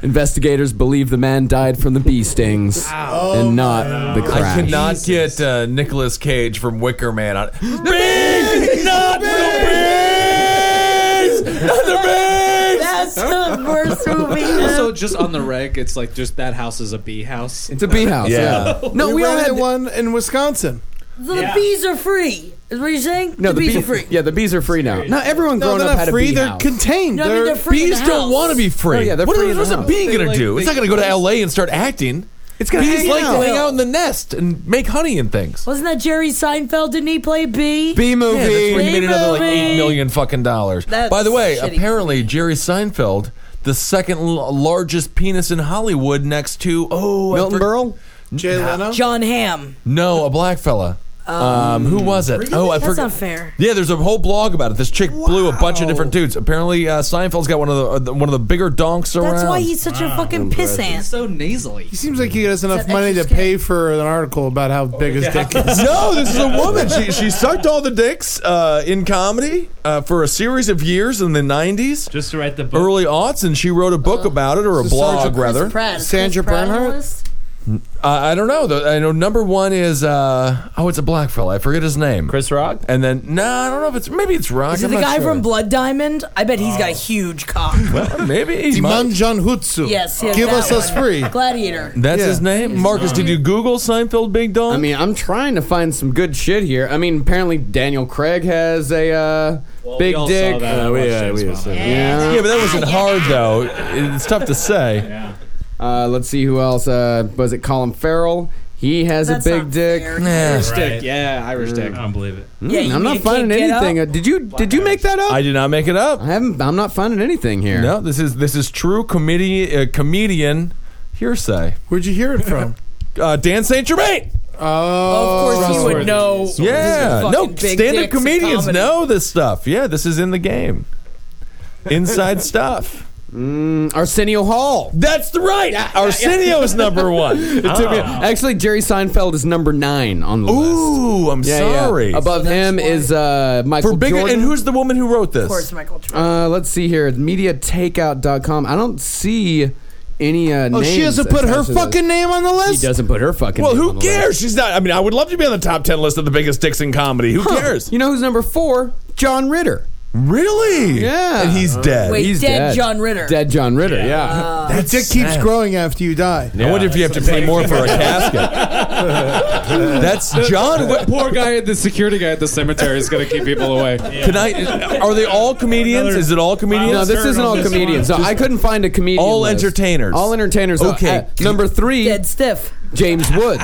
[SPEAKER 10] Investigators believe the man died from the bee stings
[SPEAKER 1] Oh
[SPEAKER 10] and not the
[SPEAKER 7] I
[SPEAKER 10] crash.
[SPEAKER 7] cannot get uh, Nicolas Cage from Wicker Man on.
[SPEAKER 4] Big, not the bees, not the bees.
[SPEAKER 9] That's the worst movie.
[SPEAKER 14] also, just on the reg, it's like just that house is a bee house.
[SPEAKER 10] It's a bee house.
[SPEAKER 1] Yeah.
[SPEAKER 10] No, we all
[SPEAKER 1] rented
[SPEAKER 10] had-
[SPEAKER 1] one in Wisconsin.
[SPEAKER 9] The bees are free. Is what you're saying?
[SPEAKER 10] No,
[SPEAKER 9] the, bees are free.
[SPEAKER 10] Yeah, the bees are free now. Not everyone
[SPEAKER 1] No,
[SPEAKER 10] grown
[SPEAKER 1] they're
[SPEAKER 10] up
[SPEAKER 1] not
[SPEAKER 10] had a
[SPEAKER 1] free,
[SPEAKER 10] bee
[SPEAKER 1] they're
[SPEAKER 10] house.
[SPEAKER 1] contained. No, I mean, They're- they're free in
[SPEAKER 7] bees
[SPEAKER 1] the
[SPEAKER 7] don't
[SPEAKER 1] house.
[SPEAKER 7] want to be free.
[SPEAKER 1] Oh, yeah, they're
[SPEAKER 7] what
[SPEAKER 1] free
[SPEAKER 7] is-
[SPEAKER 1] in the
[SPEAKER 7] what's a
[SPEAKER 1] house.
[SPEAKER 7] bee
[SPEAKER 1] They,
[SPEAKER 7] gonna
[SPEAKER 1] like,
[SPEAKER 7] do? it's
[SPEAKER 1] they-
[SPEAKER 7] not gonna go to L.A. and start acting. It's gonna bees
[SPEAKER 1] hang
[SPEAKER 7] like
[SPEAKER 1] out.
[SPEAKER 7] to hang out in the nest and make honey and things.
[SPEAKER 9] Wasn't that Jerry Seinfeld? Didn't he play a bee?
[SPEAKER 10] Bee
[SPEAKER 7] Yeah, that's where he made another like
[SPEAKER 9] movie.
[SPEAKER 7] eight million fucking dollars.
[SPEAKER 9] That's
[SPEAKER 7] By the way,
[SPEAKER 9] shitty.
[SPEAKER 7] apparently Jerry Seinfeld, the second l- largest penis in Hollywood, next to oh I
[SPEAKER 10] Milton
[SPEAKER 7] for-
[SPEAKER 10] Berle,
[SPEAKER 7] Jay Leno,
[SPEAKER 9] John Hamm.
[SPEAKER 7] No, a black fella. Um, who was it? Oh, I
[SPEAKER 9] That's
[SPEAKER 7] forgot.
[SPEAKER 9] not fair.
[SPEAKER 7] Yeah, there's a whole blog about it. This chick blew a bunch of different dudes. Apparently, uh, Seinfeld's got one of the, uh, the- one of the bigger donks around.
[SPEAKER 9] That's why he's such a fucking pissant.
[SPEAKER 14] So nasally.
[SPEAKER 1] He seems like he has enough money to pay for an article about how big his dick is.
[SPEAKER 7] no, this is a woman. She she sucked all the dicks uh, in comedy uh, for a series of years in the '90s,
[SPEAKER 15] just to write the
[SPEAKER 7] book. early aughts, and she wrote a book
[SPEAKER 9] Uh-huh.
[SPEAKER 7] about it or a
[SPEAKER 1] So Sandra
[SPEAKER 7] blog
[SPEAKER 1] Chris
[SPEAKER 7] rather.
[SPEAKER 1] Pratt. Is Sandra Chris Pratt on Bernhardt? the list?
[SPEAKER 7] Uh, I don't know. The, I know number one is uh, oh, it's a black fella. I forget his name. Chris Rock. And then no, I don't know if it's maybe it's Rock.
[SPEAKER 9] Is it
[SPEAKER 7] I'm
[SPEAKER 9] the
[SPEAKER 7] not
[SPEAKER 9] guy
[SPEAKER 7] sure.
[SPEAKER 9] from Blood Diamond? I bet he's got a huge cock.
[SPEAKER 7] Well, maybe he
[SPEAKER 1] Iman
[SPEAKER 7] might.
[SPEAKER 1] Janhutsu.
[SPEAKER 9] Yes, yes.
[SPEAKER 1] Give
[SPEAKER 9] that
[SPEAKER 1] us
[SPEAKER 9] one.
[SPEAKER 1] us free.
[SPEAKER 9] Gladiator.
[SPEAKER 7] That's his name, Marcus. Did you Google Seinfeld Big Dong?
[SPEAKER 10] I mean, I'm trying to find some good shit here. I mean, apparently Daniel Craig has a uh, big
[SPEAKER 7] all saw
[SPEAKER 10] dick.
[SPEAKER 7] that. Yeah, Uh, we- yeah, we saw that. Yeah. Yeah, but that wasn't hard though. It's tough to say.
[SPEAKER 10] Uh, let's see who else. Uh, was it Colin Farrell? He has
[SPEAKER 14] That's
[SPEAKER 10] a big
[SPEAKER 14] not
[SPEAKER 10] dick.
[SPEAKER 14] fair. Irish dick. Yeah, Irish dick. I don't believe it.
[SPEAKER 10] Mm,
[SPEAKER 14] Yeah, you
[SPEAKER 10] I'm
[SPEAKER 14] mean
[SPEAKER 10] not
[SPEAKER 14] it can't
[SPEAKER 10] finding
[SPEAKER 14] get
[SPEAKER 10] anything. Uh, Did you did you make that up?
[SPEAKER 7] I did not make it up. I
[SPEAKER 10] haven't. I'm not finding anything here.
[SPEAKER 7] No, this is this is true comedian uh, comedian hearsay.
[SPEAKER 1] Where'd you hear it from?
[SPEAKER 7] uh, Dan St. Germain.
[SPEAKER 9] Oh, of course you would know.
[SPEAKER 7] Yeah, no,
[SPEAKER 9] Fucking big
[SPEAKER 7] stand-up
[SPEAKER 9] dicks in
[SPEAKER 7] comedians
[SPEAKER 9] comedy.
[SPEAKER 7] know this stuff. Yeah, this is in the game. Inside stuff.
[SPEAKER 10] Hmm, Arsenio Hall.
[SPEAKER 7] That's right. Arsenio is number one.
[SPEAKER 10] It took me-
[SPEAKER 7] Oh.
[SPEAKER 10] actually, Jerry Seinfeld is number nine on the list.
[SPEAKER 7] Ooh, I'm sorry.
[SPEAKER 10] Above him is uh, Michael
[SPEAKER 7] For big-
[SPEAKER 10] Jordan.
[SPEAKER 7] and who's the woman who wrote this? Of course,
[SPEAKER 9] Michael
[SPEAKER 10] Uh, let's see here. MediaTakeout.com. I don't see any uh,
[SPEAKER 1] Oh, she
[SPEAKER 10] names
[SPEAKER 1] hasn't put her
[SPEAKER 10] attached to this.
[SPEAKER 1] fucking name on the list.
[SPEAKER 10] She doesn't put her fucking
[SPEAKER 7] Well,
[SPEAKER 10] name on
[SPEAKER 7] who
[SPEAKER 10] the list.
[SPEAKER 7] cares? She's not. I mean, I would love to be on the top ten list of the biggest dicks in comedy. Who
[SPEAKER 10] Huh.
[SPEAKER 7] cares?
[SPEAKER 10] You know who's number four? John Ritter.
[SPEAKER 7] Really?
[SPEAKER 10] Yeah.
[SPEAKER 7] And he's dead.
[SPEAKER 9] Uh, Wait, dead John Ritter. Uh,
[SPEAKER 10] Dead John Ritter. Yeah.
[SPEAKER 7] Uh,
[SPEAKER 1] That dick keeps growing after you die.
[SPEAKER 7] I wonder if you have to pay more for a casket. That's John.
[SPEAKER 14] The poor guy, the security guy at the cemetery is going to keep people away.
[SPEAKER 7] Can I? Are they all comedians? is it all comedians?
[SPEAKER 10] No, this isn't all comedians. No, I couldn't find a comedian.
[SPEAKER 7] All
[SPEAKER 10] list.
[SPEAKER 7] entertainers.
[SPEAKER 10] All entertainers. Uh,
[SPEAKER 7] Okay.
[SPEAKER 10] uh, number three.
[SPEAKER 9] Dead stiff.
[SPEAKER 10] James Woods.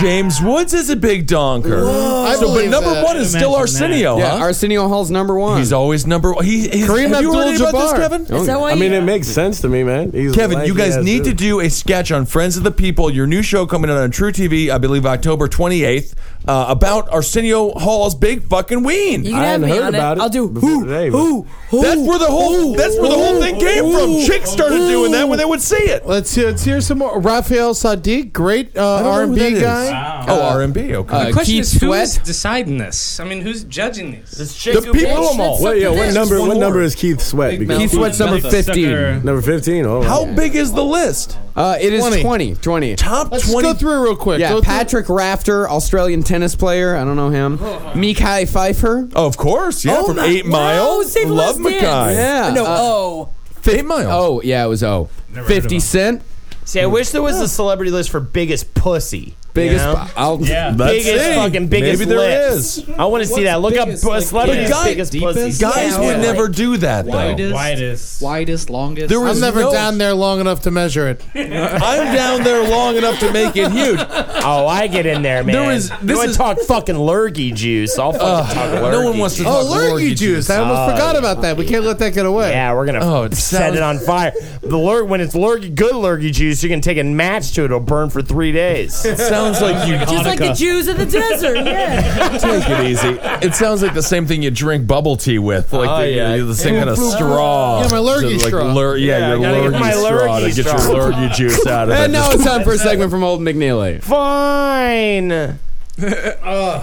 [SPEAKER 7] James Woods is a big donker.
[SPEAKER 10] I
[SPEAKER 7] so, but
[SPEAKER 10] believe
[SPEAKER 7] number
[SPEAKER 10] that.
[SPEAKER 7] one is still Arsenio,
[SPEAKER 10] Yeah,
[SPEAKER 7] huh?
[SPEAKER 10] Arsenio Hall's number one.
[SPEAKER 7] He's always number one. He, his,
[SPEAKER 10] Kareem
[SPEAKER 7] have you heard about this,
[SPEAKER 10] Abdul-Jabbar.
[SPEAKER 7] Kevin?
[SPEAKER 10] Is Oh, that yeah. why
[SPEAKER 13] I mean,
[SPEAKER 10] you-
[SPEAKER 13] it makes sense to me, man. He's
[SPEAKER 7] Kevin,
[SPEAKER 13] lanky
[SPEAKER 7] you guys
[SPEAKER 13] ass
[SPEAKER 7] need to
[SPEAKER 13] dude.
[SPEAKER 7] do a sketch on Friends of the People, your new show coming out on True TV, I believe October 28th, uh, about Arsenio Hall's big fucking ween.
[SPEAKER 9] You can have me on it. I'll do who, who, who.
[SPEAKER 7] That's where the whole that's where the whole thing came from. Chicks started doing that when they would see it.
[SPEAKER 1] Let's hear, let's hear some more. Raphael Sadiq, great uh,
[SPEAKER 7] don't know who that
[SPEAKER 1] R&B
[SPEAKER 7] is.
[SPEAKER 1] guy.
[SPEAKER 7] Wow. Oh, R&B, okay.
[SPEAKER 1] Uh,
[SPEAKER 12] The question
[SPEAKER 10] Keith
[SPEAKER 12] is who's
[SPEAKER 10] Sweat?
[SPEAKER 12] deciding this? I mean, who's judging this? This
[SPEAKER 7] The people them all.
[SPEAKER 13] Wait, yo, what number? What number is Keith Sweat?
[SPEAKER 12] Big Keith
[SPEAKER 10] Sweat's number
[SPEAKER 12] Mouth sucker.
[SPEAKER 10] 15.
[SPEAKER 13] Number fifteen. Oh,
[SPEAKER 7] How big is the list?
[SPEAKER 10] Uh, it is
[SPEAKER 1] 20.
[SPEAKER 10] 20. 20.
[SPEAKER 7] Top
[SPEAKER 1] Let's
[SPEAKER 7] 20.
[SPEAKER 1] go through it real quick.
[SPEAKER 10] Yeah,
[SPEAKER 1] Go through-
[SPEAKER 10] Patrick Rafter, Australian tennis player. I don't know him. Mikai Pfeiffer.
[SPEAKER 7] Oh, of course, yeah,
[SPEAKER 9] Oh
[SPEAKER 7] from
[SPEAKER 9] my-
[SPEAKER 7] Eight Mile.
[SPEAKER 9] Wow, Save
[SPEAKER 7] Love
[SPEAKER 9] Last Dance.
[SPEAKER 7] Mackay.
[SPEAKER 10] Yeah.
[SPEAKER 9] No,
[SPEAKER 10] uh,
[SPEAKER 9] oh.
[SPEAKER 7] Eight Mile.
[SPEAKER 10] Oh, yeah, it was O. 50 Cent.
[SPEAKER 11] See, I wish there was a celebrity list for biggest pussy.
[SPEAKER 10] Biggest.
[SPEAKER 11] You know?
[SPEAKER 10] I'll,
[SPEAKER 7] Let's
[SPEAKER 11] biggest
[SPEAKER 7] see.
[SPEAKER 11] fucking biggest
[SPEAKER 7] Maybe there
[SPEAKER 11] lips.
[SPEAKER 7] is.
[SPEAKER 11] I want to see that. Look up
[SPEAKER 14] biggest,
[SPEAKER 11] uh,
[SPEAKER 14] like,
[SPEAKER 11] celebrities
[SPEAKER 7] yeah.
[SPEAKER 11] biggest pussies.
[SPEAKER 7] Guys would never do that though.
[SPEAKER 14] Widest,
[SPEAKER 12] Widest.
[SPEAKER 14] widest, longest.
[SPEAKER 7] There
[SPEAKER 1] I'm
[SPEAKER 7] was
[SPEAKER 1] never
[SPEAKER 7] no-
[SPEAKER 1] down there long enough to measure it.
[SPEAKER 7] I'm down there long enough to make it huge.
[SPEAKER 11] Oh, I get in there, man.
[SPEAKER 7] There is- this
[SPEAKER 11] you want
[SPEAKER 7] is-
[SPEAKER 11] to talk fucking lurgy juice? I'll fucking talk lurgy.
[SPEAKER 7] No one wants to
[SPEAKER 11] juice.
[SPEAKER 1] Oh,
[SPEAKER 7] talk Uh,
[SPEAKER 1] lurgy juice. I almost
[SPEAKER 11] Oh,
[SPEAKER 1] forgot about that. We can't let that get away.
[SPEAKER 11] Yeah, we're gonna
[SPEAKER 7] Oh, it
[SPEAKER 11] set
[SPEAKER 7] sounds-
[SPEAKER 11] it on fire. The lur- when it's lurgy, good lurgy juice, you can take a match to it. It'll burn for three days.
[SPEAKER 7] It sounds like you
[SPEAKER 9] Just like the Jews in the desert. Yeah.
[SPEAKER 7] Take it easy. It sounds like the same thing you drink bubble tea with, like
[SPEAKER 11] Oh,
[SPEAKER 7] the,
[SPEAKER 11] yeah.
[SPEAKER 7] the same kind of straw.
[SPEAKER 1] Yeah, my lurgy
[SPEAKER 7] So, like,
[SPEAKER 1] straw.
[SPEAKER 7] lur- yeah,
[SPEAKER 11] Yeah, I
[SPEAKER 7] your
[SPEAKER 11] gotta get
[SPEAKER 7] lurgy
[SPEAKER 11] my
[SPEAKER 7] straw to
[SPEAKER 11] lurgy
[SPEAKER 7] get
[SPEAKER 11] straw.
[SPEAKER 7] your lurgy juice out of it.
[SPEAKER 10] And now it's time for a segment from Old McNeely.
[SPEAKER 11] Fine.
[SPEAKER 1] Fuck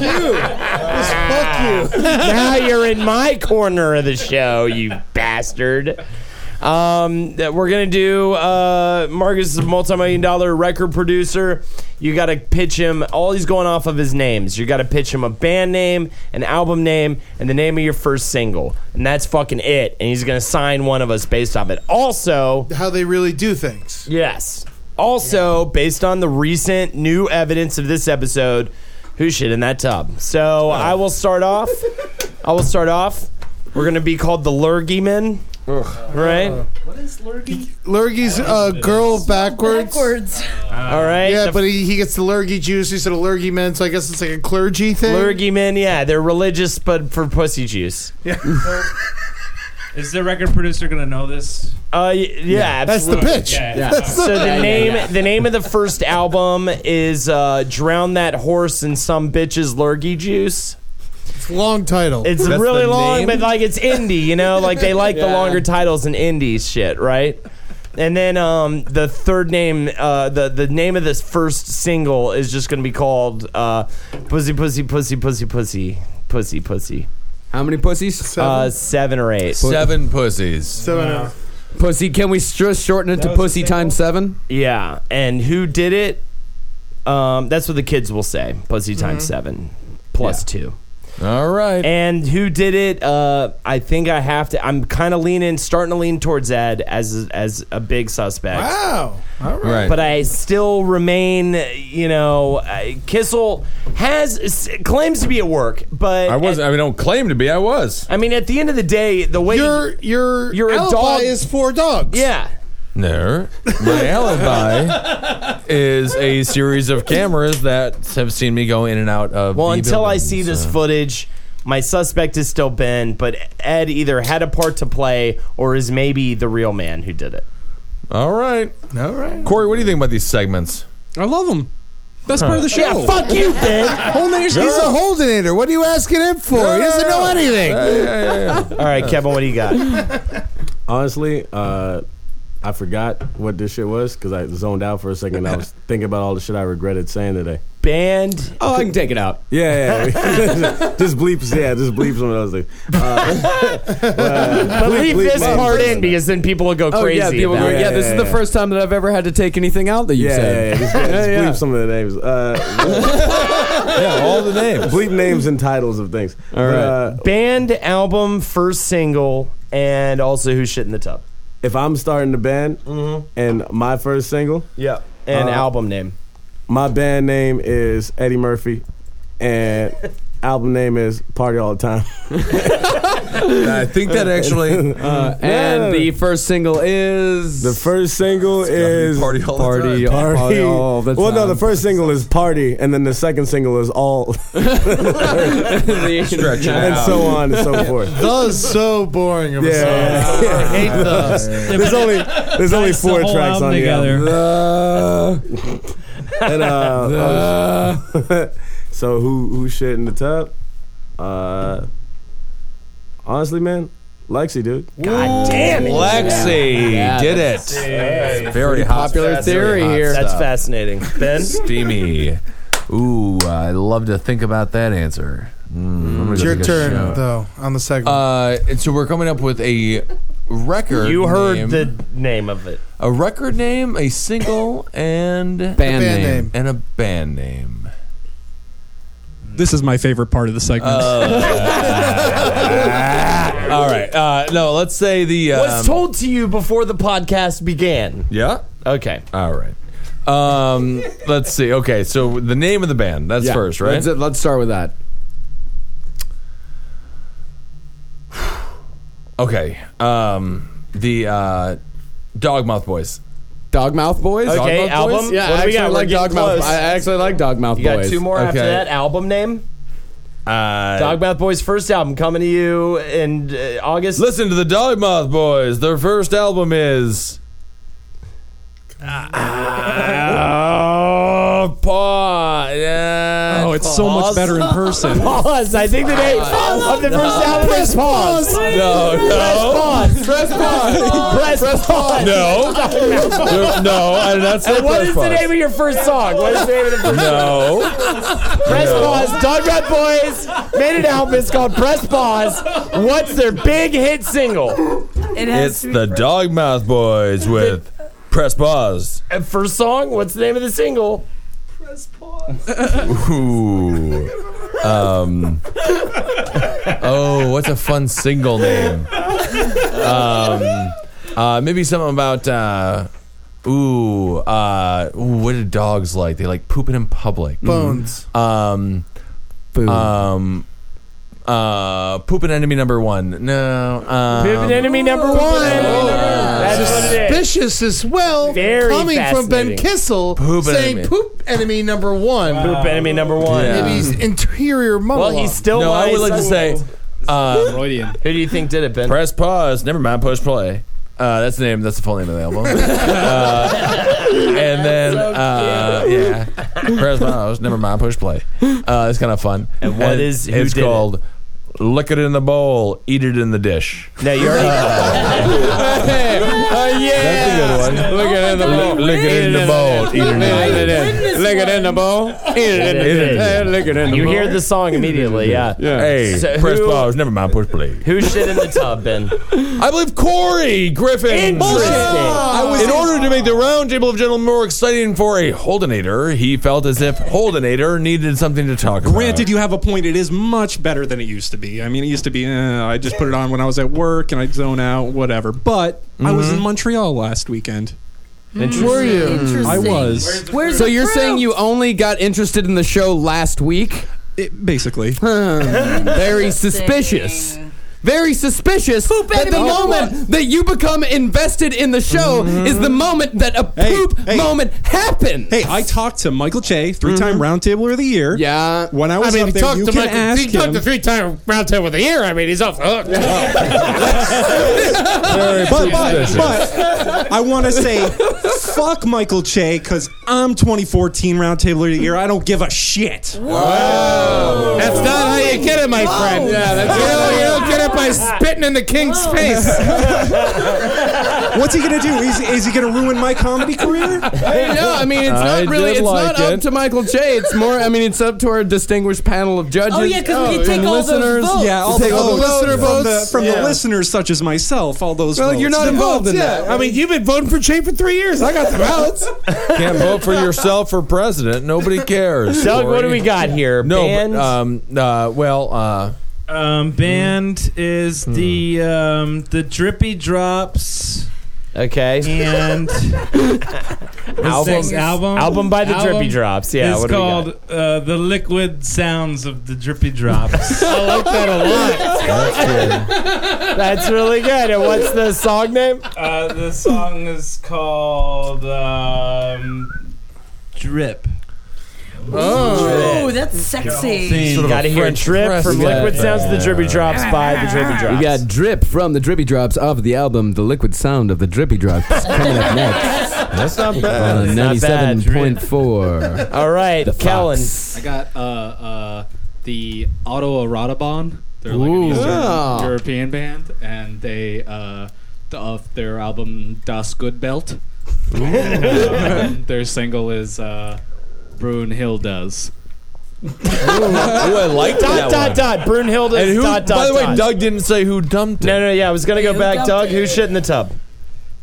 [SPEAKER 1] you. Fuck you.
[SPEAKER 11] now you're in my corner of the show, you bastard. Um, that we're gonna do. Uh, Marcus is a multi-million dollar record producer. You got to pitch him. All he's going off of his names. You got to pitch him a band name, an album name, and the name of your first single, and that's fucking it. And he's gonna sign one of us based off it. Also,
[SPEAKER 1] How they really do things.
[SPEAKER 11] Yes. Also, based on the recent new evidence of this episode, who shit in that tub?
[SPEAKER 15] Oh.
[SPEAKER 11] So I will start off. I will start off. We're gonna be called the Lurgy Men, right?
[SPEAKER 1] Lurgy's uh, girl backwards.
[SPEAKER 9] Backwards.
[SPEAKER 11] All right.
[SPEAKER 1] Yeah,
[SPEAKER 11] the
[SPEAKER 1] but he, he gets the lurgy juice instead of lurgy men, so I guess it's like a clergy thing.
[SPEAKER 11] Lurgy Men, yeah, they're religious, but for pussy juice.
[SPEAKER 15] Is the record producer gonna know this?
[SPEAKER 11] Uh, y- yeah,
[SPEAKER 1] That's the
[SPEAKER 11] absolutely.
[SPEAKER 1] pitch.
[SPEAKER 15] Yeah.
[SPEAKER 1] That's
[SPEAKER 11] So
[SPEAKER 1] the-
[SPEAKER 11] the name the name of the first album is uh, "Drown That Horse in Some Bitch's Lurgy Juice."
[SPEAKER 1] it's a long title.
[SPEAKER 11] It's
[SPEAKER 7] That's
[SPEAKER 11] really
[SPEAKER 7] the
[SPEAKER 11] long,
[SPEAKER 7] name?
[SPEAKER 11] but like it's indie, you know, like they like the
[SPEAKER 10] Yeah.
[SPEAKER 11] longer titles in indie shit, right? And then um, the third name, uh, the the name of this first single is just gonna be called uh, "Pussy Pussy Pussy Pussy Pussy Pussy Pussy."
[SPEAKER 10] How many pussies?
[SPEAKER 1] Seven.
[SPEAKER 11] Uh, seven or eight.
[SPEAKER 7] Seven pussies.
[SPEAKER 1] Seven and a-
[SPEAKER 10] Pussy. Can we str- shorten it to pussy times seven?
[SPEAKER 11] Yeah, and who did it? Um, that's what the kids will say. Pussy times seven plus two.
[SPEAKER 7] All right.
[SPEAKER 11] And who did it? Uh, I think I have to. I'm kind of leaning, starting to lean towards Ed as as a big suspect.
[SPEAKER 10] Oh,
[SPEAKER 1] wow. All right.
[SPEAKER 7] right.
[SPEAKER 11] But I still remain, you know, I- Kissel has s- claims to be at work, but
[SPEAKER 7] I was.
[SPEAKER 11] at-
[SPEAKER 7] I mean, I don't claim to be. I was.
[SPEAKER 11] I mean, at the end of the day, the way
[SPEAKER 1] Your your
[SPEAKER 11] You're a
[SPEAKER 1] alibi
[SPEAKER 11] dog-
[SPEAKER 1] is four dogs.
[SPEAKER 11] yeah,
[SPEAKER 7] No, my alibi is a series of cameras that have seen me go in and out of.
[SPEAKER 11] Well,
[SPEAKER 7] the uh,
[SPEAKER 11] until I
[SPEAKER 7] building,
[SPEAKER 11] see this
[SPEAKER 7] so.
[SPEAKER 11] footage, my suspect is still Ben, but Ed either had a part to play or is maybe the real man who did it.
[SPEAKER 7] All right. All right. Corey, what do you think about these segments?
[SPEAKER 8] I love them.
[SPEAKER 1] Best part of the show. Yeah, fuck you, Ben. He's
[SPEAKER 7] Girl.
[SPEAKER 1] a holdinator. What are you asking him for? he doesn't know anything.
[SPEAKER 11] All right, Kevin, what do you got?
[SPEAKER 13] Honestly, uh, I forgot what this shit was because I zoned out for a second. I was thinking about all the shit I regretted saying today.
[SPEAKER 11] Band. Oh, I can take it out.
[SPEAKER 13] Yeah, yeah, yeah. just bleeps. Yeah, just bleeps one of those things. Uh,
[SPEAKER 10] Uh,
[SPEAKER 11] But leave
[SPEAKER 13] please,
[SPEAKER 11] this
[SPEAKER 13] please.
[SPEAKER 11] part in because then people will go crazy.
[SPEAKER 10] Oh, yeah, people
[SPEAKER 11] about
[SPEAKER 10] go-
[SPEAKER 11] it.
[SPEAKER 10] yeah, this is the first time that I've ever had to take anything out that you
[SPEAKER 13] yeah,
[SPEAKER 10] said.
[SPEAKER 13] Yeah, yeah, just, just bleep some of the names. Uh, yeah, all the names. Bleep names and titles of things. uh, All right.
[SPEAKER 11] band album first single and also who shit in the tub.
[SPEAKER 13] if I'm starting the band
[SPEAKER 7] Mm-hmm.
[SPEAKER 13] and my first single,
[SPEAKER 11] Yeah. And
[SPEAKER 13] Uh,
[SPEAKER 11] album name.
[SPEAKER 13] my band name is Eddie Murphy, and album name is Party All the Time.
[SPEAKER 7] I think that actually.
[SPEAKER 13] Uh,
[SPEAKER 10] and the first single is
[SPEAKER 13] the first single is
[SPEAKER 7] Party All the
[SPEAKER 10] Party Time. All- Party All the
[SPEAKER 13] Well, no,
[SPEAKER 10] Time.
[SPEAKER 13] the first single is Party, and then the second single is All,
[SPEAKER 7] Stretch it
[SPEAKER 13] and
[SPEAKER 7] out.
[SPEAKER 13] so on and so forth.
[SPEAKER 3] Those so boring of a
[SPEAKER 13] Yeah.
[SPEAKER 3] song.
[SPEAKER 13] Yeah.
[SPEAKER 3] I hate those.
[SPEAKER 13] there's only there's only
[SPEAKER 15] Nice, the
[SPEAKER 13] four
[SPEAKER 15] whole
[SPEAKER 13] tracks
[SPEAKER 15] album
[SPEAKER 13] on
[SPEAKER 15] together.
[SPEAKER 13] the album. and uh, oh, so who who shit in the tub? Uh, honestly, man, Lexi, dude.
[SPEAKER 11] God damn it.
[SPEAKER 7] Lexi
[SPEAKER 11] Yeah,
[SPEAKER 7] did it.
[SPEAKER 11] that's-
[SPEAKER 7] It's Very hot.
[SPEAKER 10] popular
[SPEAKER 7] stuff. Very
[SPEAKER 10] theory
[SPEAKER 7] hot
[SPEAKER 10] here.
[SPEAKER 11] That's
[SPEAKER 7] stuff.
[SPEAKER 11] fascinating. Ben?
[SPEAKER 7] Steamy. Ooh, I love to think about that answer. Mm, I'm gonna
[SPEAKER 1] It's
[SPEAKER 7] go
[SPEAKER 1] your
[SPEAKER 7] take a
[SPEAKER 1] turn,
[SPEAKER 7] shower.
[SPEAKER 1] though, on the segment.
[SPEAKER 7] Uh, and so we're coming up with a record.
[SPEAKER 11] You heard
[SPEAKER 7] name,
[SPEAKER 11] the name of it.
[SPEAKER 7] a record name, a single, and band,
[SPEAKER 1] band name.
[SPEAKER 7] and a band name.
[SPEAKER 8] This is my favorite part of the segment.
[SPEAKER 11] Oh,
[SPEAKER 7] All right. Uh, no, let's say the. Um,
[SPEAKER 11] Was told to you before the podcast began.
[SPEAKER 7] yeah.
[SPEAKER 11] Okay.
[SPEAKER 7] All right. Um, let's see. Okay, so the name of the band. That's
[SPEAKER 10] Yeah.
[SPEAKER 7] first, right?
[SPEAKER 10] Let's, let's start with that.
[SPEAKER 7] Okay. Um, the uh, Dogmouth Boys.
[SPEAKER 10] Dogmouth Boys.
[SPEAKER 11] Okay,
[SPEAKER 10] Dogmouth
[SPEAKER 11] album?
[SPEAKER 10] Boys? Yeah,
[SPEAKER 11] What
[SPEAKER 10] I
[SPEAKER 11] do we
[SPEAKER 10] actually
[SPEAKER 11] got? We're
[SPEAKER 10] like
[SPEAKER 11] getting
[SPEAKER 10] Dogmouth.
[SPEAKER 11] close.
[SPEAKER 10] I actually like Dogmouth
[SPEAKER 11] You got
[SPEAKER 10] Boys.
[SPEAKER 11] two more after
[SPEAKER 7] Okay.
[SPEAKER 11] that. Album name?
[SPEAKER 7] Uh,
[SPEAKER 11] Dogbath Boys' first album coming to you in uh, August.
[SPEAKER 7] Listen to the Dogmouth Boys. Their first album is. Uh,
[SPEAKER 11] Oh,
[SPEAKER 7] pa- yeah,
[SPEAKER 8] oh, it's so much
[SPEAKER 7] pause.
[SPEAKER 8] better in person.
[SPEAKER 11] Pause. I think the name of the first album is Pause.
[SPEAKER 7] No, no,
[SPEAKER 11] Pause. Press pause. Press, pause.
[SPEAKER 7] no, There- no. I did not say
[SPEAKER 11] And what
[SPEAKER 7] press
[SPEAKER 11] is
[SPEAKER 7] pause.
[SPEAKER 11] the name of your first song? What is the name of the first
[SPEAKER 7] No,
[SPEAKER 11] Press Pause? Dograt Boys made an album. It's called Press Pause. What's their big hit single?
[SPEAKER 9] It has
[SPEAKER 7] it's
[SPEAKER 9] to be
[SPEAKER 7] the
[SPEAKER 9] fr-
[SPEAKER 7] Dogmouth Boys with press pause.
[SPEAKER 11] And Uh, first song? What's the name of the single?
[SPEAKER 7] Ooh. Um. Oh, what's a fun single name? Um. Uh, maybe something about. Uh, ooh. Uh. Ooh, what do dogs like? They like pooping in public.
[SPEAKER 1] Bones.
[SPEAKER 7] Um.
[SPEAKER 10] Boom.
[SPEAKER 7] Um. Uh. Pooping enemy number one. No. Um,
[SPEAKER 11] Pivot Enemy Number One. That's what it is.
[SPEAKER 1] Suspicious as well,
[SPEAKER 11] Very
[SPEAKER 1] coming from Ben
[SPEAKER 11] fascinating.
[SPEAKER 1] Kissel,
[SPEAKER 7] Poop
[SPEAKER 1] saying
[SPEAKER 7] enemy.
[SPEAKER 1] "poop enemy number one."
[SPEAKER 11] Poop Enemy Number One.
[SPEAKER 7] Yeah.
[SPEAKER 1] Maybe he's interior
[SPEAKER 11] Well,
[SPEAKER 1] monologue.
[SPEAKER 11] he's still.
[SPEAKER 7] no, I
[SPEAKER 11] my
[SPEAKER 7] would like to
[SPEAKER 11] son.
[SPEAKER 7] say. Uh,
[SPEAKER 14] Freudian.
[SPEAKER 11] Who do you think did it, Ben?
[SPEAKER 7] Press pause. Never mind. Push play. Uh, that's the name. That's the full name of the album. uh, and then, uh, yeah, press pause. Never mind. Push play. Uh, it's kind of fun. And
[SPEAKER 11] what is- who
[SPEAKER 7] it's
[SPEAKER 11] did it?
[SPEAKER 7] called? Lick it in the bowl. Eat it in the dish.
[SPEAKER 11] No, you already.
[SPEAKER 7] That's a good one. Lick it in the bowl. Lick it in the bowl. Eat it in the dish. Lick it in the bowl. Eat it in the dish. Lick it in the
[SPEAKER 11] You
[SPEAKER 7] bowl.
[SPEAKER 11] hear the song immediately, yeah.
[SPEAKER 7] Hey,
[SPEAKER 11] So
[SPEAKER 7] press
[SPEAKER 11] who-
[SPEAKER 7] pause. Never mind. Push play.
[SPEAKER 11] Who shit in the tub, Ben?
[SPEAKER 7] I believe Corey Griffin.
[SPEAKER 11] Bullshit.
[SPEAKER 7] I was- in order to make the roundtable of gentlemen more exciting for a Holdenator, he felt as if Holdenator needed something to talk about.
[SPEAKER 8] Granted, you have a point. It is much better than it used to be. I mean, it used to be, eh, I just put it on when I was at work and I'd zone out, whatever. But I was in Montreal last weekend.
[SPEAKER 1] Were you?
[SPEAKER 9] Interesting.
[SPEAKER 8] I was.
[SPEAKER 9] Where's
[SPEAKER 10] So
[SPEAKER 9] the
[SPEAKER 10] you're
[SPEAKER 9] proof?
[SPEAKER 10] saying you only got interested in the show last week?
[SPEAKER 8] It, basically.
[SPEAKER 10] Very suspicious. very suspicious that the
[SPEAKER 4] enemy number
[SPEAKER 10] moment that you become invested in the show
[SPEAKER 8] Mm-hmm.
[SPEAKER 10] is the moment that a poop moment happens.
[SPEAKER 8] Hey, I talked to Michael Che, three-time Roundtable of the Year.
[SPEAKER 10] Yeah,
[SPEAKER 8] when I
[SPEAKER 1] Mm-hmm. I
[SPEAKER 8] was
[SPEAKER 1] mean,
[SPEAKER 8] up
[SPEAKER 1] he
[SPEAKER 8] there,
[SPEAKER 1] talked
[SPEAKER 8] you
[SPEAKER 1] to
[SPEAKER 8] can
[SPEAKER 1] Michael-
[SPEAKER 8] ask
[SPEAKER 1] he talked
[SPEAKER 8] him.
[SPEAKER 1] to three time round table of the year. I mean, he's off the hook.
[SPEAKER 8] But- but, but I want to say, fuck Michael Che, because I'm 2014 Roundtable of the Year. I don't give a shit.
[SPEAKER 1] Whoa. That's not how you get it, my friend. Yeah, that's, you, don't, you don't get it by spitting in the king's face.
[SPEAKER 8] What's he gonna do? Is, is he gonna ruin my comedy career?
[SPEAKER 10] no, I mean it's not really. It's not up to Michael J. It's more. I mean, it's up to our distinguished panel of judges.
[SPEAKER 9] Oh, yeah, 'cause we
[SPEAKER 10] and
[SPEAKER 9] take all those
[SPEAKER 10] listeners.
[SPEAKER 9] votes.
[SPEAKER 8] Yeah, all
[SPEAKER 10] Take
[SPEAKER 8] the
[SPEAKER 10] all the
[SPEAKER 8] votes
[SPEAKER 10] listener
[SPEAKER 8] from
[SPEAKER 10] votes.
[SPEAKER 8] the, from
[SPEAKER 10] Yeah.
[SPEAKER 8] the listeners, such as myself. All those.
[SPEAKER 10] Well,
[SPEAKER 8] votes.
[SPEAKER 10] you're not
[SPEAKER 8] The
[SPEAKER 10] involved in that.
[SPEAKER 1] I mean, you've been voting for Che for three years. I got the ballots.
[SPEAKER 7] Can't vote for yourself for president. Nobody cares.
[SPEAKER 11] Doug, what
[SPEAKER 7] Corey.
[SPEAKER 11] do we got here?
[SPEAKER 7] No,
[SPEAKER 11] Band?
[SPEAKER 7] but, um, uh, well, uh, Hmm.
[SPEAKER 15] Um, band is the um, the Drippy Drops.
[SPEAKER 11] Okay.
[SPEAKER 15] And
[SPEAKER 11] Album-
[SPEAKER 15] album, album
[SPEAKER 11] album by the Drippy Drops. Yeah,
[SPEAKER 15] it's
[SPEAKER 11] what do we got?
[SPEAKER 15] called Uh, the Liquid Sounds of the Drippy Drops.
[SPEAKER 11] I like that a lot. That's really good. And what's the song name?
[SPEAKER 15] Uh, the song is called um, Drip.
[SPEAKER 11] Oh,
[SPEAKER 9] Ooh, Oh, that's sexy.
[SPEAKER 11] Got to hear Drip from Liquid Sounds of the Drippy Drops by the Drippy Drops.
[SPEAKER 10] We got drip from the drippy drops of the album, the liquid sound of the drippy drops. Coming up next.
[SPEAKER 7] That's not
[SPEAKER 10] on
[SPEAKER 14] That's not
[SPEAKER 7] bad.
[SPEAKER 14] bad,
[SPEAKER 10] Ninety-seven point four.
[SPEAKER 11] All right,
[SPEAKER 10] The Fox.
[SPEAKER 11] Kellen.
[SPEAKER 14] I got uh, uh, the Auto Erotabon. They're like
[SPEAKER 10] Ooh.
[SPEAKER 14] an Eastern
[SPEAKER 10] Yeah.
[SPEAKER 14] European band, and they uh, the, of their album Das Good Belt. um, their single is uh, Brunhildes.
[SPEAKER 7] Ooh, I like
[SPEAKER 11] dot,
[SPEAKER 7] that
[SPEAKER 11] dot,
[SPEAKER 7] one.
[SPEAKER 11] dot. Brunhilde
[SPEAKER 7] And who?
[SPEAKER 11] dot, dot,
[SPEAKER 7] by the way,
[SPEAKER 11] dot.
[SPEAKER 7] Doug didn't say who dumped it.
[SPEAKER 11] No, no, yeah. I was going to go
[SPEAKER 15] Who
[SPEAKER 11] back,
[SPEAKER 15] dumped
[SPEAKER 11] Doug. Who
[SPEAKER 15] it?
[SPEAKER 11] shit in the tub?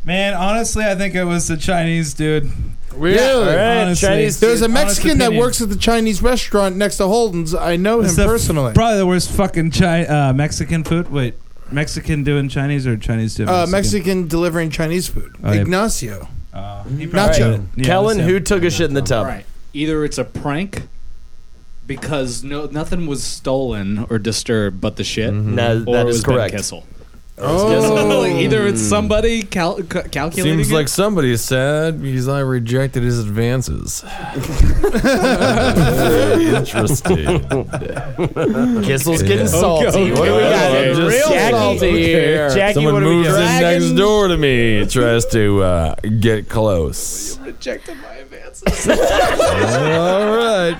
[SPEAKER 15] Man, honestly, I think it was the Chinese dude.
[SPEAKER 1] Really?
[SPEAKER 15] Honestly.
[SPEAKER 1] There's a
[SPEAKER 15] Honest
[SPEAKER 1] Mexican that
[SPEAKER 15] opinion.
[SPEAKER 1] works at the Chinese restaurant next to Holden's. I know him
[SPEAKER 15] It's the-
[SPEAKER 1] personally.
[SPEAKER 15] Probably the worst fucking chi- uh, Mexican food. Wait, Mexican doing Chinese or Chinese doing
[SPEAKER 1] Uh, Mexican delivering Chinese food.
[SPEAKER 15] Oh, yeah.
[SPEAKER 1] Ignacio.
[SPEAKER 14] probably
[SPEAKER 1] Nacho.
[SPEAKER 14] did.
[SPEAKER 1] Yeah,
[SPEAKER 11] Kellen,
[SPEAKER 1] that's
[SPEAKER 11] who
[SPEAKER 1] him.
[SPEAKER 11] took a shit in the tub?
[SPEAKER 14] Right. Either it's a prank because no nothing was stolen or disturbed but the shit.
[SPEAKER 11] No, that
[SPEAKER 14] or it
[SPEAKER 11] is
[SPEAKER 14] was Ben
[SPEAKER 11] correct.
[SPEAKER 14] Kissel.
[SPEAKER 1] Oh.
[SPEAKER 14] Like, either it's somebody cal- ca- calculating.
[SPEAKER 7] Seems
[SPEAKER 14] it.
[SPEAKER 7] like somebody is sad because I rejected his advances. Interesting.
[SPEAKER 11] Kissel's getting
[SPEAKER 7] Yeah.
[SPEAKER 11] salty.
[SPEAKER 7] Okay,
[SPEAKER 11] What do we
[SPEAKER 7] okay.
[SPEAKER 11] got?
[SPEAKER 7] I'm just
[SPEAKER 11] Real
[SPEAKER 7] salty
[SPEAKER 11] salty here. Jackie,
[SPEAKER 7] Someone
[SPEAKER 11] what do we
[SPEAKER 7] moves
[SPEAKER 11] do?
[SPEAKER 7] in next door to me, tries to uh, get close.
[SPEAKER 14] Rejected my advances.
[SPEAKER 7] All right.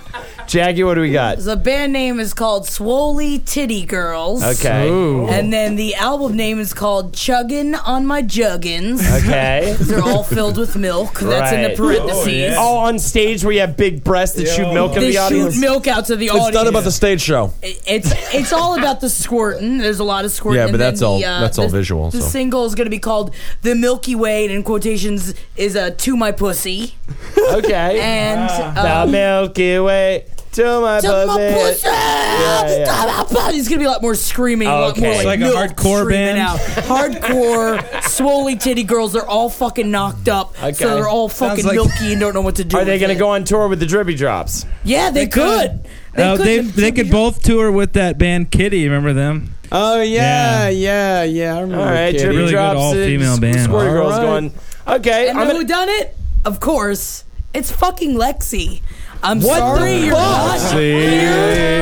[SPEAKER 11] Jackie, what do we got?
[SPEAKER 9] The band name is called Swoley Titty Girls.
[SPEAKER 11] Okay. Ooh.
[SPEAKER 9] And then the album name is called Chuggin' on My Juggins.
[SPEAKER 11] Okay.
[SPEAKER 9] They're all filled with milk. That's in the
[SPEAKER 11] Right.
[SPEAKER 9] parentheses.
[SPEAKER 11] All on stage where you have big breasts that shoot milk in
[SPEAKER 9] They
[SPEAKER 11] the audience.
[SPEAKER 9] shoot milk out to the
[SPEAKER 7] It's
[SPEAKER 9] audience.
[SPEAKER 7] not about the stage show.
[SPEAKER 9] It's it's all about the squirting. There's a lot of squirting.
[SPEAKER 7] Yeah, but
[SPEAKER 9] and then
[SPEAKER 7] that's all-
[SPEAKER 9] The, uh,
[SPEAKER 7] that's all
[SPEAKER 9] the-
[SPEAKER 7] visual,
[SPEAKER 9] The
[SPEAKER 7] so.
[SPEAKER 9] single is going to be called "The Milky Way," and in quotations is uh, "To My Pussy."
[SPEAKER 11] Okay.
[SPEAKER 9] And
[SPEAKER 11] The
[SPEAKER 9] um,
[SPEAKER 11] Milky Way to my
[SPEAKER 9] to my
[SPEAKER 11] pussy.
[SPEAKER 9] pussy. It's going to be a lot more screaming. a lot
[SPEAKER 11] Okay.
[SPEAKER 9] more
[SPEAKER 11] It's
[SPEAKER 9] like,
[SPEAKER 11] like a
[SPEAKER 9] milk
[SPEAKER 11] hardcore
[SPEAKER 9] screaming
[SPEAKER 11] band?
[SPEAKER 9] Out. Hardcore, swolly titty girls. They're all fucking knocked up,
[SPEAKER 11] Okay.
[SPEAKER 9] so they're all
[SPEAKER 11] Sounds
[SPEAKER 9] fucking
[SPEAKER 11] like-
[SPEAKER 9] milky and don't know what to do.
[SPEAKER 11] Are they
[SPEAKER 9] going
[SPEAKER 11] going to go on tour with the Drippy Drops?
[SPEAKER 9] Yeah, they, could. They
[SPEAKER 15] Uh,
[SPEAKER 9] could.
[SPEAKER 15] they, they could both tour with that band Kitty. Remember them?
[SPEAKER 10] Oh yeah, yeah, yeah. I remember.
[SPEAKER 11] All right,
[SPEAKER 10] Kitty.
[SPEAKER 11] Drippy
[SPEAKER 15] Really good
[SPEAKER 11] Drops.
[SPEAKER 15] all-female band.
[SPEAKER 11] Squirty
[SPEAKER 15] All
[SPEAKER 11] Girls
[SPEAKER 15] right.
[SPEAKER 11] going. Okay,
[SPEAKER 9] And
[SPEAKER 11] I'm
[SPEAKER 9] know
[SPEAKER 11] gonna,
[SPEAKER 9] who done it? Of course, it's fucking Lexi. I'm
[SPEAKER 11] What
[SPEAKER 9] sorry,
[SPEAKER 11] the
[SPEAKER 9] you're
[SPEAKER 11] fuck?
[SPEAKER 9] not.
[SPEAKER 7] See,
[SPEAKER 11] she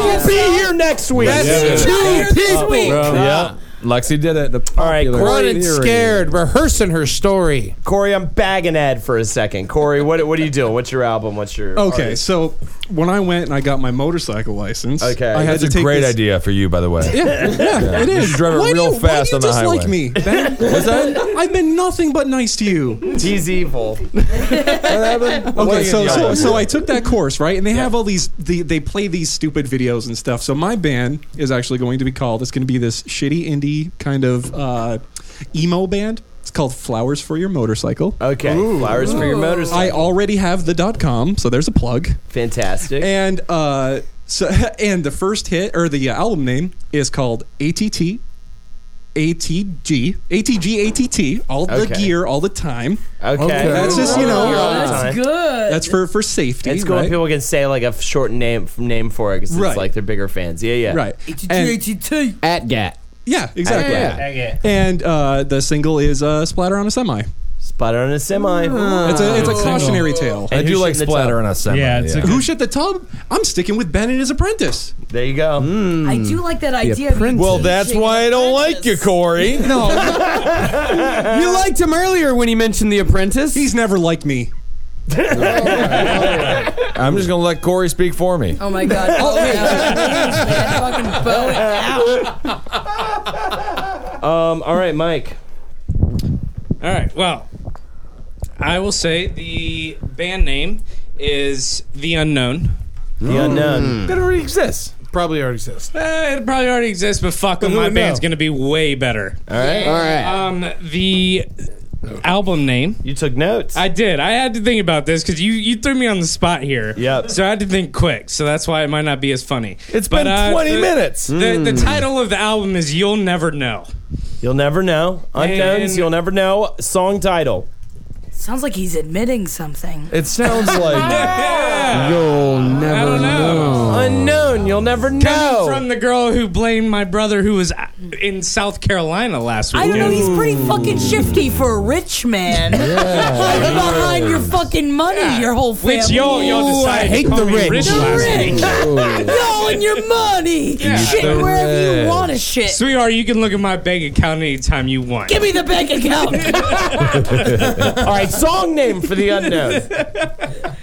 [SPEAKER 11] will be here next week.
[SPEAKER 7] That's Yeah. two
[SPEAKER 9] people.
[SPEAKER 7] yeah. Lexi did it. The
[SPEAKER 11] Uh, All right,
[SPEAKER 7] popular
[SPEAKER 11] Corey,
[SPEAKER 7] theory.
[SPEAKER 1] rehearsing her story.
[SPEAKER 11] Corey, I'm bagging Ed for a second. Corey, what what are you doing? What's your album? What's your
[SPEAKER 8] Okay,
[SPEAKER 11] artist?
[SPEAKER 8] so when I went and I got my motorcycle license,
[SPEAKER 11] Okay.
[SPEAKER 8] I had
[SPEAKER 7] That's
[SPEAKER 8] to
[SPEAKER 7] a
[SPEAKER 8] take
[SPEAKER 7] great
[SPEAKER 8] this-
[SPEAKER 7] idea for you, by the way.
[SPEAKER 8] Yeah, yeah, it
[SPEAKER 7] You
[SPEAKER 8] is.
[SPEAKER 7] should drive it
[SPEAKER 8] Why do
[SPEAKER 7] real
[SPEAKER 8] you- why
[SPEAKER 7] fast
[SPEAKER 8] do you
[SPEAKER 7] on the
[SPEAKER 8] dislike
[SPEAKER 7] highway.
[SPEAKER 8] me? Ben?
[SPEAKER 7] What's that?
[SPEAKER 8] I've been nothing but nice to you.
[SPEAKER 11] He's evil.
[SPEAKER 8] Okay, so, so
[SPEAKER 11] Yeah.
[SPEAKER 8] so I took that course, right? And they have all these the, they play these stupid videos and stuff. So my band is actually going to be called it's going to be this shitty indie kind of uh, emo band. It's called Flowers for Your Motorcycle.
[SPEAKER 11] Okay, flowers for your motorcycle.
[SPEAKER 8] I already have the dot .com, so there's a plug.
[SPEAKER 11] Fantastic.
[SPEAKER 8] And uh so and the first hit or the uh, album name is called ATT ATG ATG ATT all the
[SPEAKER 11] Okay.
[SPEAKER 8] gear all the time.
[SPEAKER 11] Okay.
[SPEAKER 8] That's just, you know,
[SPEAKER 12] Oh,
[SPEAKER 11] All the time. Okay.
[SPEAKER 9] good.
[SPEAKER 8] That's for for safety.
[SPEAKER 11] It's cool when
[SPEAKER 8] right?
[SPEAKER 11] people can say like a f- short name name for it because
[SPEAKER 8] Right.
[SPEAKER 11] it's like they're bigger fans. Yeah, yeah.
[SPEAKER 8] Right.
[SPEAKER 9] ATT.
[SPEAKER 11] At Gat.
[SPEAKER 8] Yeah, exactly.
[SPEAKER 11] Yeah, yeah, yeah.
[SPEAKER 8] And uh, the single is uh, Splatter on a Semi.
[SPEAKER 11] Splatter on a Semi.
[SPEAKER 8] It's a, it's a
[SPEAKER 11] Ooh.
[SPEAKER 8] cautionary tale.
[SPEAKER 11] And I do who like shit in the Splatter tub? on a Semi, Yeah, it's a yeah. good-
[SPEAKER 8] Who shit the tub? I'm sticking with Ben and his apprentice.
[SPEAKER 11] There you go.
[SPEAKER 9] I do like that idea. Of you
[SPEAKER 7] Well, that's
[SPEAKER 9] teaching-
[SPEAKER 7] why I don't like you, Corey.
[SPEAKER 10] you liked him earlier when he mentioned The Apprentice. He's
[SPEAKER 8] never liked me.
[SPEAKER 7] I'm just gonna let Corey speak for me.
[SPEAKER 9] Oh my god. Oh, man. Fucking bow it out.
[SPEAKER 11] Um. All right, Mike.
[SPEAKER 12] All right. Well, I will say the band name is The Unknown.
[SPEAKER 11] The unknown.
[SPEAKER 12] That already exists.
[SPEAKER 1] Probably already exists.
[SPEAKER 12] Eh, it probably already exists, but fuck them.
[SPEAKER 1] who
[SPEAKER 12] My
[SPEAKER 1] would
[SPEAKER 12] band's
[SPEAKER 1] know?
[SPEAKER 12] going to be way better. All
[SPEAKER 10] right. All right.
[SPEAKER 12] Um, the album name.
[SPEAKER 11] You took notes.
[SPEAKER 12] I did. I had to think about this because you, you threw me on the spot here. Yep. So I had to think quick. So that's why it might not be as funny. It's
[SPEAKER 7] been 20 minutes.
[SPEAKER 12] The, the
[SPEAKER 11] Mm.
[SPEAKER 12] title of the album is You'll Never Know.
[SPEAKER 11] You'll never know. Unknowns.
[SPEAKER 12] And-
[SPEAKER 11] you'll never know. Song title.
[SPEAKER 9] Sounds like he's admitting something.
[SPEAKER 7] It sounds
[SPEAKER 10] You'll never know.
[SPEAKER 11] Unknown. You'll never know.
[SPEAKER 12] From the girl who blamed my brother who was in South Carolina last week.
[SPEAKER 9] I don't know. He's pretty fucking shifty for a rich man. Hiding behind your fucking money, your whole family.
[SPEAKER 12] Which y'all- y'all Ooh, decided I to hate call the me rich. rich last week.
[SPEAKER 9] The rich. y'all and your money. Shit wherever you want to shit.
[SPEAKER 12] Sweetheart, you can look at my bank account anytime you want.
[SPEAKER 9] Give me the bank account.
[SPEAKER 11] All right. Song name for the unknown.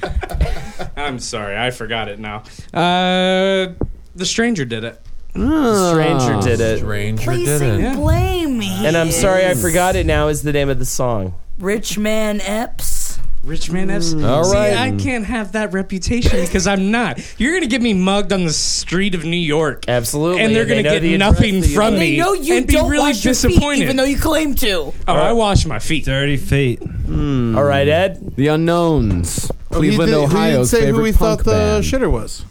[SPEAKER 12] I'm sorry, I forgot it now. Uh, the stranger did it.
[SPEAKER 11] The stranger did it.
[SPEAKER 7] Stranger
[SPEAKER 9] Placing blame. he
[SPEAKER 11] And I'm sorry I
[SPEAKER 9] is.
[SPEAKER 11] forgot it. Now is the name of the song.
[SPEAKER 9] Rich man Epps.
[SPEAKER 12] Rich man Epps.
[SPEAKER 11] Mm. All
[SPEAKER 12] See,
[SPEAKER 11] right.
[SPEAKER 12] I can't have that reputation because I'm not. You're gonna get me mugged on the street of New York.
[SPEAKER 11] Absolutely.
[SPEAKER 12] And they're
[SPEAKER 11] And they
[SPEAKER 12] gonna
[SPEAKER 11] know
[SPEAKER 12] get
[SPEAKER 11] the address
[SPEAKER 12] nothing
[SPEAKER 11] that you
[SPEAKER 12] from me
[SPEAKER 11] live
[SPEAKER 9] They know you
[SPEAKER 12] and be
[SPEAKER 9] don't
[SPEAKER 12] really
[SPEAKER 9] wash your
[SPEAKER 12] disappointed.
[SPEAKER 9] feet, even though you claim to.
[SPEAKER 12] oh, I wash my feet.
[SPEAKER 10] Dirty feet.
[SPEAKER 11] All right, Ed.
[SPEAKER 10] The unknowns.
[SPEAKER 1] Oh, he
[SPEAKER 10] Cleveland,
[SPEAKER 1] did- he didn't
[SPEAKER 10] Ohio's
[SPEAKER 1] say
[SPEAKER 10] favorite
[SPEAKER 1] who we
[SPEAKER 10] punk
[SPEAKER 1] thought the
[SPEAKER 10] band.
[SPEAKER 1] shitter was.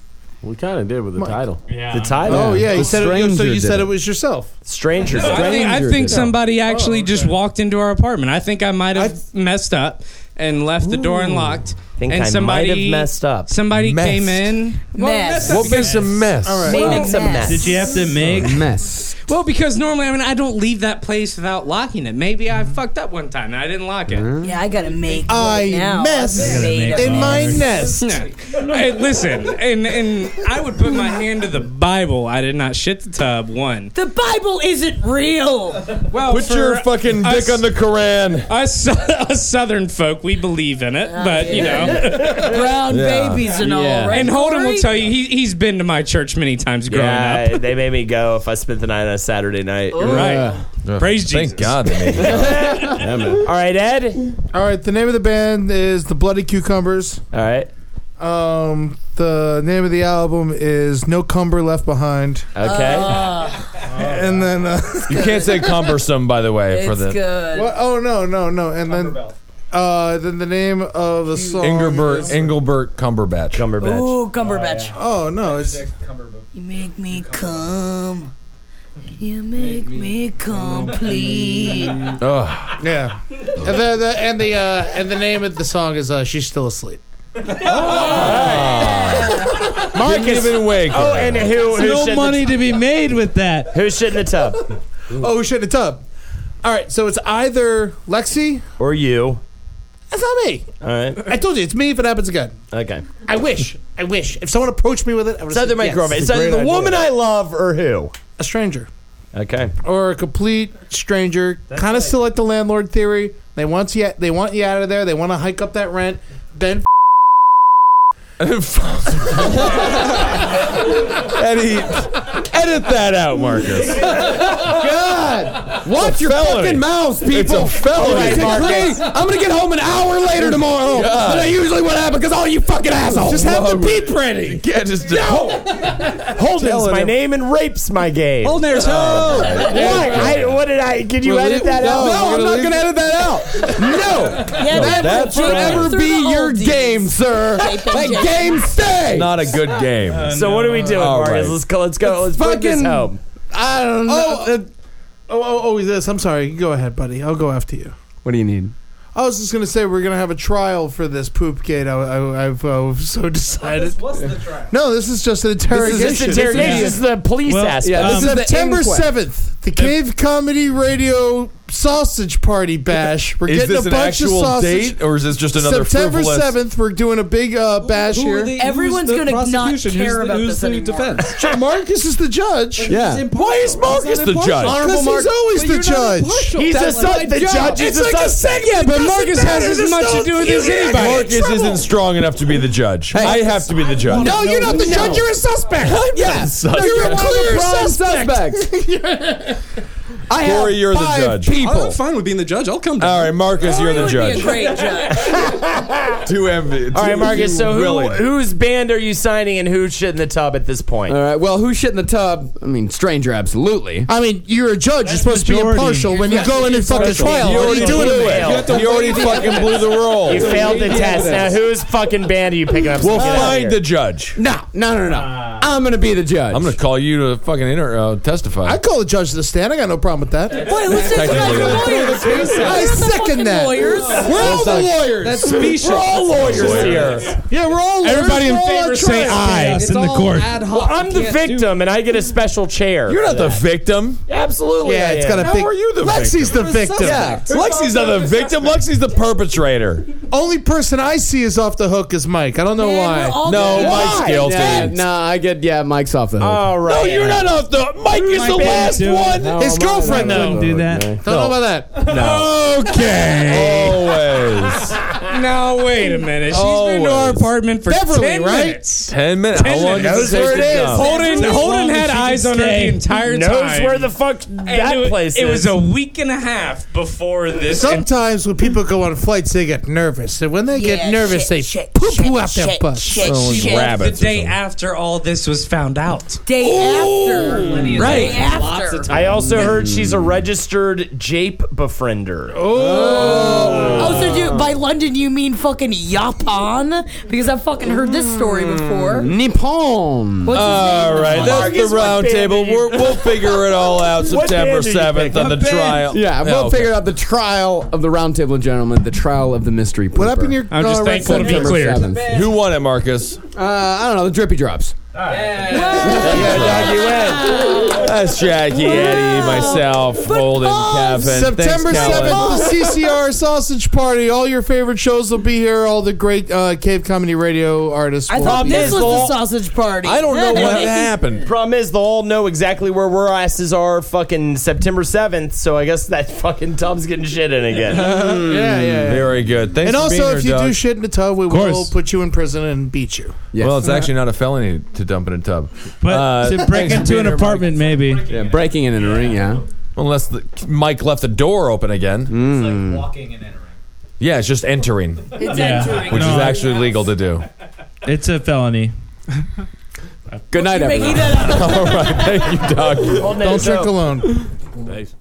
[SPEAKER 13] We kind of did with the title.
[SPEAKER 11] The title.
[SPEAKER 1] Oh yeah,
[SPEAKER 11] The
[SPEAKER 1] you said it,
[SPEAKER 11] stranger
[SPEAKER 1] so. You
[SPEAKER 11] did
[SPEAKER 1] said
[SPEAKER 11] it.
[SPEAKER 1] it was yourself.
[SPEAKER 11] Stranger.
[SPEAKER 12] No, I think, I
[SPEAKER 11] Stranger
[SPEAKER 12] think
[SPEAKER 11] did it.
[SPEAKER 12] somebody
[SPEAKER 11] Oh,
[SPEAKER 12] actually just walked into our apartment. I think I might have messed up and left the door unlocked.
[SPEAKER 11] Think
[SPEAKER 12] and
[SPEAKER 11] I might
[SPEAKER 12] somebody
[SPEAKER 11] have messed up.
[SPEAKER 12] Somebody
[SPEAKER 11] Messed.
[SPEAKER 12] came in. Well,
[SPEAKER 11] Messed.
[SPEAKER 12] messed up
[SPEAKER 11] What makes
[SPEAKER 12] because-
[SPEAKER 11] a mess? All right. Made a
[SPEAKER 12] Well,
[SPEAKER 11] mess. Did you have to make-
[SPEAKER 10] mess?
[SPEAKER 12] Well, because normally I mean I don't leave that place without locking it. Maybe I fucked up one time and I didn't lock it.
[SPEAKER 11] Mm.
[SPEAKER 9] Yeah, I gotta make.
[SPEAKER 1] I
[SPEAKER 9] one now.
[SPEAKER 1] mess
[SPEAKER 9] Made a
[SPEAKER 1] in my
[SPEAKER 9] mess.
[SPEAKER 1] nest.
[SPEAKER 12] hey, listen, and and I would put my hand to the Bible. I did not shit the tub. One.
[SPEAKER 9] The Bible isn't real.
[SPEAKER 12] Well,
[SPEAKER 7] Put your fucking dick on the Koran.
[SPEAKER 12] Us, us Southern folk, we believe in
[SPEAKER 9] Oh,
[SPEAKER 12] it, but you know.
[SPEAKER 9] brown
[SPEAKER 12] Yeah.
[SPEAKER 9] babies and
[SPEAKER 12] Yeah.
[SPEAKER 9] all. Right?
[SPEAKER 12] And Holden
[SPEAKER 9] Corey?
[SPEAKER 12] will tell you he, he's been to my church many times growing
[SPEAKER 11] Yeah, they made me go if I spent the night on a Saturday night.
[SPEAKER 12] up. Right. Praise
[SPEAKER 7] Thank
[SPEAKER 12] Jesus.
[SPEAKER 7] God they made it.
[SPEAKER 11] Yeah, man. All right, Ed.
[SPEAKER 1] All right, the name of the band is the Bloody Cucumbers.
[SPEAKER 11] All right.
[SPEAKER 1] Um, the name of the album is No Cumber Left Behind, Uh,
[SPEAKER 11] Okay.
[SPEAKER 9] Uh,
[SPEAKER 1] and then uh,
[SPEAKER 7] You can't say cumbersome, by the way, for the
[SPEAKER 9] good.
[SPEAKER 1] What? Oh no, no, no, and then uh, then the name of the song.
[SPEAKER 7] Engelbert Engelbert Cumberbatch.
[SPEAKER 11] Cumberbatch.
[SPEAKER 9] Ooh, Cumberbatch.
[SPEAKER 1] Oh no, it's
[SPEAKER 9] You make me come. You make me complete.
[SPEAKER 7] Ugh.
[SPEAKER 1] yeah, and the, the and the uh, and the name of the song is uh, "She's Still Asleep."
[SPEAKER 7] Mark is even awake.
[SPEAKER 11] Oh, and who? who
[SPEAKER 15] no
[SPEAKER 11] shit
[SPEAKER 15] money
[SPEAKER 11] in the,
[SPEAKER 15] to be made with that.
[SPEAKER 11] Who shit in the tub?
[SPEAKER 1] Oh shit, the tub. All right, so it's either Lexi.
[SPEAKER 11] Or you?
[SPEAKER 1] That's not me.
[SPEAKER 11] All right.
[SPEAKER 1] I told you, it's me if it happens again.
[SPEAKER 11] Okay.
[SPEAKER 1] I wish. I wish. If someone approached me with it, I would
[SPEAKER 11] It's either my girlfriend. It's either the woman I love or who?
[SPEAKER 1] a stranger.
[SPEAKER 11] Okay.
[SPEAKER 1] Or a complete stranger. Kind of still like the landlord theory. They want you. They want you out of there. They want to hike up that rent. Then
[SPEAKER 7] Eddie, edit that out, Marcus.
[SPEAKER 10] God, watch
[SPEAKER 7] It's a
[SPEAKER 10] your
[SPEAKER 7] felony.
[SPEAKER 10] fucking mouths, people.
[SPEAKER 7] It's a felony,
[SPEAKER 10] All right,
[SPEAKER 7] Marcus.
[SPEAKER 10] great. I'm gonna get home an hour later tomorrow
[SPEAKER 7] God.
[SPEAKER 10] than I usually would have because all you fucking assholes.
[SPEAKER 7] Just have the
[SPEAKER 10] beat ready.
[SPEAKER 7] Yeah, just no.
[SPEAKER 11] Holden's my name and rapes my game.
[SPEAKER 15] Hold there,
[SPEAKER 11] What? I, what did I? Did you
[SPEAKER 7] We'll
[SPEAKER 11] edit
[SPEAKER 7] leave-
[SPEAKER 11] that
[SPEAKER 7] no,
[SPEAKER 11] out?
[SPEAKER 7] we're gonna leave-
[SPEAKER 10] edit that out. No,
[SPEAKER 9] Yeah,
[SPEAKER 7] No,
[SPEAKER 10] that
[SPEAKER 7] that's
[SPEAKER 10] will forever
[SPEAKER 9] right.
[SPEAKER 10] be your game, sir. That game stay.
[SPEAKER 7] Not a good game.
[SPEAKER 11] So what are we doing,
[SPEAKER 7] All
[SPEAKER 11] Marcus?
[SPEAKER 7] right.
[SPEAKER 11] Let's go. Let's go. Let's bring this
[SPEAKER 10] fucking-
[SPEAKER 11] home.
[SPEAKER 10] I don't know.
[SPEAKER 1] uh, Oh, oh, oh, oh, this. I'm sorry. Go ahead, buddy. I'll go after you.
[SPEAKER 10] What do you need?
[SPEAKER 1] I was just gonna say we're gonna have a trial for this poop gate. I, I, I've uh, so decided. What's the trial? No, this is just an interrogation.
[SPEAKER 3] just interrogation. This is the police aspect.
[SPEAKER 1] Yeah, this
[SPEAKER 3] Um,
[SPEAKER 1] is
[SPEAKER 3] the
[SPEAKER 1] September
[SPEAKER 3] inquest.
[SPEAKER 1] seventh. The Cave Comedy Radio Sausage Party Bash. We're
[SPEAKER 7] Is
[SPEAKER 1] getting
[SPEAKER 7] this
[SPEAKER 1] a
[SPEAKER 7] an
[SPEAKER 1] bunch
[SPEAKER 7] actual
[SPEAKER 1] of sausage.
[SPEAKER 7] date, or is this just another
[SPEAKER 1] September
[SPEAKER 7] frivolous-
[SPEAKER 1] seventh? We're doing a big uh, bash
[SPEAKER 9] who are
[SPEAKER 1] here.
[SPEAKER 9] the- who's Everyone's the gonna not prosecution? care Who's the- about who's this the anymore. defense?
[SPEAKER 1] Sure, Marcus is the judge.
[SPEAKER 9] Yeah. he's impartial.
[SPEAKER 1] Why is
[SPEAKER 9] He's
[SPEAKER 1] Marcus
[SPEAKER 9] not
[SPEAKER 1] the
[SPEAKER 9] impartial.
[SPEAKER 1] judge?
[SPEAKER 9] Honorable
[SPEAKER 1] Because he's
[SPEAKER 9] Marcus-
[SPEAKER 1] always
[SPEAKER 9] But
[SPEAKER 1] the
[SPEAKER 9] you're not
[SPEAKER 1] judge.
[SPEAKER 9] impartial. He's That's a sub- my the job. judge is
[SPEAKER 1] It's
[SPEAKER 9] a
[SPEAKER 1] like
[SPEAKER 9] sub-
[SPEAKER 1] a second.
[SPEAKER 9] Yeah, but
[SPEAKER 1] It doesn't
[SPEAKER 9] Marcus
[SPEAKER 1] matter.
[SPEAKER 9] has as
[SPEAKER 1] There's
[SPEAKER 9] much
[SPEAKER 1] no-
[SPEAKER 9] to do with
[SPEAKER 1] you
[SPEAKER 9] this
[SPEAKER 1] get in
[SPEAKER 9] anybody.
[SPEAKER 1] Marcus
[SPEAKER 7] Marcus isn't strong enough to be the judge. I have to be the judge.
[SPEAKER 1] No, you're not the judge. You're a suspect.
[SPEAKER 7] Yeah. Suspect.
[SPEAKER 1] you're a
[SPEAKER 7] You're
[SPEAKER 1] clear
[SPEAKER 7] a prime
[SPEAKER 1] suspect.
[SPEAKER 7] I Corey, you're the judge.
[SPEAKER 8] I'm fine with being the judge. I'll come. Down.
[SPEAKER 7] All right,
[SPEAKER 9] Oh,
[SPEAKER 7] Marcus, you're the judge.
[SPEAKER 8] judge.
[SPEAKER 7] Two envy.
[SPEAKER 11] All right, Marcus. So who,
[SPEAKER 10] Really?
[SPEAKER 11] whose band are you signing, and who's shit in the tub at this point?
[SPEAKER 10] All right. Well, who shit in the tub? I mean, stranger, absolutely.
[SPEAKER 1] I mean, you're a judge. You're supposed to be impartial when you go in and fucking trial.
[SPEAKER 10] You
[SPEAKER 1] What are you
[SPEAKER 10] already
[SPEAKER 1] doing
[SPEAKER 10] blew
[SPEAKER 1] to
[SPEAKER 10] it.
[SPEAKER 1] me?
[SPEAKER 10] You have to You already wait. fucking blew the role.
[SPEAKER 11] You failed the
[SPEAKER 10] Yeah.
[SPEAKER 11] test. Now, whose fucking band are you picking up?
[SPEAKER 7] We'll
[SPEAKER 11] Get out of
[SPEAKER 7] find
[SPEAKER 11] here.
[SPEAKER 7] the judge.
[SPEAKER 10] No, no, no, no. I'm gonna be the judge.
[SPEAKER 7] I'm gonna call you to fucking inter- uh, testify.
[SPEAKER 1] I call the judge to the stand. I got no problem with that. Wait,
[SPEAKER 7] let's just Technically. talk about
[SPEAKER 1] lawyers. I
[SPEAKER 9] We're the
[SPEAKER 1] second
[SPEAKER 9] fucking
[SPEAKER 1] that.
[SPEAKER 9] lawyers.
[SPEAKER 1] We're all the lawyers.
[SPEAKER 9] That's
[SPEAKER 1] We're all lawyers here. Yeah, we're all lawyers.
[SPEAKER 11] Everybody in
[SPEAKER 1] We're all
[SPEAKER 11] favor,
[SPEAKER 1] on
[SPEAKER 11] say
[SPEAKER 1] trial.
[SPEAKER 11] aye. It's in the all court. ad Well, I'm the victim, and I get a special chair.
[SPEAKER 7] You're not
[SPEAKER 11] for
[SPEAKER 7] the
[SPEAKER 11] that.
[SPEAKER 7] victim.
[SPEAKER 11] Absolutely.
[SPEAKER 7] Yeah,
[SPEAKER 11] I
[SPEAKER 7] it's
[SPEAKER 11] am.
[SPEAKER 7] got a big- How are you the
[SPEAKER 1] Lexi's
[SPEAKER 7] victim?
[SPEAKER 1] the victim.
[SPEAKER 7] Yeah. Lexi's not the victim. Lexi's the perpetrator.
[SPEAKER 1] Only person I see is off the hook is Mike. I don't know why.
[SPEAKER 7] No,
[SPEAKER 1] Why?
[SPEAKER 7] Mike's guilty.
[SPEAKER 10] Yeah, nah, I get. Yeah, Mike's off the hook.
[SPEAKER 11] All right.
[SPEAKER 7] No, you're not off the. Mike is
[SPEAKER 1] My
[SPEAKER 7] the
[SPEAKER 1] bad,
[SPEAKER 7] last
[SPEAKER 1] dude.
[SPEAKER 7] one.
[SPEAKER 1] No, His my- girlfriend, I wouldn't though. do that. Don't know about that.
[SPEAKER 7] No. Okay. Always.
[SPEAKER 12] Now wait a minute. She's been to our
[SPEAKER 7] Always.
[SPEAKER 12] apartment for
[SPEAKER 7] Beverly,
[SPEAKER 12] ten
[SPEAKER 7] right?
[SPEAKER 12] minutes.
[SPEAKER 7] Ten minutes. How
[SPEAKER 12] Ten
[SPEAKER 7] long
[SPEAKER 12] minutes.
[SPEAKER 7] does it
[SPEAKER 12] Knows
[SPEAKER 7] take
[SPEAKER 12] where it
[SPEAKER 7] to
[SPEAKER 12] is.
[SPEAKER 7] dump?
[SPEAKER 12] Holden-
[SPEAKER 7] As
[SPEAKER 12] Holden
[SPEAKER 7] long as
[SPEAKER 12] had
[SPEAKER 7] she
[SPEAKER 12] eyes
[SPEAKER 7] can
[SPEAKER 12] on her the
[SPEAKER 7] stay.
[SPEAKER 12] entire
[SPEAKER 7] Knows
[SPEAKER 12] time.
[SPEAKER 7] where
[SPEAKER 11] the fuck
[SPEAKER 12] And it- It was a week and a half before this.
[SPEAKER 1] Sometimes when people go on flights, they get nervous, and when they get
[SPEAKER 12] Yeah,
[SPEAKER 1] nervous,
[SPEAKER 12] shit,
[SPEAKER 1] they
[SPEAKER 12] shit,
[SPEAKER 1] poo poo
[SPEAKER 12] shit,
[SPEAKER 1] out their
[SPEAKER 12] shit,
[SPEAKER 1] butt.
[SPEAKER 12] shit, shit. The day after all this was found out.
[SPEAKER 9] Day
[SPEAKER 12] Plenty
[SPEAKER 9] after.
[SPEAKER 12] of
[SPEAKER 9] Right.
[SPEAKER 12] days. Lots of
[SPEAKER 9] after.
[SPEAKER 12] time.
[SPEAKER 11] I also heard she's a registered jape befriender. Oh.
[SPEAKER 9] Oh, so dude, by London you mean fucking Japan? Because I've fucking heard this story before.
[SPEAKER 10] Nippon.
[SPEAKER 9] What's his
[SPEAKER 7] All
[SPEAKER 9] name?
[SPEAKER 7] right, that's
[SPEAKER 9] Marcus,
[SPEAKER 7] the
[SPEAKER 9] what
[SPEAKER 7] round
[SPEAKER 9] band
[SPEAKER 7] table.
[SPEAKER 9] did you-
[SPEAKER 7] We're, we'll figure it all out
[SPEAKER 10] What
[SPEAKER 7] September
[SPEAKER 10] band did you
[SPEAKER 7] seventh
[SPEAKER 10] pick?
[SPEAKER 7] on the
[SPEAKER 10] What band?
[SPEAKER 7] trial.
[SPEAKER 10] Yeah, we'll
[SPEAKER 11] Oh,
[SPEAKER 7] okay.
[SPEAKER 10] figure out the trial of the roundtable and gentlemen, the trial of the mystery. Pooper. What
[SPEAKER 1] happened to your- I'm just uh, thankful
[SPEAKER 7] to be
[SPEAKER 1] cleared.
[SPEAKER 7] Who won it, Marcus?
[SPEAKER 10] Uh, I don't know. The drippy drops.
[SPEAKER 7] That's Jackie, Eddie, myself, Holden, Kevin.
[SPEAKER 1] September
[SPEAKER 7] Thanks, Kevin.
[SPEAKER 1] 7th, the CCR Sausage Party. All your favorite shows will be here. All the great uh, Cave Comedy Radio artists.
[SPEAKER 11] I
[SPEAKER 1] will
[SPEAKER 11] thought
[SPEAKER 1] be
[SPEAKER 11] this
[SPEAKER 1] here.
[SPEAKER 11] was the
[SPEAKER 9] sausage party.
[SPEAKER 11] I don't know what
[SPEAKER 7] happened.
[SPEAKER 11] Problem is, they'll all know exactly where we're asses are fucking September 7th, so I guess that fucking tub's getting shit in again.
[SPEAKER 1] Yeah, yeah, yeah.
[SPEAKER 7] Mm, Very good. Thanks
[SPEAKER 1] and
[SPEAKER 7] for
[SPEAKER 1] also,
[SPEAKER 7] being here,
[SPEAKER 1] if you
[SPEAKER 7] Doug.
[SPEAKER 1] do shit in the tub, we
[SPEAKER 7] Of course.
[SPEAKER 1] will put you in prison and beat you.
[SPEAKER 7] Well, it's actually not a felony to dump in a tub. Uh,
[SPEAKER 15] But to break
[SPEAKER 7] thanks
[SPEAKER 15] into
[SPEAKER 7] for being
[SPEAKER 15] an
[SPEAKER 7] here, Mike.
[SPEAKER 15] apartment, maybe.
[SPEAKER 10] Yeah, breaking in and entering. Yeah.
[SPEAKER 7] Unless the, Mike left the door open again.
[SPEAKER 15] Hmm.
[SPEAKER 7] It's like walking and entering. Yeah, it's just entering.
[SPEAKER 15] It's Yeah. entering.
[SPEAKER 7] Which
[SPEAKER 15] No.
[SPEAKER 7] is actually legal to do.
[SPEAKER 15] It's a felony.
[SPEAKER 10] Good night,
[SPEAKER 7] everyone. All right, thank you, Doug.
[SPEAKER 1] Don't drink alone.
[SPEAKER 7] Thanks.